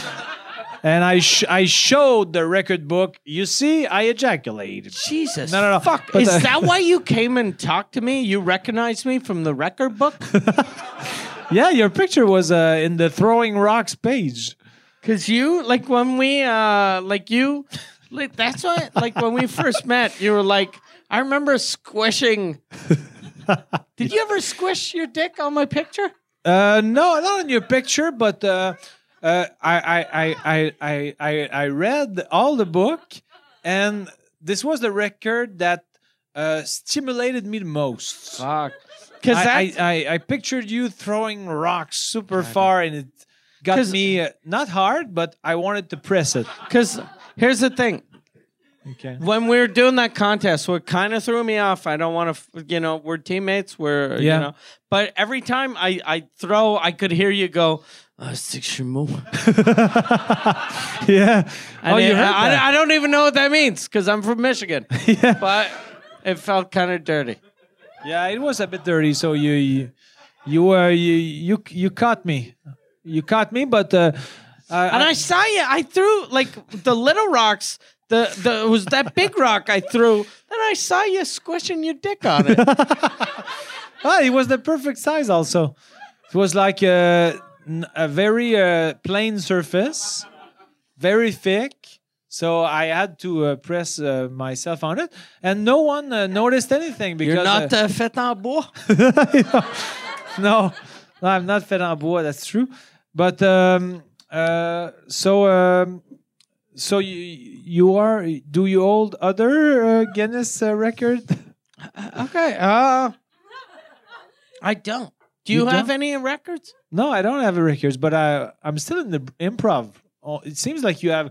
[SPEAKER 1] and I sh- I showed the record book. You see, I ejaculated.
[SPEAKER 2] Jesus.
[SPEAKER 1] No, no, no.
[SPEAKER 2] Fuck.
[SPEAKER 1] But,
[SPEAKER 2] Is
[SPEAKER 1] uh,
[SPEAKER 2] that why you came and talked to me? You recognized me from the record book?
[SPEAKER 1] Yeah, your picture was uh, in the throwing rocks page.
[SPEAKER 2] Cause you like when we uh like you like that's what like when we first met, you were like, I remember squishing Did you ever squish your dick on my picture?
[SPEAKER 1] Uh, no, not on your picture, but uh, uh, I, I, I, I, I, I, I read all the book, and this was the record that uh, stimulated me the most.
[SPEAKER 2] Fuck.
[SPEAKER 1] I,
[SPEAKER 2] Cause
[SPEAKER 1] I,
[SPEAKER 2] that
[SPEAKER 1] I, I pictured you throwing rocks super far, and it got
[SPEAKER 2] 'Cause-
[SPEAKER 1] me uh, not hard, but I wanted to press it.
[SPEAKER 2] cause here's the thing.
[SPEAKER 1] Okay.
[SPEAKER 2] When we were doing that contest, what kind of threw me off, I don't want to, you know, we're teammates, we're,
[SPEAKER 1] Yeah.
[SPEAKER 2] you know, but every time I, I throw, I could hear you go, uh, six your move.
[SPEAKER 1] Yeah. oh,
[SPEAKER 2] And
[SPEAKER 1] you
[SPEAKER 2] it-
[SPEAKER 1] heard
[SPEAKER 2] I,
[SPEAKER 1] that.
[SPEAKER 2] I don't even know what that means because I'm from Michigan. But it felt kind of dirty.
[SPEAKER 1] yeah, it was a bit dirty, so you you, you were you you you caught me, you caught me, but. Uh,
[SPEAKER 2] And I saw you. I threw like the little rocks. The the it was that big rock I threw. Then I saw you squishing your dick on it.
[SPEAKER 1] Ah, it was the perfect size also. It was like a, a very uh, plain surface, very thick. So I had to uh, press uh, myself on it, and no one uh, noticed anything because
[SPEAKER 2] You're not
[SPEAKER 1] uh,
[SPEAKER 2] uh, fait en bois.
[SPEAKER 1] no, no, I'm not fait en bois. That's true, but um, uh, so um, so you you are. Do you hold other uh, Guinness uh, record?
[SPEAKER 2] Okay. Uh, I don't. Do you,
[SPEAKER 1] You
[SPEAKER 2] have
[SPEAKER 1] don't?
[SPEAKER 2] any records?
[SPEAKER 1] No, I don't have a records, but I I'm still in the improv. Oh, it seems like you have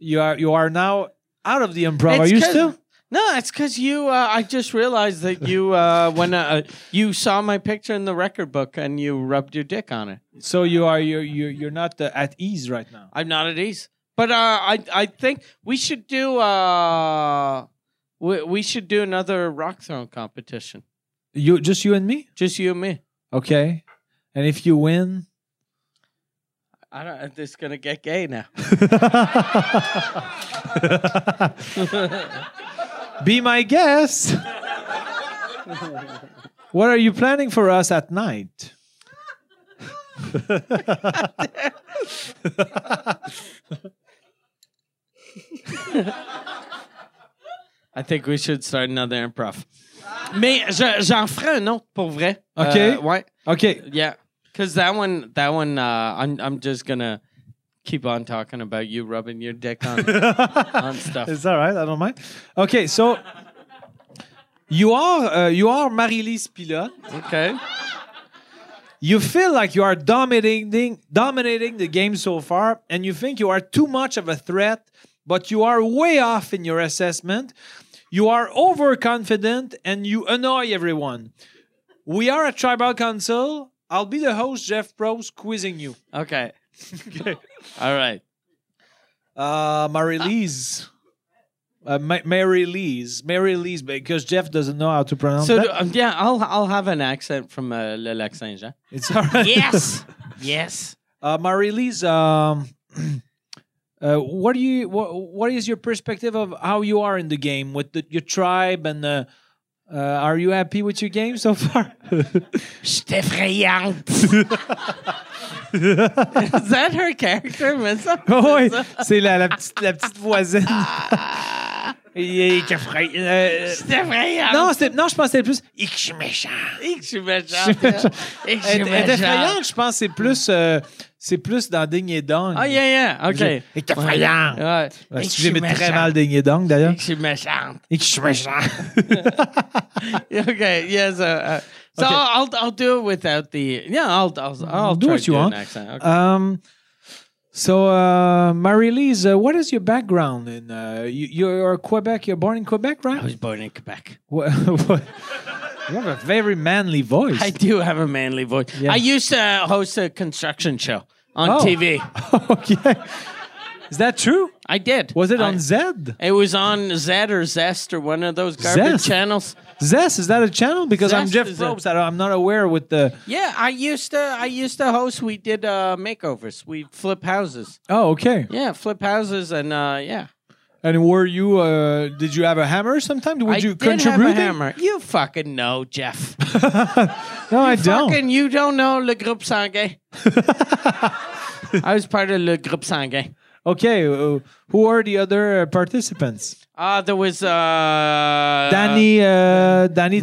[SPEAKER 1] you are you are now out of the improv. are
[SPEAKER 2] It's
[SPEAKER 1] you
[SPEAKER 2] 'cause-
[SPEAKER 1] still?
[SPEAKER 2] No, it's because you. Uh, I just realized that you uh, when uh, you saw my picture in the record book and you rubbed your dick on it.
[SPEAKER 1] So you are you you you're not uh, at ease right now.
[SPEAKER 2] I'm not at ease. But uh, I I think we should do uh we, we should do another rock throwing competition.
[SPEAKER 1] You just you and me.
[SPEAKER 2] Just you and me.
[SPEAKER 1] Okay. And if you win,
[SPEAKER 2] I don't. This is gonna get gay now.
[SPEAKER 1] be my guest. what are you planning for us at night?
[SPEAKER 2] I think we should start another improv. Mais je- j'en ferai un autre pour vrai.
[SPEAKER 1] Okay.
[SPEAKER 2] Uh, ouais.
[SPEAKER 1] Okay.
[SPEAKER 2] Yeah. Cause that one, that one, uh, I'm I'm just gonna keep on talking about you rubbing your dick on on stuff.
[SPEAKER 1] It's all right. I don't mind. Okay, so you are uh, you are Marie-Lise Pilote.
[SPEAKER 2] Okay.
[SPEAKER 1] You feel like you are dominating dominating the game so far, and you think you are too much of a threat, but you are way off in your assessment. You are overconfident and you annoy everyone. We are a tribal council. I'll be the host, Jeff Prose, quizzing you.
[SPEAKER 2] Okay. All right.
[SPEAKER 1] Uh, Mary Lee's. Uh, Ma- Mary Lee's. Mary Lee's, because Jeff doesn't know how to pronounce
[SPEAKER 2] So
[SPEAKER 1] that.
[SPEAKER 2] do- um, yeah, I'll I'll have an accent from uh, Le Lac Saint Jean.
[SPEAKER 1] It's all right.
[SPEAKER 2] Yes. yes.
[SPEAKER 1] Uh, Marie-Lise, um, uh, what do you what, what is your perspective of how you are in the game with the, your tribe and uh, uh, are you happy with your game so far?
[SPEAKER 2] C'est effrayant. Is that her character, Missa?
[SPEAKER 1] oh oui, c'est la, la petite la petite voisine. Il est- qui effraie- euh,
[SPEAKER 2] C'est effrayant.
[SPEAKER 1] non, c'était- non, je pense que c'était plus.
[SPEAKER 2] Et que je suis méchant. Et que je suis méchant. Et que je suis
[SPEAKER 1] Elle est
[SPEAKER 2] méchant.
[SPEAKER 1] effrayante, je pense. que C'est plus, euh, c'est plus dans Ding et Dong.
[SPEAKER 2] Oh, yeah, yeah. OK.
[SPEAKER 1] Et que effrayant.
[SPEAKER 2] Ouais.
[SPEAKER 1] Parce
[SPEAKER 2] Et
[SPEAKER 1] que
[SPEAKER 2] que je
[SPEAKER 1] J'aimais
[SPEAKER 2] suis
[SPEAKER 1] très
[SPEAKER 2] méchant.
[SPEAKER 1] mal Ding et Dong d'ailleurs.
[SPEAKER 2] Et que je suis méchant.
[SPEAKER 1] Et que je suis méchant.
[SPEAKER 2] Okay, yes. Uh, uh, so
[SPEAKER 1] Okay.
[SPEAKER 2] I'll, I'll I'll do it without the yeah. I'll I'll, I'll
[SPEAKER 1] Do
[SPEAKER 2] try
[SPEAKER 1] what
[SPEAKER 2] to
[SPEAKER 1] you want.
[SPEAKER 2] An accent. Okay.
[SPEAKER 1] Um, so, uh, Marie-Lise, uh, what is your background in? Uh, you, you're Quebec. You're born in Quebec,
[SPEAKER 2] I
[SPEAKER 1] right?
[SPEAKER 2] was born in Quebec.
[SPEAKER 1] What, what- you have a very manly voice.
[SPEAKER 2] I do have a manly voice.
[SPEAKER 1] Yeah.
[SPEAKER 2] I used to host a construction show on
[SPEAKER 1] Oh.
[SPEAKER 2] TV.
[SPEAKER 1] okay.
[SPEAKER 4] Is that true?
[SPEAKER 2] I did.
[SPEAKER 4] Was it on
[SPEAKER 2] I-
[SPEAKER 4] Zed?
[SPEAKER 2] It was on Zed or Zest or one of those garbage
[SPEAKER 4] Zest?
[SPEAKER 2] channels.
[SPEAKER 4] Zest, is that a channel? Because I'm
[SPEAKER 2] Zest
[SPEAKER 4] Jeff
[SPEAKER 2] is a-
[SPEAKER 4] Probst. I don't, I'm not aware with the.
[SPEAKER 2] Yeah, I used to. I used to host. We did uh, makeovers. We flip houses.
[SPEAKER 4] Oh, okay.
[SPEAKER 2] Yeah, flip houses, and uh, yeah.
[SPEAKER 4] And were you? Uh, did you have a hammer sometime? Would
[SPEAKER 2] I
[SPEAKER 4] you
[SPEAKER 2] did
[SPEAKER 4] contribute?
[SPEAKER 2] have a
[SPEAKER 4] it?
[SPEAKER 2] hammer. You fucking know, Jeff.
[SPEAKER 4] No, I don't.
[SPEAKER 2] Fucking, you don't know Le Groupe Sanguin. I was part of Le Groupe Sanguin.
[SPEAKER 4] Okay, uh, who are the other uh, participants?
[SPEAKER 2] Uh, there was uh, Danny.
[SPEAKER 4] Danny, uh, Danny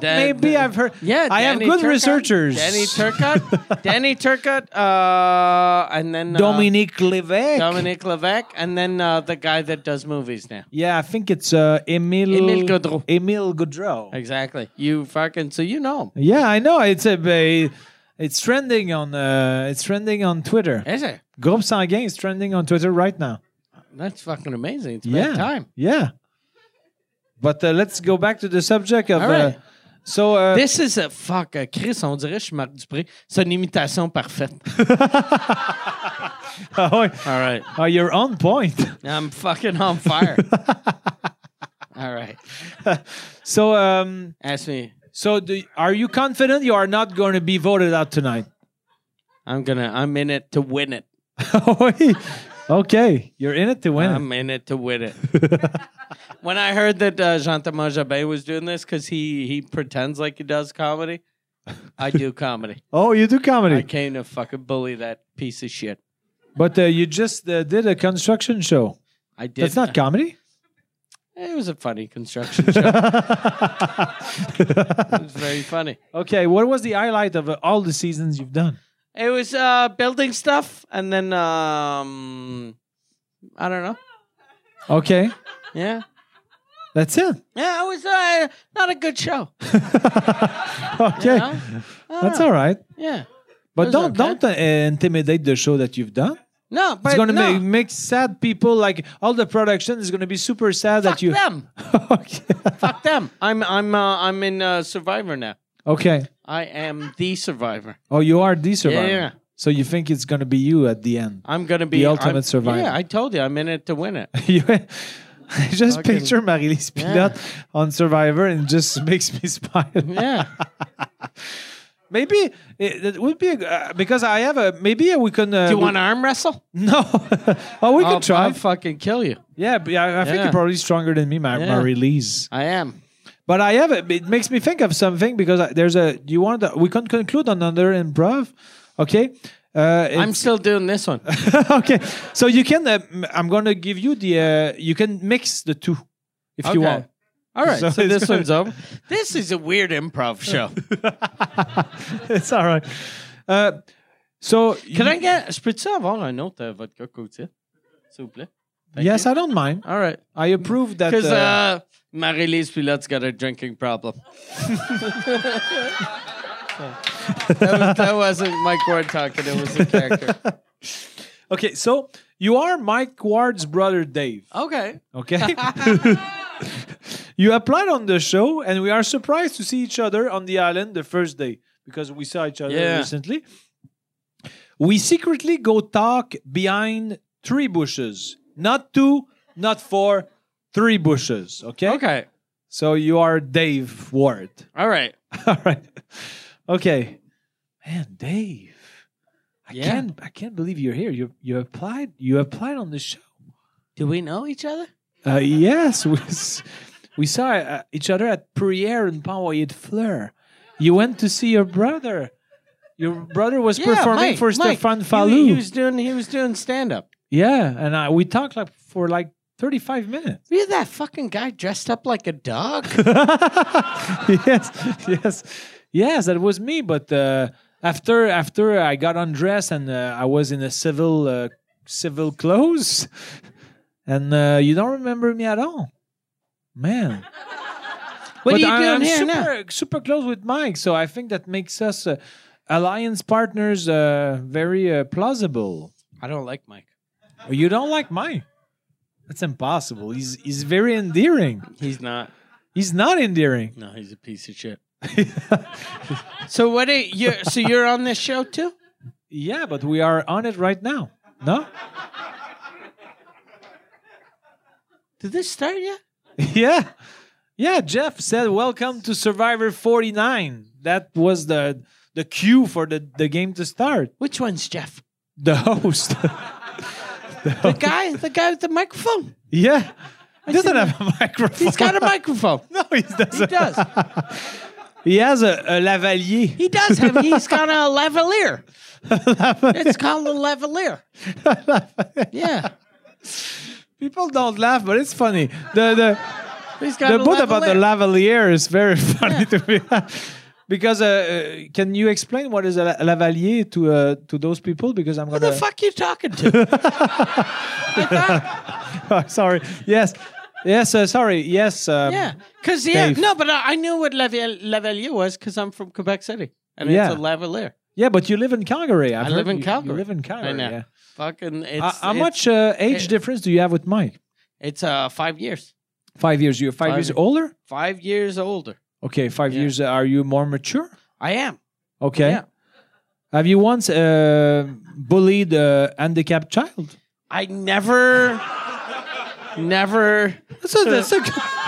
[SPEAKER 2] Hmm. Dan-
[SPEAKER 4] maybe I've heard.
[SPEAKER 2] Yeah,
[SPEAKER 4] I have
[SPEAKER 2] Danny
[SPEAKER 4] good
[SPEAKER 2] Turcotte.
[SPEAKER 4] researchers.
[SPEAKER 2] Danny Turcotte, Danny Turcotte, uh, and then uh,
[SPEAKER 4] Dominique Lévesque.
[SPEAKER 2] Dominique Levesque, and then uh, the guy that does movies now.
[SPEAKER 4] Yeah, I think it's uh, Emile.
[SPEAKER 2] Émile Gaudreau.
[SPEAKER 4] Émile Gaudreau.
[SPEAKER 2] Exactly. You fucking so you know. him.
[SPEAKER 4] Yeah, I know. It's a. a- it's trending on. Uh, it's trending on Twitter.
[SPEAKER 2] Is it?
[SPEAKER 4] Groupe Sanguin is trending on Twitter right now.
[SPEAKER 2] That's fucking amazing. It's
[SPEAKER 4] yeah.
[SPEAKER 2] about time.
[SPEAKER 4] Yeah. But uh, let's go back to the subject of.
[SPEAKER 2] All right.
[SPEAKER 4] Uh, so uh,
[SPEAKER 2] This is a fuck. uh, Chris, on dirait que je suis Marc Dupré. C'est une imitation parfaite.
[SPEAKER 4] oh,
[SPEAKER 2] All right.
[SPEAKER 4] you're on point.
[SPEAKER 2] I'm fucking on fire. All right.
[SPEAKER 4] So um,
[SPEAKER 2] Ask me.
[SPEAKER 4] so do, are you confident you are not going to be voted out tonight?
[SPEAKER 2] I'm gonna. I'm in it to win it.
[SPEAKER 4] Oh, okay, you're in it to win. it.
[SPEAKER 2] I'm in it to win it. when I heard that uh, Jean Thomas Jabin was doing this because he he pretends like he does comedy, I do comedy.
[SPEAKER 4] oh, you do comedy,
[SPEAKER 2] I came to fucking bully that piece of shit.
[SPEAKER 4] but uh, you just uh, did a construction show.
[SPEAKER 2] I did.
[SPEAKER 4] That's not comedy.
[SPEAKER 2] It was a funny construction show. it was very funny.
[SPEAKER 4] Okay, what was the highlight of uh, all the seasons you've done?
[SPEAKER 2] It was uh, building stuff, and then um, I don't know.
[SPEAKER 4] Okay,
[SPEAKER 2] Yeah,
[SPEAKER 4] that's it.
[SPEAKER 2] yeah. It was uh, not a good show.
[SPEAKER 4] Okay,
[SPEAKER 2] You know? I
[SPEAKER 4] that's
[SPEAKER 2] don't
[SPEAKER 4] all right.
[SPEAKER 2] know. Yeah.
[SPEAKER 4] But
[SPEAKER 2] Those are
[SPEAKER 4] don't don't uh, intimidate the show that you've done.
[SPEAKER 2] No, but
[SPEAKER 4] it's gonna
[SPEAKER 2] no.
[SPEAKER 4] make make sad people like all the production is gonna be super sad
[SPEAKER 2] fuck
[SPEAKER 4] that you.
[SPEAKER 2] them.
[SPEAKER 4] okay.
[SPEAKER 2] fuck them. I'm I'm uh, I'm in uh, Survivor now.
[SPEAKER 4] okay.
[SPEAKER 2] I am the Survivor.
[SPEAKER 4] Oh, you are the survivor.
[SPEAKER 2] yeah.
[SPEAKER 4] So you think it's gonna be you at the end?
[SPEAKER 2] I'm gonna be
[SPEAKER 4] The ultimate
[SPEAKER 2] I'm-
[SPEAKER 4] survivor.
[SPEAKER 2] Yeah, I told you, I'm in it to win it.
[SPEAKER 4] You- I just
[SPEAKER 2] Ah. Fucking-
[SPEAKER 4] picture Marie-Lise
[SPEAKER 2] Yeah.
[SPEAKER 4] Pilote on Survivor and it just makes me smile.
[SPEAKER 2] Yeah,
[SPEAKER 4] Maybe it, it would be a g- uh, because I have a maybe we can. Uh,
[SPEAKER 2] do you
[SPEAKER 4] we-
[SPEAKER 2] want to arm wrestle?
[SPEAKER 4] No. oh, we
[SPEAKER 2] I'll,
[SPEAKER 4] can try.
[SPEAKER 2] I'll fucking kill you.
[SPEAKER 4] yeah, but I, I think
[SPEAKER 2] Yeah.
[SPEAKER 4] you're probably stronger than me, Mar-
[SPEAKER 2] Yeah.
[SPEAKER 4] Marie-Lise.
[SPEAKER 2] I am.
[SPEAKER 4] But I have it. It makes me think of something because I, there's a. You want to, we can conclude on another improv, okay? Uh,
[SPEAKER 2] I'm still doing this one.
[SPEAKER 4] it's- okay. So you can. Uh, m- I'm gonna give you the. Uh, you can mix the two, if
[SPEAKER 2] Okay.
[SPEAKER 4] you want.
[SPEAKER 2] All right,
[SPEAKER 4] So
[SPEAKER 2] so,
[SPEAKER 4] it's
[SPEAKER 2] this
[SPEAKER 4] gonna-
[SPEAKER 2] one's over. This is a weird improv show.
[SPEAKER 4] it's all right. Uh, so
[SPEAKER 2] Can I get? Je peux-tu avoir un autre euh, vodka côtier, s'il vous plaît? Thank
[SPEAKER 4] Yes,
[SPEAKER 2] you.
[SPEAKER 4] I don't mind.
[SPEAKER 2] All right.
[SPEAKER 4] I approve that.
[SPEAKER 2] Because
[SPEAKER 4] uh,
[SPEAKER 2] uh, Marie-Lise Pilote's got a drinking problem. that, was, not Mike Ward talking. It was a character. uh,
[SPEAKER 4] okay, so you are Mike Ward's brother, Dave.
[SPEAKER 2] Okay.
[SPEAKER 4] Okay. you applied on the show, and we are surprised to see each other on the island the first day because we saw each other
[SPEAKER 2] Yeah.
[SPEAKER 4] recently. We secretly go talk behind three bushes, not two, not four, three bushes. Okay.
[SPEAKER 2] Okay.
[SPEAKER 4] So you are Dave Ward.
[SPEAKER 2] All right.
[SPEAKER 4] All right. Okay. Man, Dave. I
[SPEAKER 2] Yeah.
[SPEAKER 4] can't I can't believe you're here. You you applied you applied on the show.
[SPEAKER 2] Do we know each other?
[SPEAKER 4] Uh, yes, we, s- we saw uh, each other at Prière in Poitiers Fleur. You went to see your brother. Your brother was performing
[SPEAKER 2] Mike,
[SPEAKER 4] for
[SPEAKER 2] Mike.
[SPEAKER 4] Stefan
[SPEAKER 2] He-
[SPEAKER 4] Fallu.
[SPEAKER 2] He, was doing. He was doing stand-up.
[SPEAKER 4] yeah, and I, we talked like for like 35 minutes.
[SPEAKER 2] Were you that fucking guy dressed up like a dog?
[SPEAKER 4] yes, yes, yes. That was me. But uh, after after I got undressed and uh, I was in a civil uh, civil clothes, and uh, you don't remember me at all, man.
[SPEAKER 2] what
[SPEAKER 4] But
[SPEAKER 2] are you
[SPEAKER 4] I-
[SPEAKER 2] doing
[SPEAKER 4] I'm
[SPEAKER 2] here now?
[SPEAKER 4] super, super close with Mike, so I think that makes us uh, alliance partners uh, very uh, plausible.
[SPEAKER 2] I don't like Mike.
[SPEAKER 4] You don't like Mike? That's impossible. He's he's very endearing.
[SPEAKER 2] He's not.
[SPEAKER 4] He's not endearing.
[SPEAKER 2] No, he's a piece of shit. so what? Are you? So you're on this show too?
[SPEAKER 4] Yeah, but we are on it right now. No?
[SPEAKER 2] Did this start yet?
[SPEAKER 4] Yeah. Yeah, Jeff said, Welcome to Survivor 49. That was the the cue for the, the game to start.
[SPEAKER 2] Which one's Jeff?
[SPEAKER 4] The host.
[SPEAKER 2] The guy, the guy with the microphone.
[SPEAKER 4] yeah. He doesn't have a microphone.
[SPEAKER 2] He's got a microphone.
[SPEAKER 4] No, he
[SPEAKER 2] He
[SPEAKER 4] doesn't.
[SPEAKER 2] does.
[SPEAKER 4] He has a, a lavalier.
[SPEAKER 2] He does have. He's got a lavalier. It's called a lavalier. Yeah.
[SPEAKER 4] People don't laugh, but it's funny. The the
[SPEAKER 2] He's got
[SPEAKER 4] the
[SPEAKER 2] a
[SPEAKER 4] book about the
[SPEAKER 2] lavalier.
[SPEAKER 4] lavalier is very funny to me. Because uh, uh, can you explain what is a la- lavalier to uh, to those people? Because I'm
[SPEAKER 2] Who
[SPEAKER 4] gonna.
[SPEAKER 2] the fuck you talking to? I thought,
[SPEAKER 4] Oh, sorry. Yes. Yes. Uh, sorry. Yes. Um,
[SPEAKER 2] yeah, because yeah,
[SPEAKER 4] Dave.
[SPEAKER 2] no, but I, I knew what laval- lavalier was because I'm from Quebec City, and
[SPEAKER 4] Yeah.
[SPEAKER 2] it's a lavalier.
[SPEAKER 4] Yeah, but you live in Calgary.
[SPEAKER 2] I
[SPEAKER 4] I've heard
[SPEAKER 2] live in
[SPEAKER 4] you-
[SPEAKER 2] Calgary.
[SPEAKER 4] You live in Calgary.
[SPEAKER 2] I know.
[SPEAKER 4] Yeah.
[SPEAKER 2] Fucking, it's,
[SPEAKER 4] Uh, how
[SPEAKER 2] it's-
[SPEAKER 4] much uh, age
[SPEAKER 2] it-
[SPEAKER 4] difference do you have with Mike?
[SPEAKER 2] It's uh five years.
[SPEAKER 4] Five years. You're five,
[SPEAKER 2] Five
[SPEAKER 4] years
[SPEAKER 2] years.
[SPEAKER 4] older.
[SPEAKER 2] Five years older.
[SPEAKER 4] Okay, five
[SPEAKER 2] Yeah.
[SPEAKER 4] years. Uh, are you more mature?
[SPEAKER 2] I am.
[SPEAKER 4] Okay.
[SPEAKER 2] Yeah.
[SPEAKER 4] Have you once uh, bullied a handicapped child?
[SPEAKER 2] I never, never.
[SPEAKER 4] That's a that's a,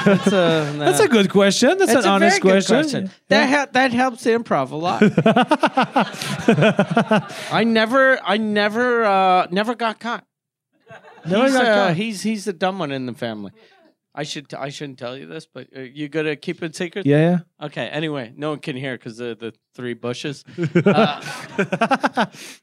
[SPEAKER 2] That's a,
[SPEAKER 4] that's a good question. That's
[SPEAKER 2] That's
[SPEAKER 4] an
[SPEAKER 2] a
[SPEAKER 4] honest
[SPEAKER 2] very good
[SPEAKER 4] question.
[SPEAKER 2] That ha- that helps the improv a lot. I never, I never, uh, never got caught.
[SPEAKER 4] Never
[SPEAKER 2] he's,
[SPEAKER 4] got
[SPEAKER 2] uh,
[SPEAKER 4] caught.
[SPEAKER 2] he's he's the dumb one in the family. I should I shouldn't tell you this, but uh, you gotta keep it secret.
[SPEAKER 4] Yeah. yeah.
[SPEAKER 2] Okay. Anyway, no one can hear because the the three bushes. Uh, When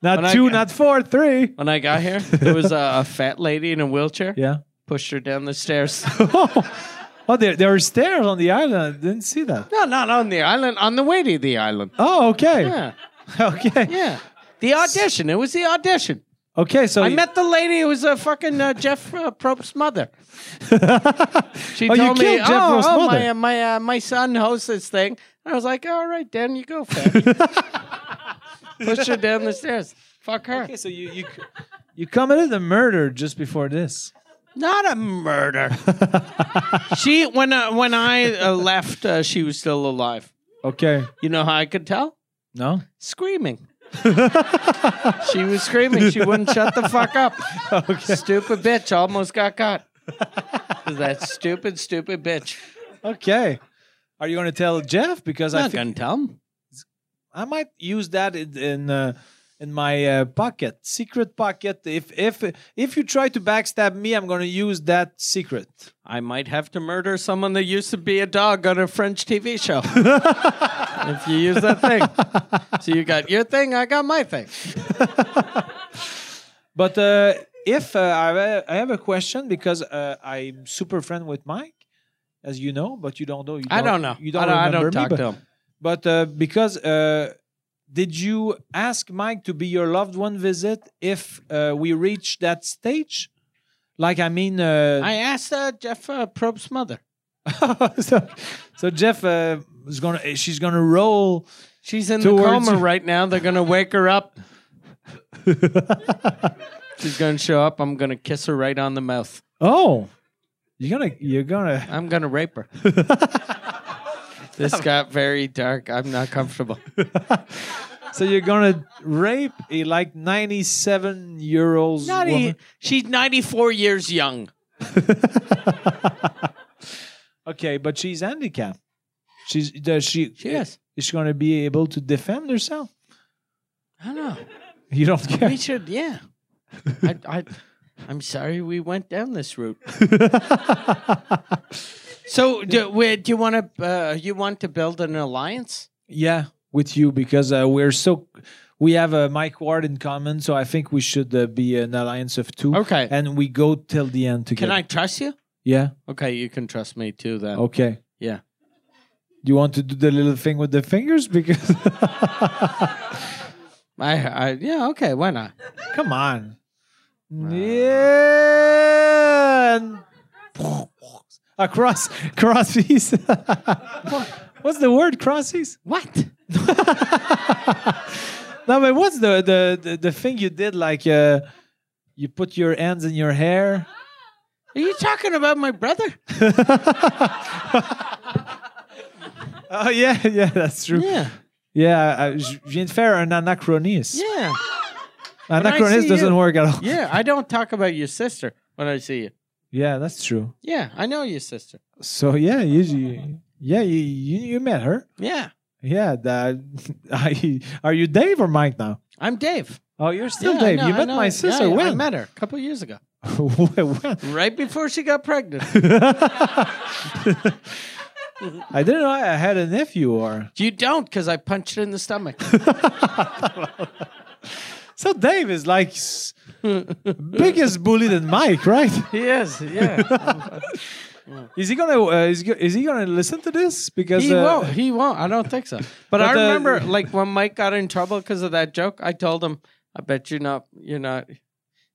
[SPEAKER 4] not
[SPEAKER 2] I
[SPEAKER 4] two,
[SPEAKER 2] ca-
[SPEAKER 4] not four, three.
[SPEAKER 2] when I got here, there was a, a fat lady in a wheelchair.
[SPEAKER 4] Yeah.
[SPEAKER 2] Pushed her down the stairs.
[SPEAKER 4] oh, there there are stairs on the island. I didn't see that.
[SPEAKER 2] no, not on the island. On the way to the island.
[SPEAKER 4] Oh, okay.
[SPEAKER 2] Yeah.
[SPEAKER 4] Okay.
[SPEAKER 2] Yeah. The audition. It was the audition.
[SPEAKER 4] Okay. So
[SPEAKER 2] I
[SPEAKER 4] you-
[SPEAKER 2] met the lady who was a fucking uh, Jeff uh, Probst's mother. She
[SPEAKER 4] Oh, you
[SPEAKER 2] told me,
[SPEAKER 4] killed Jeff
[SPEAKER 2] "Oh,
[SPEAKER 4] Probst's
[SPEAKER 2] oh,
[SPEAKER 4] mother."
[SPEAKER 2] my uh, my uh, my son hosts this thing." And I was like, "All right, Dan, you go." Fat. Pushed her down the stairs. Fuck her.
[SPEAKER 4] Okay, so you you you committed a murder just before this.
[SPEAKER 2] Not a murder. she when uh, when I uh, left, uh, she was still alive.
[SPEAKER 4] Okay.
[SPEAKER 2] You know how I could tell?
[SPEAKER 4] No.
[SPEAKER 2] Screaming. she was screaming. She wouldn't shut the fuck up. Stupid bitch almost got caught. that stupid, stupid bitch.
[SPEAKER 4] Okay. Are you going to tell Jeff? Because I
[SPEAKER 2] Not
[SPEAKER 4] think
[SPEAKER 2] gonna tell him.
[SPEAKER 4] I might use that in in, uh, in my uh, pocket, secret pocket. If if if you try to backstab me, I'm going to use that secret.
[SPEAKER 2] I might have to murder someone that used to be a dog on a French TV show. if you use that thing. So you got your thing, I got my thing.
[SPEAKER 4] But uh, if uh, I have a- I have a question because uh, I'm super friend with Mike, as you know, but you don't know. You
[SPEAKER 2] I don't know.
[SPEAKER 4] You don't
[SPEAKER 2] I don't, I
[SPEAKER 4] remember
[SPEAKER 2] don't talk
[SPEAKER 4] me, but-
[SPEAKER 2] to him.
[SPEAKER 4] But uh, because uh, did you ask Mike to be your loved one visit if uh, we reach that stage? Like I mean, uh,
[SPEAKER 2] I asked uh, Jeff uh, Probst's mother.
[SPEAKER 4] so, so Jeff uh, is gonna she's gonna roll.
[SPEAKER 2] She's in
[SPEAKER 4] Towards-
[SPEAKER 2] the coma right now. They're gonna wake her up. She's gonna show up. I'm gonna kiss her right on the mouth.
[SPEAKER 4] Oh, you're gonna you're gonna.
[SPEAKER 2] I'm gonna rape her. this got very dark. I'm not comfortable.
[SPEAKER 4] So you're gonna rape a like 97 year old
[SPEAKER 2] e,
[SPEAKER 4] woman.
[SPEAKER 2] she's 94 years young.
[SPEAKER 4] Okay, but she's handicapped. She's does she?
[SPEAKER 2] She is.
[SPEAKER 4] Is she gonna be able to defend herself?
[SPEAKER 2] I don't know.
[SPEAKER 4] You don't care.
[SPEAKER 2] We should, yeah. I, I, I'm sorry we went down this route. so, do, we, do you want to? Uh, you want to build an alliance?
[SPEAKER 4] Yeah, with you because uh, we're so we have uh, Mike Ward in common, so I think we should uh, be an alliance of two.
[SPEAKER 2] Okay.
[SPEAKER 4] and we go till the end
[SPEAKER 2] Can
[SPEAKER 4] together.
[SPEAKER 2] I trust you?
[SPEAKER 4] Yeah.
[SPEAKER 2] Okay, you can trust me too. Then.
[SPEAKER 4] Okay.
[SPEAKER 2] Yeah.
[SPEAKER 4] Do you want to do the little thing with the fingers? Because
[SPEAKER 2] I, I. Yeah. Okay. Why not?
[SPEAKER 4] come on. Yeah. and- Across crossies. what's the word crossies?
[SPEAKER 2] What?
[SPEAKER 4] No, but what's the the the, the thing you did? Like uh, you put your hands in your hair.
[SPEAKER 2] Are you talking about my brother?
[SPEAKER 4] Oh yeah, yeah, that's true.
[SPEAKER 2] Yeah.
[SPEAKER 4] Yeah, I- je viens de faire un anachronisme.
[SPEAKER 2] Yeah.
[SPEAKER 4] anachronisme
[SPEAKER 2] see
[SPEAKER 4] doesn't
[SPEAKER 2] you-
[SPEAKER 4] work at all.
[SPEAKER 2] Yeah. I don't talk about your sister when I see you.
[SPEAKER 4] Yeah, that's true.
[SPEAKER 2] Yeah, I know your sister.
[SPEAKER 4] So yeah, you, you yeah you, you you met her.
[SPEAKER 2] Yeah,
[SPEAKER 4] Yeah, that, I, are you Dave or Mike now?
[SPEAKER 2] I'm Dave.
[SPEAKER 4] Oh, you're still
[SPEAKER 2] Yeah, I
[SPEAKER 4] Dave.
[SPEAKER 2] know,
[SPEAKER 4] you
[SPEAKER 2] I
[SPEAKER 4] met
[SPEAKER 2] know.
[SPEAKER 4] my
[SPEAKER 2] Yeah,
[SPEAKER 4] sister.
[SPEAKER 2] yeah,
[SPEAKER 4] when?
[SPEAKER 2] I met her a couple years ago,
[SPEAKER 4] When?
[SPEAKER 2] right before she got pregnant.
[SPEAKER 4] I didn't know I had a nephew or.
[SPEAKER 2] you don't, because I punched her in the stomach.
[SPEAKER 4] So Dave is like s- biggest bully than Mike, right?
[SPEAKER 2] he is. Yeah,
[SPEAKER 4] Is he gonna uh, is, he go- is he gonna listen to this? Because
[SPEAKER 2] he
[SPEAKER 4] uh,
[SPEAKER 2] won't. He won't. I don't think so. But, I
[SPEAKER 4] But, uh,
[SPEAKER 2] remember, like when Mike got in trouble because of that joke, I told him, "I bet you're not. You're not."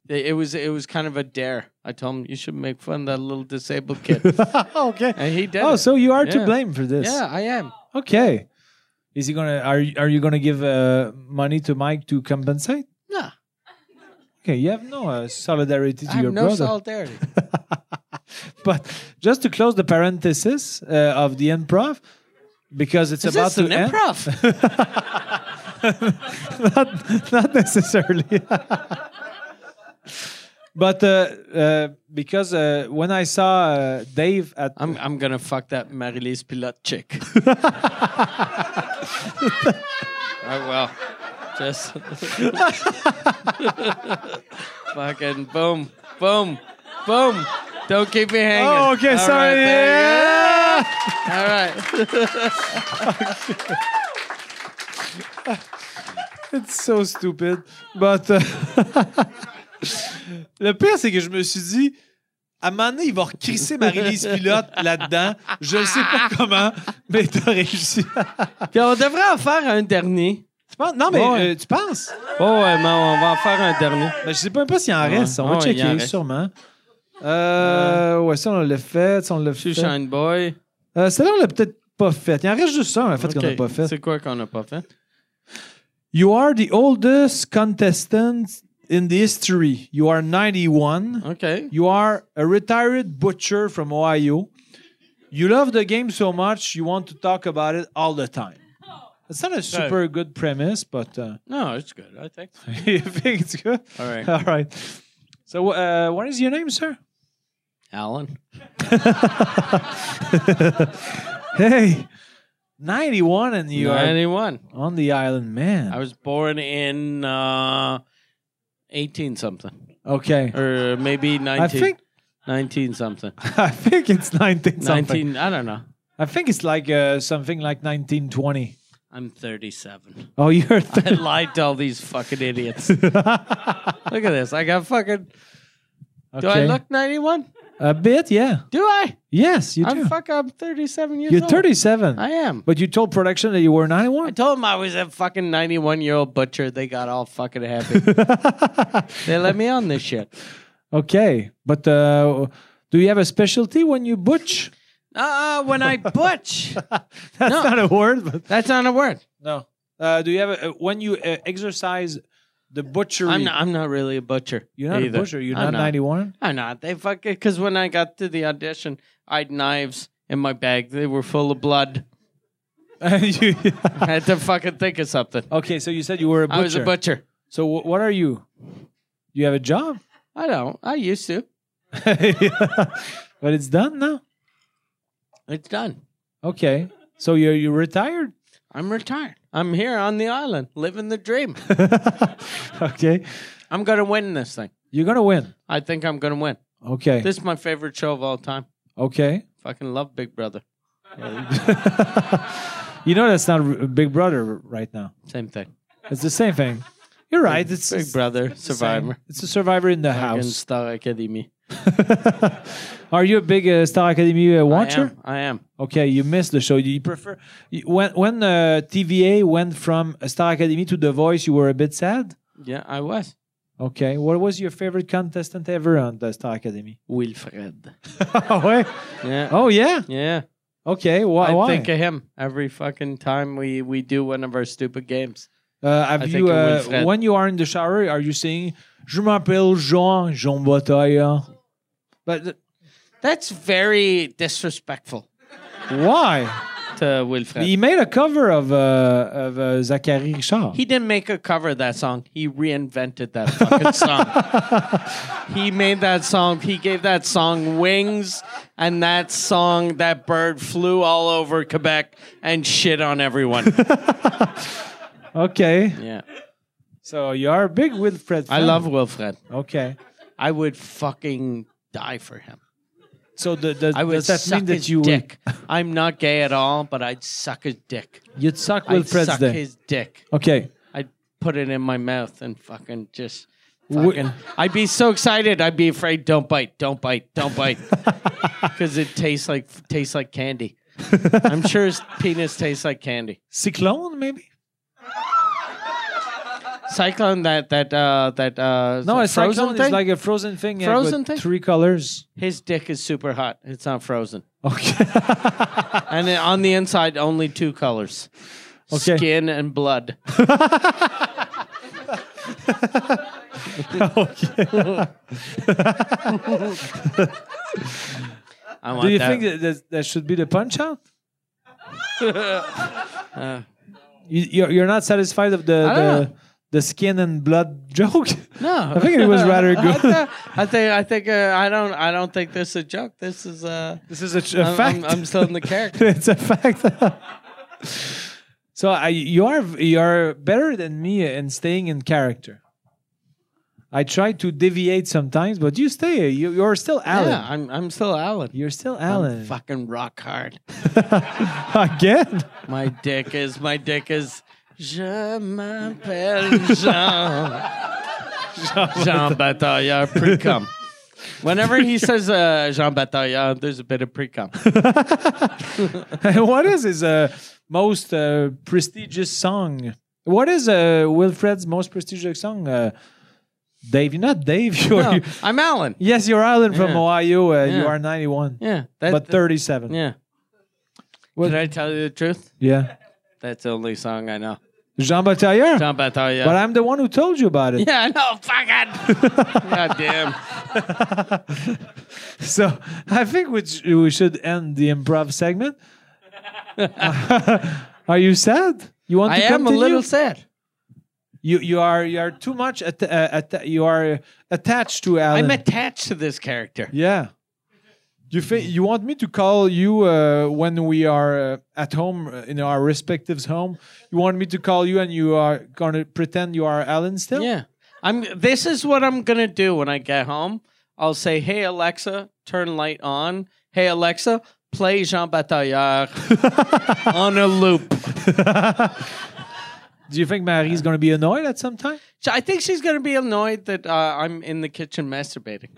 [SPEAKER 2] It it was it was kind of a dare. I told him you should make fun of that little disabled kid,
[SPEAKER 4] okay.
[SPEAKER 2] and he did.
[SPEAKER 4] Oh,
[SPEAKER 2] it.
[SPEAKER 4] so you are to
[SPEAKER 2] Yeah.
[SPEAKER 4] blame for this.
[SPEAKER 2] yeah, I am.
[SPEAKER 4] Okay. Is he gonna are you- are you gonna give uh, money to Mike to compensate?
[SPEAKER 2] Nah,
[SPEAKER 4] Okay, you have no uh, solidarity to
[SPEAKER 2] I have
[SPEAKER 4] your
[SPEAKER 2] no
[SPEAKER 4] brother.
[SPEAKER 2] solidarity.
[SPEAKER 4] but just to close the parenthesis uh, of the improv, because it's
[SPEAKER 2] Is
[SPEAKER 4] about
[SPEAKER 2] this an
[SPEAKER 4] to end.
[SPEAKER 2] improv?
[SPEAKER 4] not, not necessarily. but uh, uh, because uh, when I saw uh, Dave at
[SPEAKER 2] I'm I'm gonna fuck that Marilise Pilote chick. I will. Oh, Just fucking boom, boom, boom. Don't keep me hanging.
[SPEAKER 4] oh okay
[SPEAKER 2] All
[SPEAKER 4] sorry
[SPEAKER 2] right, there
[SPEAKER 4] yeah.
[SPEAKER 2] you go. All right.
[SPEAKER 4] It's so stupid. But euh, le pire, c'est que je me suis dit, à un moment donné, il va recrisser Marie-Lise Pilote là-dedans. Je ne sais pas comment, mais t'as réussi.
[SPEAKER 2] Puis on devrait en faire un dernier.
[SPEAKER 4] Tu penses- non, mais
[SPEAKER 2] Ouais.
[SPEAKER 4] euh, tu penses?
[SPEAKER 2] Oh ouais, mais on va en faire un dernier.
[SPEAKER 4] Ben, je sais pas, même pas s'il en
[SPEAKER 2] Ouais.
[SPEAKER 4] reste. On
[SPEAKER 2] Ouais,
[SPEAKER 4] va
[SPEAKER 2] il en
[SPEAKER 4] checker,
[SPEAKER 2] reste.
[SPEAKER 4] sûrement. Euh, ouais, ça, on l'a fait. Ça, on l'a fait.
[SPEAKER 2] Shine Boy.
[SPEAKER 4] Euh, Celle-là, on l'a peut-être pas fait. Il en reste juste ça, en fait, qu'on n'a
[SPEAKER 2] Ok,
[SPEAKER 4] pas fait.
[SPEAKER 2] C'est quoi qu'on n'a pas fait?
[SPEAKER 4] You are the oldest contestant in the history. You are 91.
[SPEAKER 2] OK.
[SPEAKER 4] You are a retired butcher from Ohio. You love the game so much you want to talk about it all the time. It's not a super good premise, but uh,
[SPEAKER 2] No, it's good, I think.
[SPEAKER 4] I think it's good.
[SPEAKER 2] All right.
[SPEAKER 4] All right. So, uh, what is your name, sir?
[SPEAKER 2] Alan.
[SPEAKER 4] Hey, 91 and you are
[SPEAKER 2] 91.
[SPEAKER 4] on the island, man.
[SPEAKER 2] I was born in uh, 18 something,
[SPEAKER 4] okay.
[SPEAKER 2] or maybe 19.
[SPEAKER 4] I think
[SPEAKER 2] 19 something.
[SPEAKER 4] I think it's 19 something.
[SPEAKER 2] 19, I don't know.
[SPEAKER 4] I think it's like uh, something like 1920.
[SPEAKER 2] I'm 37.
[SPEAKER 4] Oh, you're
[SPEAKER 2] I lied to all these fucking idiots. Look at this. I got fucking. Do I look 91?
[SPEAKER 4] a bit? Yeah.
[SPEAKER 2] Do I?
[SPEAKER 4] Yes, you do.
[SPEAKER 2] I'm fuck. I'm 37 years
[SPEAKER 4] You're
[SPEAKER 2] old.
[SPEAKER 4] 37.
[SPEAKER 2] I am.
[SPEAKER 4] But you told production that you were
[SPEAKER 2] I
[SPEAKER 4] 91.
[SPEAKER 2] told them I was a fucking 91 year old butcher. They got all fucking happy. they let me on this shit.
[SPEAKER 4] okay. But uh, do you have a specialty when you butch?
[SPEAKER 2] Uh, uh, when I butch,
[SPEAKER 4] That's
[SPEAKER 2] No.
[SPEAKER 4] not a word, but
[SPEAKER 2] that's not a word.
[SPEAKER 4] no. Uh, do you have a, uh, when you uh, exercise the butchery?
[SPEAKER 2] I'm not, I'm not really a butcher.
[SPEAKER 4] you're not
[SPEAKER 2] either.
[SPEAKER 4] a butcher. You're
[SPEAKER 2] I'm
[SPEAKER 4] not, 91.
[SPEAKER 2] I'm not. They fucking because when I got to the audition, I had knives in my bag. They were full of blood.
[SPEAKER 4] And you-
[SPEAKER 2] I had to fucking think of something.
[SPEAKER 4] okay, so you said you were a butcher.
[SPEAKER 2] I was a butcher.
[SPEAKER 4] So wh- what are you? You have a job,
[SPEAKER 2] I don't. I used to.
[SPEAKER 4] but it's done now.
[SPEAKER 2] It's done.
[SPEAKER 4] Okay, so you you retired.
[SPEAKER 2] I'm retired. I'm here on the island, living the dream.
[SPEAKER 4] okay,
[SPEAKER 2] I'm gonna win this thing.
[SPEAKER 4] you're gonna win.
[SPEAKER 2] I think I'm gonna win.
[SPEAKER 4] Okay,
[SPEAKER 2] This is my favorite show of all time.
[SPEAKER 4] okay.
[SPEAKER 2] Fucking love Big Brother.
[SPEAKER 4] You know that's not R- Big Brother r- right now.
[SPEAKER 2] Same thing.
[SPEAKER 4] It's the same thing. You're right. It's
[SPEAKER 2] Big Brother, Survivor,
[SPEAKER 4] It's a Survivor in the
[SPEAKER 2] and
[SPEAKER 4] house.
[SPEAKER 2] Star Academy.
[SPEAKER 4] Are you a big uh, Star Academy uh,
[SPEAKER 2] I
[SPEAKER 4] watcher?
[SPEAKER 2] am. I am.
[SPEAKER 4] Okay, you missed the show. You prefer you- when when uh, TVA went from Star Academy to The Voice. You were a bit sad.
[SPEAKER 2] Yeah, I was.
[SPEAKER 4] Okay, what was your favorite contestant ever on the Star Academy?
[SPEAKER 2] Wilfred.
[SPEAKER 4] oh, wait.
[SPEAKER 2] Yeah.
[SPEAKER 4] oh yeah.
[SPEAKER 2] Yeah.
[SPEAKER 4] Okay, why?
[SPEAKER 2] I
[SPEAKER 4] why?
[SPEAKER 2] think of him every fucking time we, we do one of our stupid games.
[SPEAKER 4] Uh, have
[SPEAKER 2] I
[SPEAKER 4] you
[SPEAKER 2] think it
[SPEAKER 4] uh,
[SPEAKER 2] will fit.
[SPEAKER 4] when you are in the shower? Are you saying "Je m'appelle Jean Jean Bataille"? But
[SPEAKER 2] That's very disrespectful.
[SPEAKER 4] why?
[SPEAKER 2] that, uh, Wilfred.
[SPEAKER 4] He made a cover of, uh, of uh, Zachary Richard.
[SPEAKER 2] He didn't make a cover of that song. He reinvented that fucking song. he made that song. He gave that song wings, and that song, that bird flew all over Quebec and shit on everyone.
[SPEAKER 4] okay.
[SPEAKER 2] yeah.
[SPEAKER 4] So you are a big Wilfred fan.
[SPEAKER 2] I love Wilfred.
[SPEAKER 4] Okay.
[SPEAKER 2] I would fucking die for him.
[SPEAKER 4] So the, the,
[SPEAKER 2] I would
[SPEAKER 4] does that
[SPEAKER 2] suck
[SPEAKER 4] mean that
[SPEAKER 2] his
[SPEAKER 4] you would,
[SPEAKER 2] dick. I'm not gay at all, but I'd suck his dick.
[SPEAKER 4] you'd suck
[SPEAKER 2] I'd
[SPEAKER 4] Wilfred's
[SPEAKER 2] suck
[SPEAKER 4] dick?
[SPEAKER 2] his dick.
[SPEAKER 4] okay.
[SPEAKER 2] I'd put it in my mouth and fucking just.
[SPEAKER 4] Wh-
[SPEAKER 2] Fucking, I'd be so excited. I'd be afraid. Don't bite. Don't bite. Don't bite. Because it tastes like tastes like candy. I'm sure his penis tastes like candy.
[SPEAKER 4] Cyclone, maybe?
[SPEAKER 2] Cyclone that that uh that uh
[SPEAKER 4] No, a
[SPEAKER 2] frozen
[SPEAKER 4] cyclone
[SPEAKER 2] thing?
[SPEAKER 4] is like a frozen thing. yeah,
[SPEAKER 2] Frozen
[SPEAKER 4] with
[SPEAKER 2] thing?
[SPEAKER 4] Three colors.
[SPEAKER 2] his dick is super hot. It's not frozen,
[SPEAKER 4] Okay.
[SPEAKER 2] and then on the inside only two colors:
[SPEAKER 4] Okay.
[SPEAKER 2] skin and blood. I want
[SPEAKER 4] Do you
[SPEAKER 2] that.
[SPEAKER 4] think that, that that should be the punch out? you, you're, you're not satisfied of the,
[SPEAKER 2] Uh. I don't
[SPEAKER 4] the
[SPEAKER 2] know.
[SPEAKER 4] the skin and blood joke?
[SPEAKER 2] No,
[SPEAKER 4] I think it was rather
[SPEAKER 2] I
[SPEAKER 4] good.
[SPEAKER 2] thi- I think I think uh, I don't I don't think this is a joke. This is uh,
[SPEAKER 4] This is a, tr- a
[SPEAKER 2] I'm-
[SPEAKER 4] fact.
[SPEAKER 2] I'm, I'm still in the character.
[SPEAKER 4] it's a fact. so I, you are you are better than me in staying in character. I try to deviate sometimes, but you stay. You, you're still Alan.
[SPEAKER 2] Yeah, I'm I'm still Alan.
[SPEAKER 4] You're still
[SPEAKER 2] I'm
[SPEAKER 4] Alan.
[SPEAKER 2] fucking rock hard.
[SPEAKER 4] Again?
[SPEAKER 2] My dick is my dick is. Je m'appelle Jean. Jean Bataillard pre-cum. Whenever he says uh, Jean Bataillard, there's a bit of pre-cum.
[SPEAKER 4] what is his uh, most uh, prestigious song? What is uh, Wilfred's most prestigious song? Uh, Dave, you're not Dave. You're,
[SPEAKER 2] No,
[SPEAKER 4] you-
[SPEAKER 2] I'm Alan.
[SPEAKER 4] yes, you're Alan from
[SPEAKER 2] Yeah.
[SPEAKER 4] Ohio. Uh, You
[SPEAKER 2] Yeah.
[SPEAKER 4] are 91,
[SPEAKER 2] Yeah, that,
[SPEAKER 4] but 37.
[SPEAKER 2] Yeah.
[SPEAKER 4] What-
[SPEAKER 2] Did I tell you the truth?
[SPEAKER 4] Yeah.
[SPEAKER 2] That's the only song I know.
[SPEAKER 4] Jean Batailleur.
[SPEAKER 2] Jean Bataille.
[SPEAKER 4] But I'm the one who told you about it.
[SPEAKER 2] yeah, I know. Fucking. God damn.
[SPEAKER 4] So I think we, sh- we should end the improv segment. are you sad? You want
[SPEAKER 2] I
[SPEAKER 4] to
[SPEAKER 2] am a
[SPEAKER 4] continue?
[SPEAKER 2] little sad.
[SPEAKER 4] You you are you are too much at, uh, atta you are attached to Alan.
[SPEAKER 2] I'm attached to this character.
[SPEAKER 4] Yeah. You think you want me to call you uh, when we are uh, at home uh, in our respectives home? You want me to call you and you are gonna pretend you are Alan still?
[SPEAKER 2] Yeah. I'm this is what I'm gonna do when I get home. I'll say, Hey Alexa, turn light on. Hey Alexa, play Jean Bataillard on a loop.
[SPEAKER 4] Do you think Marie's gonna be annoyed at some time?
[SPEAKER 2] So I think she's gonna be annoyed that uh, I'm in the kitchen masturbating.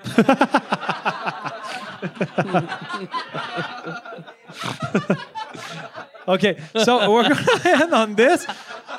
[SPEAKER 4] Okay, so we're gonna end on this,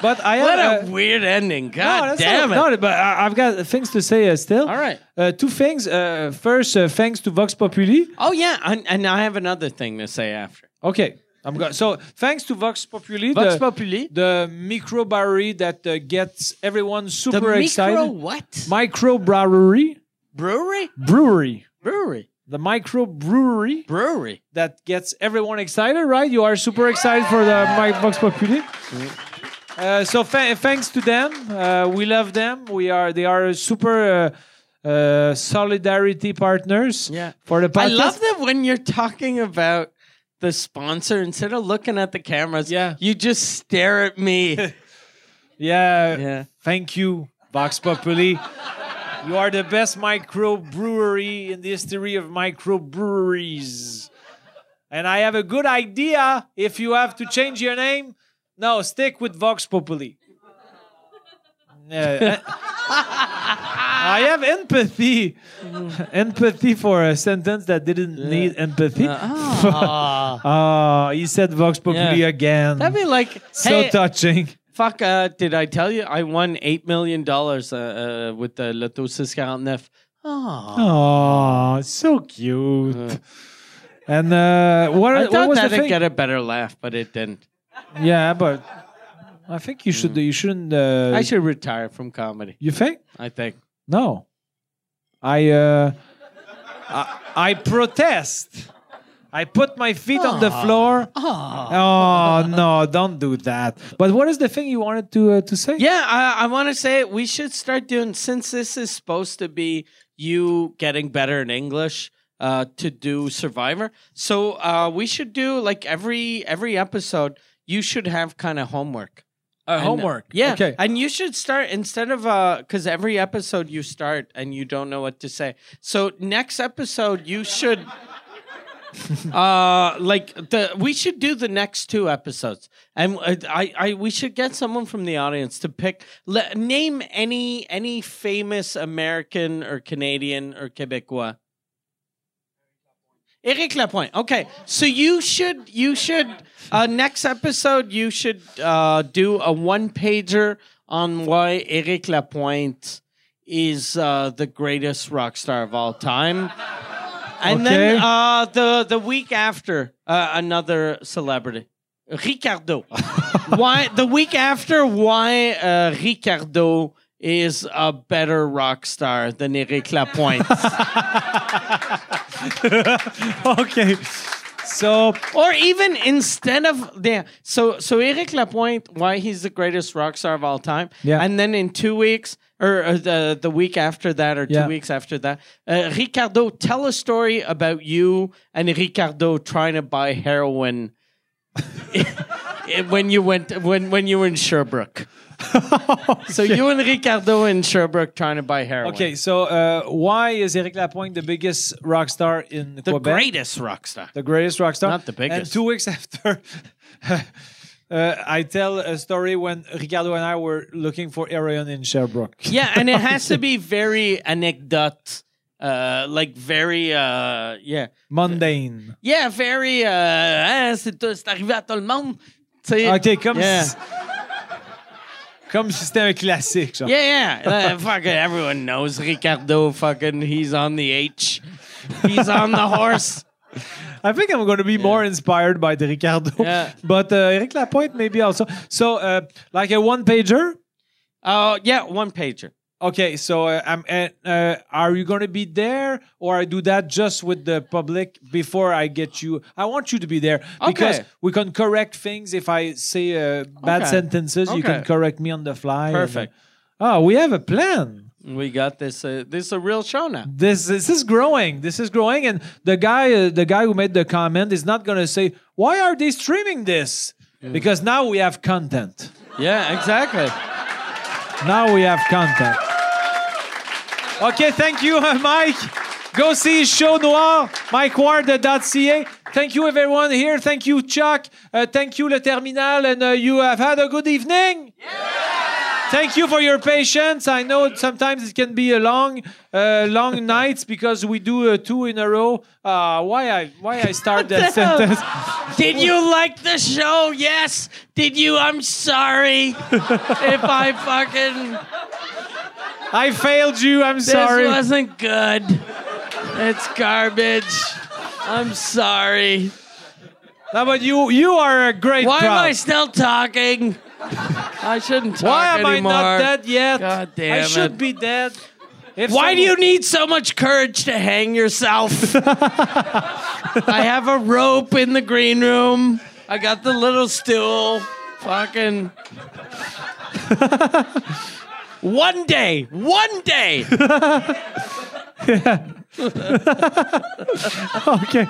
[SPEAKER 4] but I
[SPEAKER 2] What
[SPEAKER 4] have,
[SPEAKER 2] a
[SPEAKER 4] uh,
[SPEAKER 2] weird ending. God
[SPEAKER 4] that's
[SPEAKER 2] damn
[SPEAKER 4] not-
[SPEAKER 2] it.
[SPEAKER 4] No, but I, I've got things to say uh, still.
[SPEAKER 2] All right.
[SPEAKER 4] Uh, two things. Uh, first, uh, thanks to Vox Populi.
[SPEAKER 2] Oh yeah, and, and I have another thing to say after.
[SPEAKER 4] Okay, I'm going. So thanks to Vox Populi.
[SPEAKER 2] Vox
[SPEAKER 4] the-
[SPEAKER 2] Populi.
[SPEAKER 4] the microbrewery that uh, gets everyone super
[SPEAKER 2] The micro
[SPEAKER 4] excited.
[SPEAKER 2] what?
[SPEAKER 4] Microbrewery
[SPEAKER 2] brewery?
[SPEAKER 4] brewery.
[SPEAKER 2] Brewery.
[SPEAKER 4] The microbrewery
[SPEAKER 2] Brewery.
[SPEAKER 4] that gets everyone excited, right? You are super excited for the Mike Vox Populi. Uh, so fa- thanks to them, uh, we love them. We are they are super uh, uh, solidarity partners
[SPEAKER 2] Yeah.
[SPEAKER 4] for the podcast.
[SPEAKER 2] I love that when you're talking about the sponsor, instead of looking at the cameras,
[SPEAKER 4] Yeah.
[SPEAKER 2] you just stare at me.
[SPEAKER 4] Yeah,
[SPEAKER 2] Yeah.
[SPEAKER 4] Thank you, Vox Populi. You are the best microbrewery in the history of microbreweries. And I have a good idea if you have to change your name. No, stick with Vox Populi. Yeah. I have empathy. empathy for a sentence that didn't need empathy.
[SPEAKER 2] Uh, Ah.
[SPEAKER 4] Ah, he said Vox Populi
[SPEAKER 2] Yeah.
[SPEAKER 4] again.
[SPEAKER 2] That'd be like,
[SPEAKER 4] so
[SPEAKER 2] hey,
[SPEAKER 4] touching.
[SPEAKER 2] fuck, uh, did I tell you I won $8 million uh, uh, with the Lotto 649? Oh.
[SPEAKER 4] Oh, so cute. and uh, what,
[SPEAKER 2] Uh. I
[SPEAKER 4] what
[SPEAKER 2] thought
[SPEAKER 4] was the
[SPEAKER 2] that'd
[SPEAKER 4] thing?
[SPEAKER 2] get a better laugh, but it didn't.
[SPEAKER 4] yeah, but I think you should. You shouldn't. Uh,
[SPEAKER 2] Hmm. I should retire from comedy,
[SPEAKER 4] You think?
[SPEAKER 2] I think.
[SPEAKER 4] No. I. Uh, I, I protest. I put my feet on the floor. Oh no, don't do that. But what is the thing you wanted to uh, to say?
[SPEAKER 2] Yeah, I, I want to say we should start doing since this is supposed to be you getting better in English uh, to do Survivor. So uh, we should do like every every episode. You should have kind of homework.
[SPEAKER 1] Uh,
[SPEAKER 2] And-
[SPEAKER 1] homework.
[SPEAKER 2] Yeah.
[SPEAKER 4] Okay.
[SPEAKER 2] And you should start instead of uh because every episode you start and you don't know what to say. So next episode you should uh like the we should do the next two episodes and uh, I I we should get someone from the audience to pick le, name any any famous American or Canadian or Quebecois. Eric Lapointe. Okay, so you should you should uh, next episode you should uh, do a one pager on why Eric Lapointe is uh, the greatest rock star of all time, and then
[SPEAKER 4] Okay.
[SPEAKER 2] uh, the the week after uh, another celebrity, Ricardo. why the week after why uh, Ricardo is a better rock star than Eric Lapointe.
[SPEAKER 4] okay. So
[SPEAKER 2] Or even instead of there, so so Eric Lapointe, why he's the greatest rock star of all time.
[SPEAKER 4] Yeah.
[SPEAKER 2] And then in two weeks, or, uh, the the week after that, or two
[SPEAKER 4] Yeah.
[SPEAKER 2] weeks after that, uh, Ricardo, tell a story about you and Ricardo trying to buy heroin when you went when when you were in Sherbrooke. so you and Ricardo in Sherbrooke trying to buy heroin.
[SPEAKER 4] Oh, okay, so uh, why is Eric Lapointe the biggest rock star in
[SPEAKER 2] The
[SPEAKER 4] Quebec?
[SPEAKER 2] greatest rock star.
[SPEAKER 4] the greatest rock star.
[SPEAKER 2] Not the
[SPEAKER 4] And
[SPEAKER 2] biggest.
[SPEAKER 4] two weeks after, uh, I tell a story when Ricardo and I were looking for Arion in Sherbrooke.
[SPEAKER 2] yeah, and it has to be very anecdote, uh, like very, uh, yeah,
[SPEAKER 4] Mundane.
[SPEAKER 2] yeah, very. Uh, hein, c'est, c'est arrivé à tout le monde. Tu sais.
[SPEAKER 4] Ok, comme
[SPEAKER 2] yeah.
[SPEAKER 4] si. Comme si c'était un classique, genre.
[SPEAKER 2] Yeah, yeah. Uh, fucking everyone knows Ricardo. Fucking, he's on the H. He's on the horse.
[SPEAKER 4] I think I'm going to be more inspired by the Ricardo.
[SPEAKER 2] Yeah.
[SPEAKER 4] But uh, Eric Lapointe, maybe also. So, uh, like a one pager?
[SPEAKER 2] Oh yeah, one pager.
[SPEAKER 4] Okay, so uh, I'm, uh, uh, are you going to be there or I do that just with the public before I get you? I want you to be there because
[SPEAKER 2] Okay.
[SPEAKER 4] we can correct things. If I say uh, bad
[SPEAKER 2] Okay.
[SPEAKER 4] sentences, you can
[SPEAKER 2] Okay.
[SPEAKER 4] correct me on the fly. and- uh,
[SPEAKER 2] Perfect.
[SPEAKER 4] oh, we have a plan.
[SPEAKER 2] We got this. Uh, this is a real show now.
[SPEAKER 4] This this is growing. This is growing, and the guy uh, the guy who made the comment is not going to say why are they streaming this because now we have content.
[SPEAKER 2] Yeah, exactly.
[SPEAKER 4] Now we have content. Okay, thank you, uh, Mike. Go see Show Noir, MikeWard.ca. Thank you, everyone here. Thank you, Chuck. Uh, thank you, Le Terminal. And uh, you have had a good evening. Thank you for your patience. I know sometimes it can be a long, uh, long nights because we do uh, two in a row. Uh, why I why I start that sentence?
[SPEAKER 2] Did you like the show? Yes. Did you? I'm sorry if I fucking.
[SPEAKER 4] I failed you. I'm sorry.
[SPEAKER 2] This wasn't good. It's garbage. I'm sorry.
[SPEAKER 4] No, but you you are a great.
[SPEAKER 2] Why am
[SPEAKER 4] prof.
[SPEAKER 2] I still talking? I shouldn't talk
[SPEAKER 4] Why am
[SPEAKER 2] anymore.
[SPEAKER 4] I not dead yet?
[SPEAKER 2] God damn
[SPEAKER 4] I should
[SPEAKER 2] it.
[SPEAKER 4] be dead. If
[SPEAKER 2] Why do you
[SPEAKER 4] someone-
[SPEAKER 2] need so much courage to hang yourself? I have a rope in the green room. I got the little stool. Fucking. one day, one day.
[SPEAKER 4] Okay.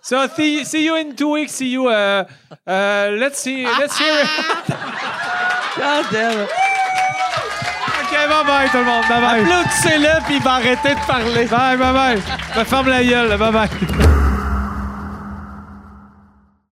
[SPEAKER 4] So see, see you in two weeks. See you. Uh, uh, let's see. Let's hear it.
[SPEAKER 2] God damn it.
[SPEAKER 4] Okay, bye bye tout le monde. Bye bye. Applaudissez-le puis il va arrêter de parler. Bye bye bye. Ferme la gueule. Bye bye.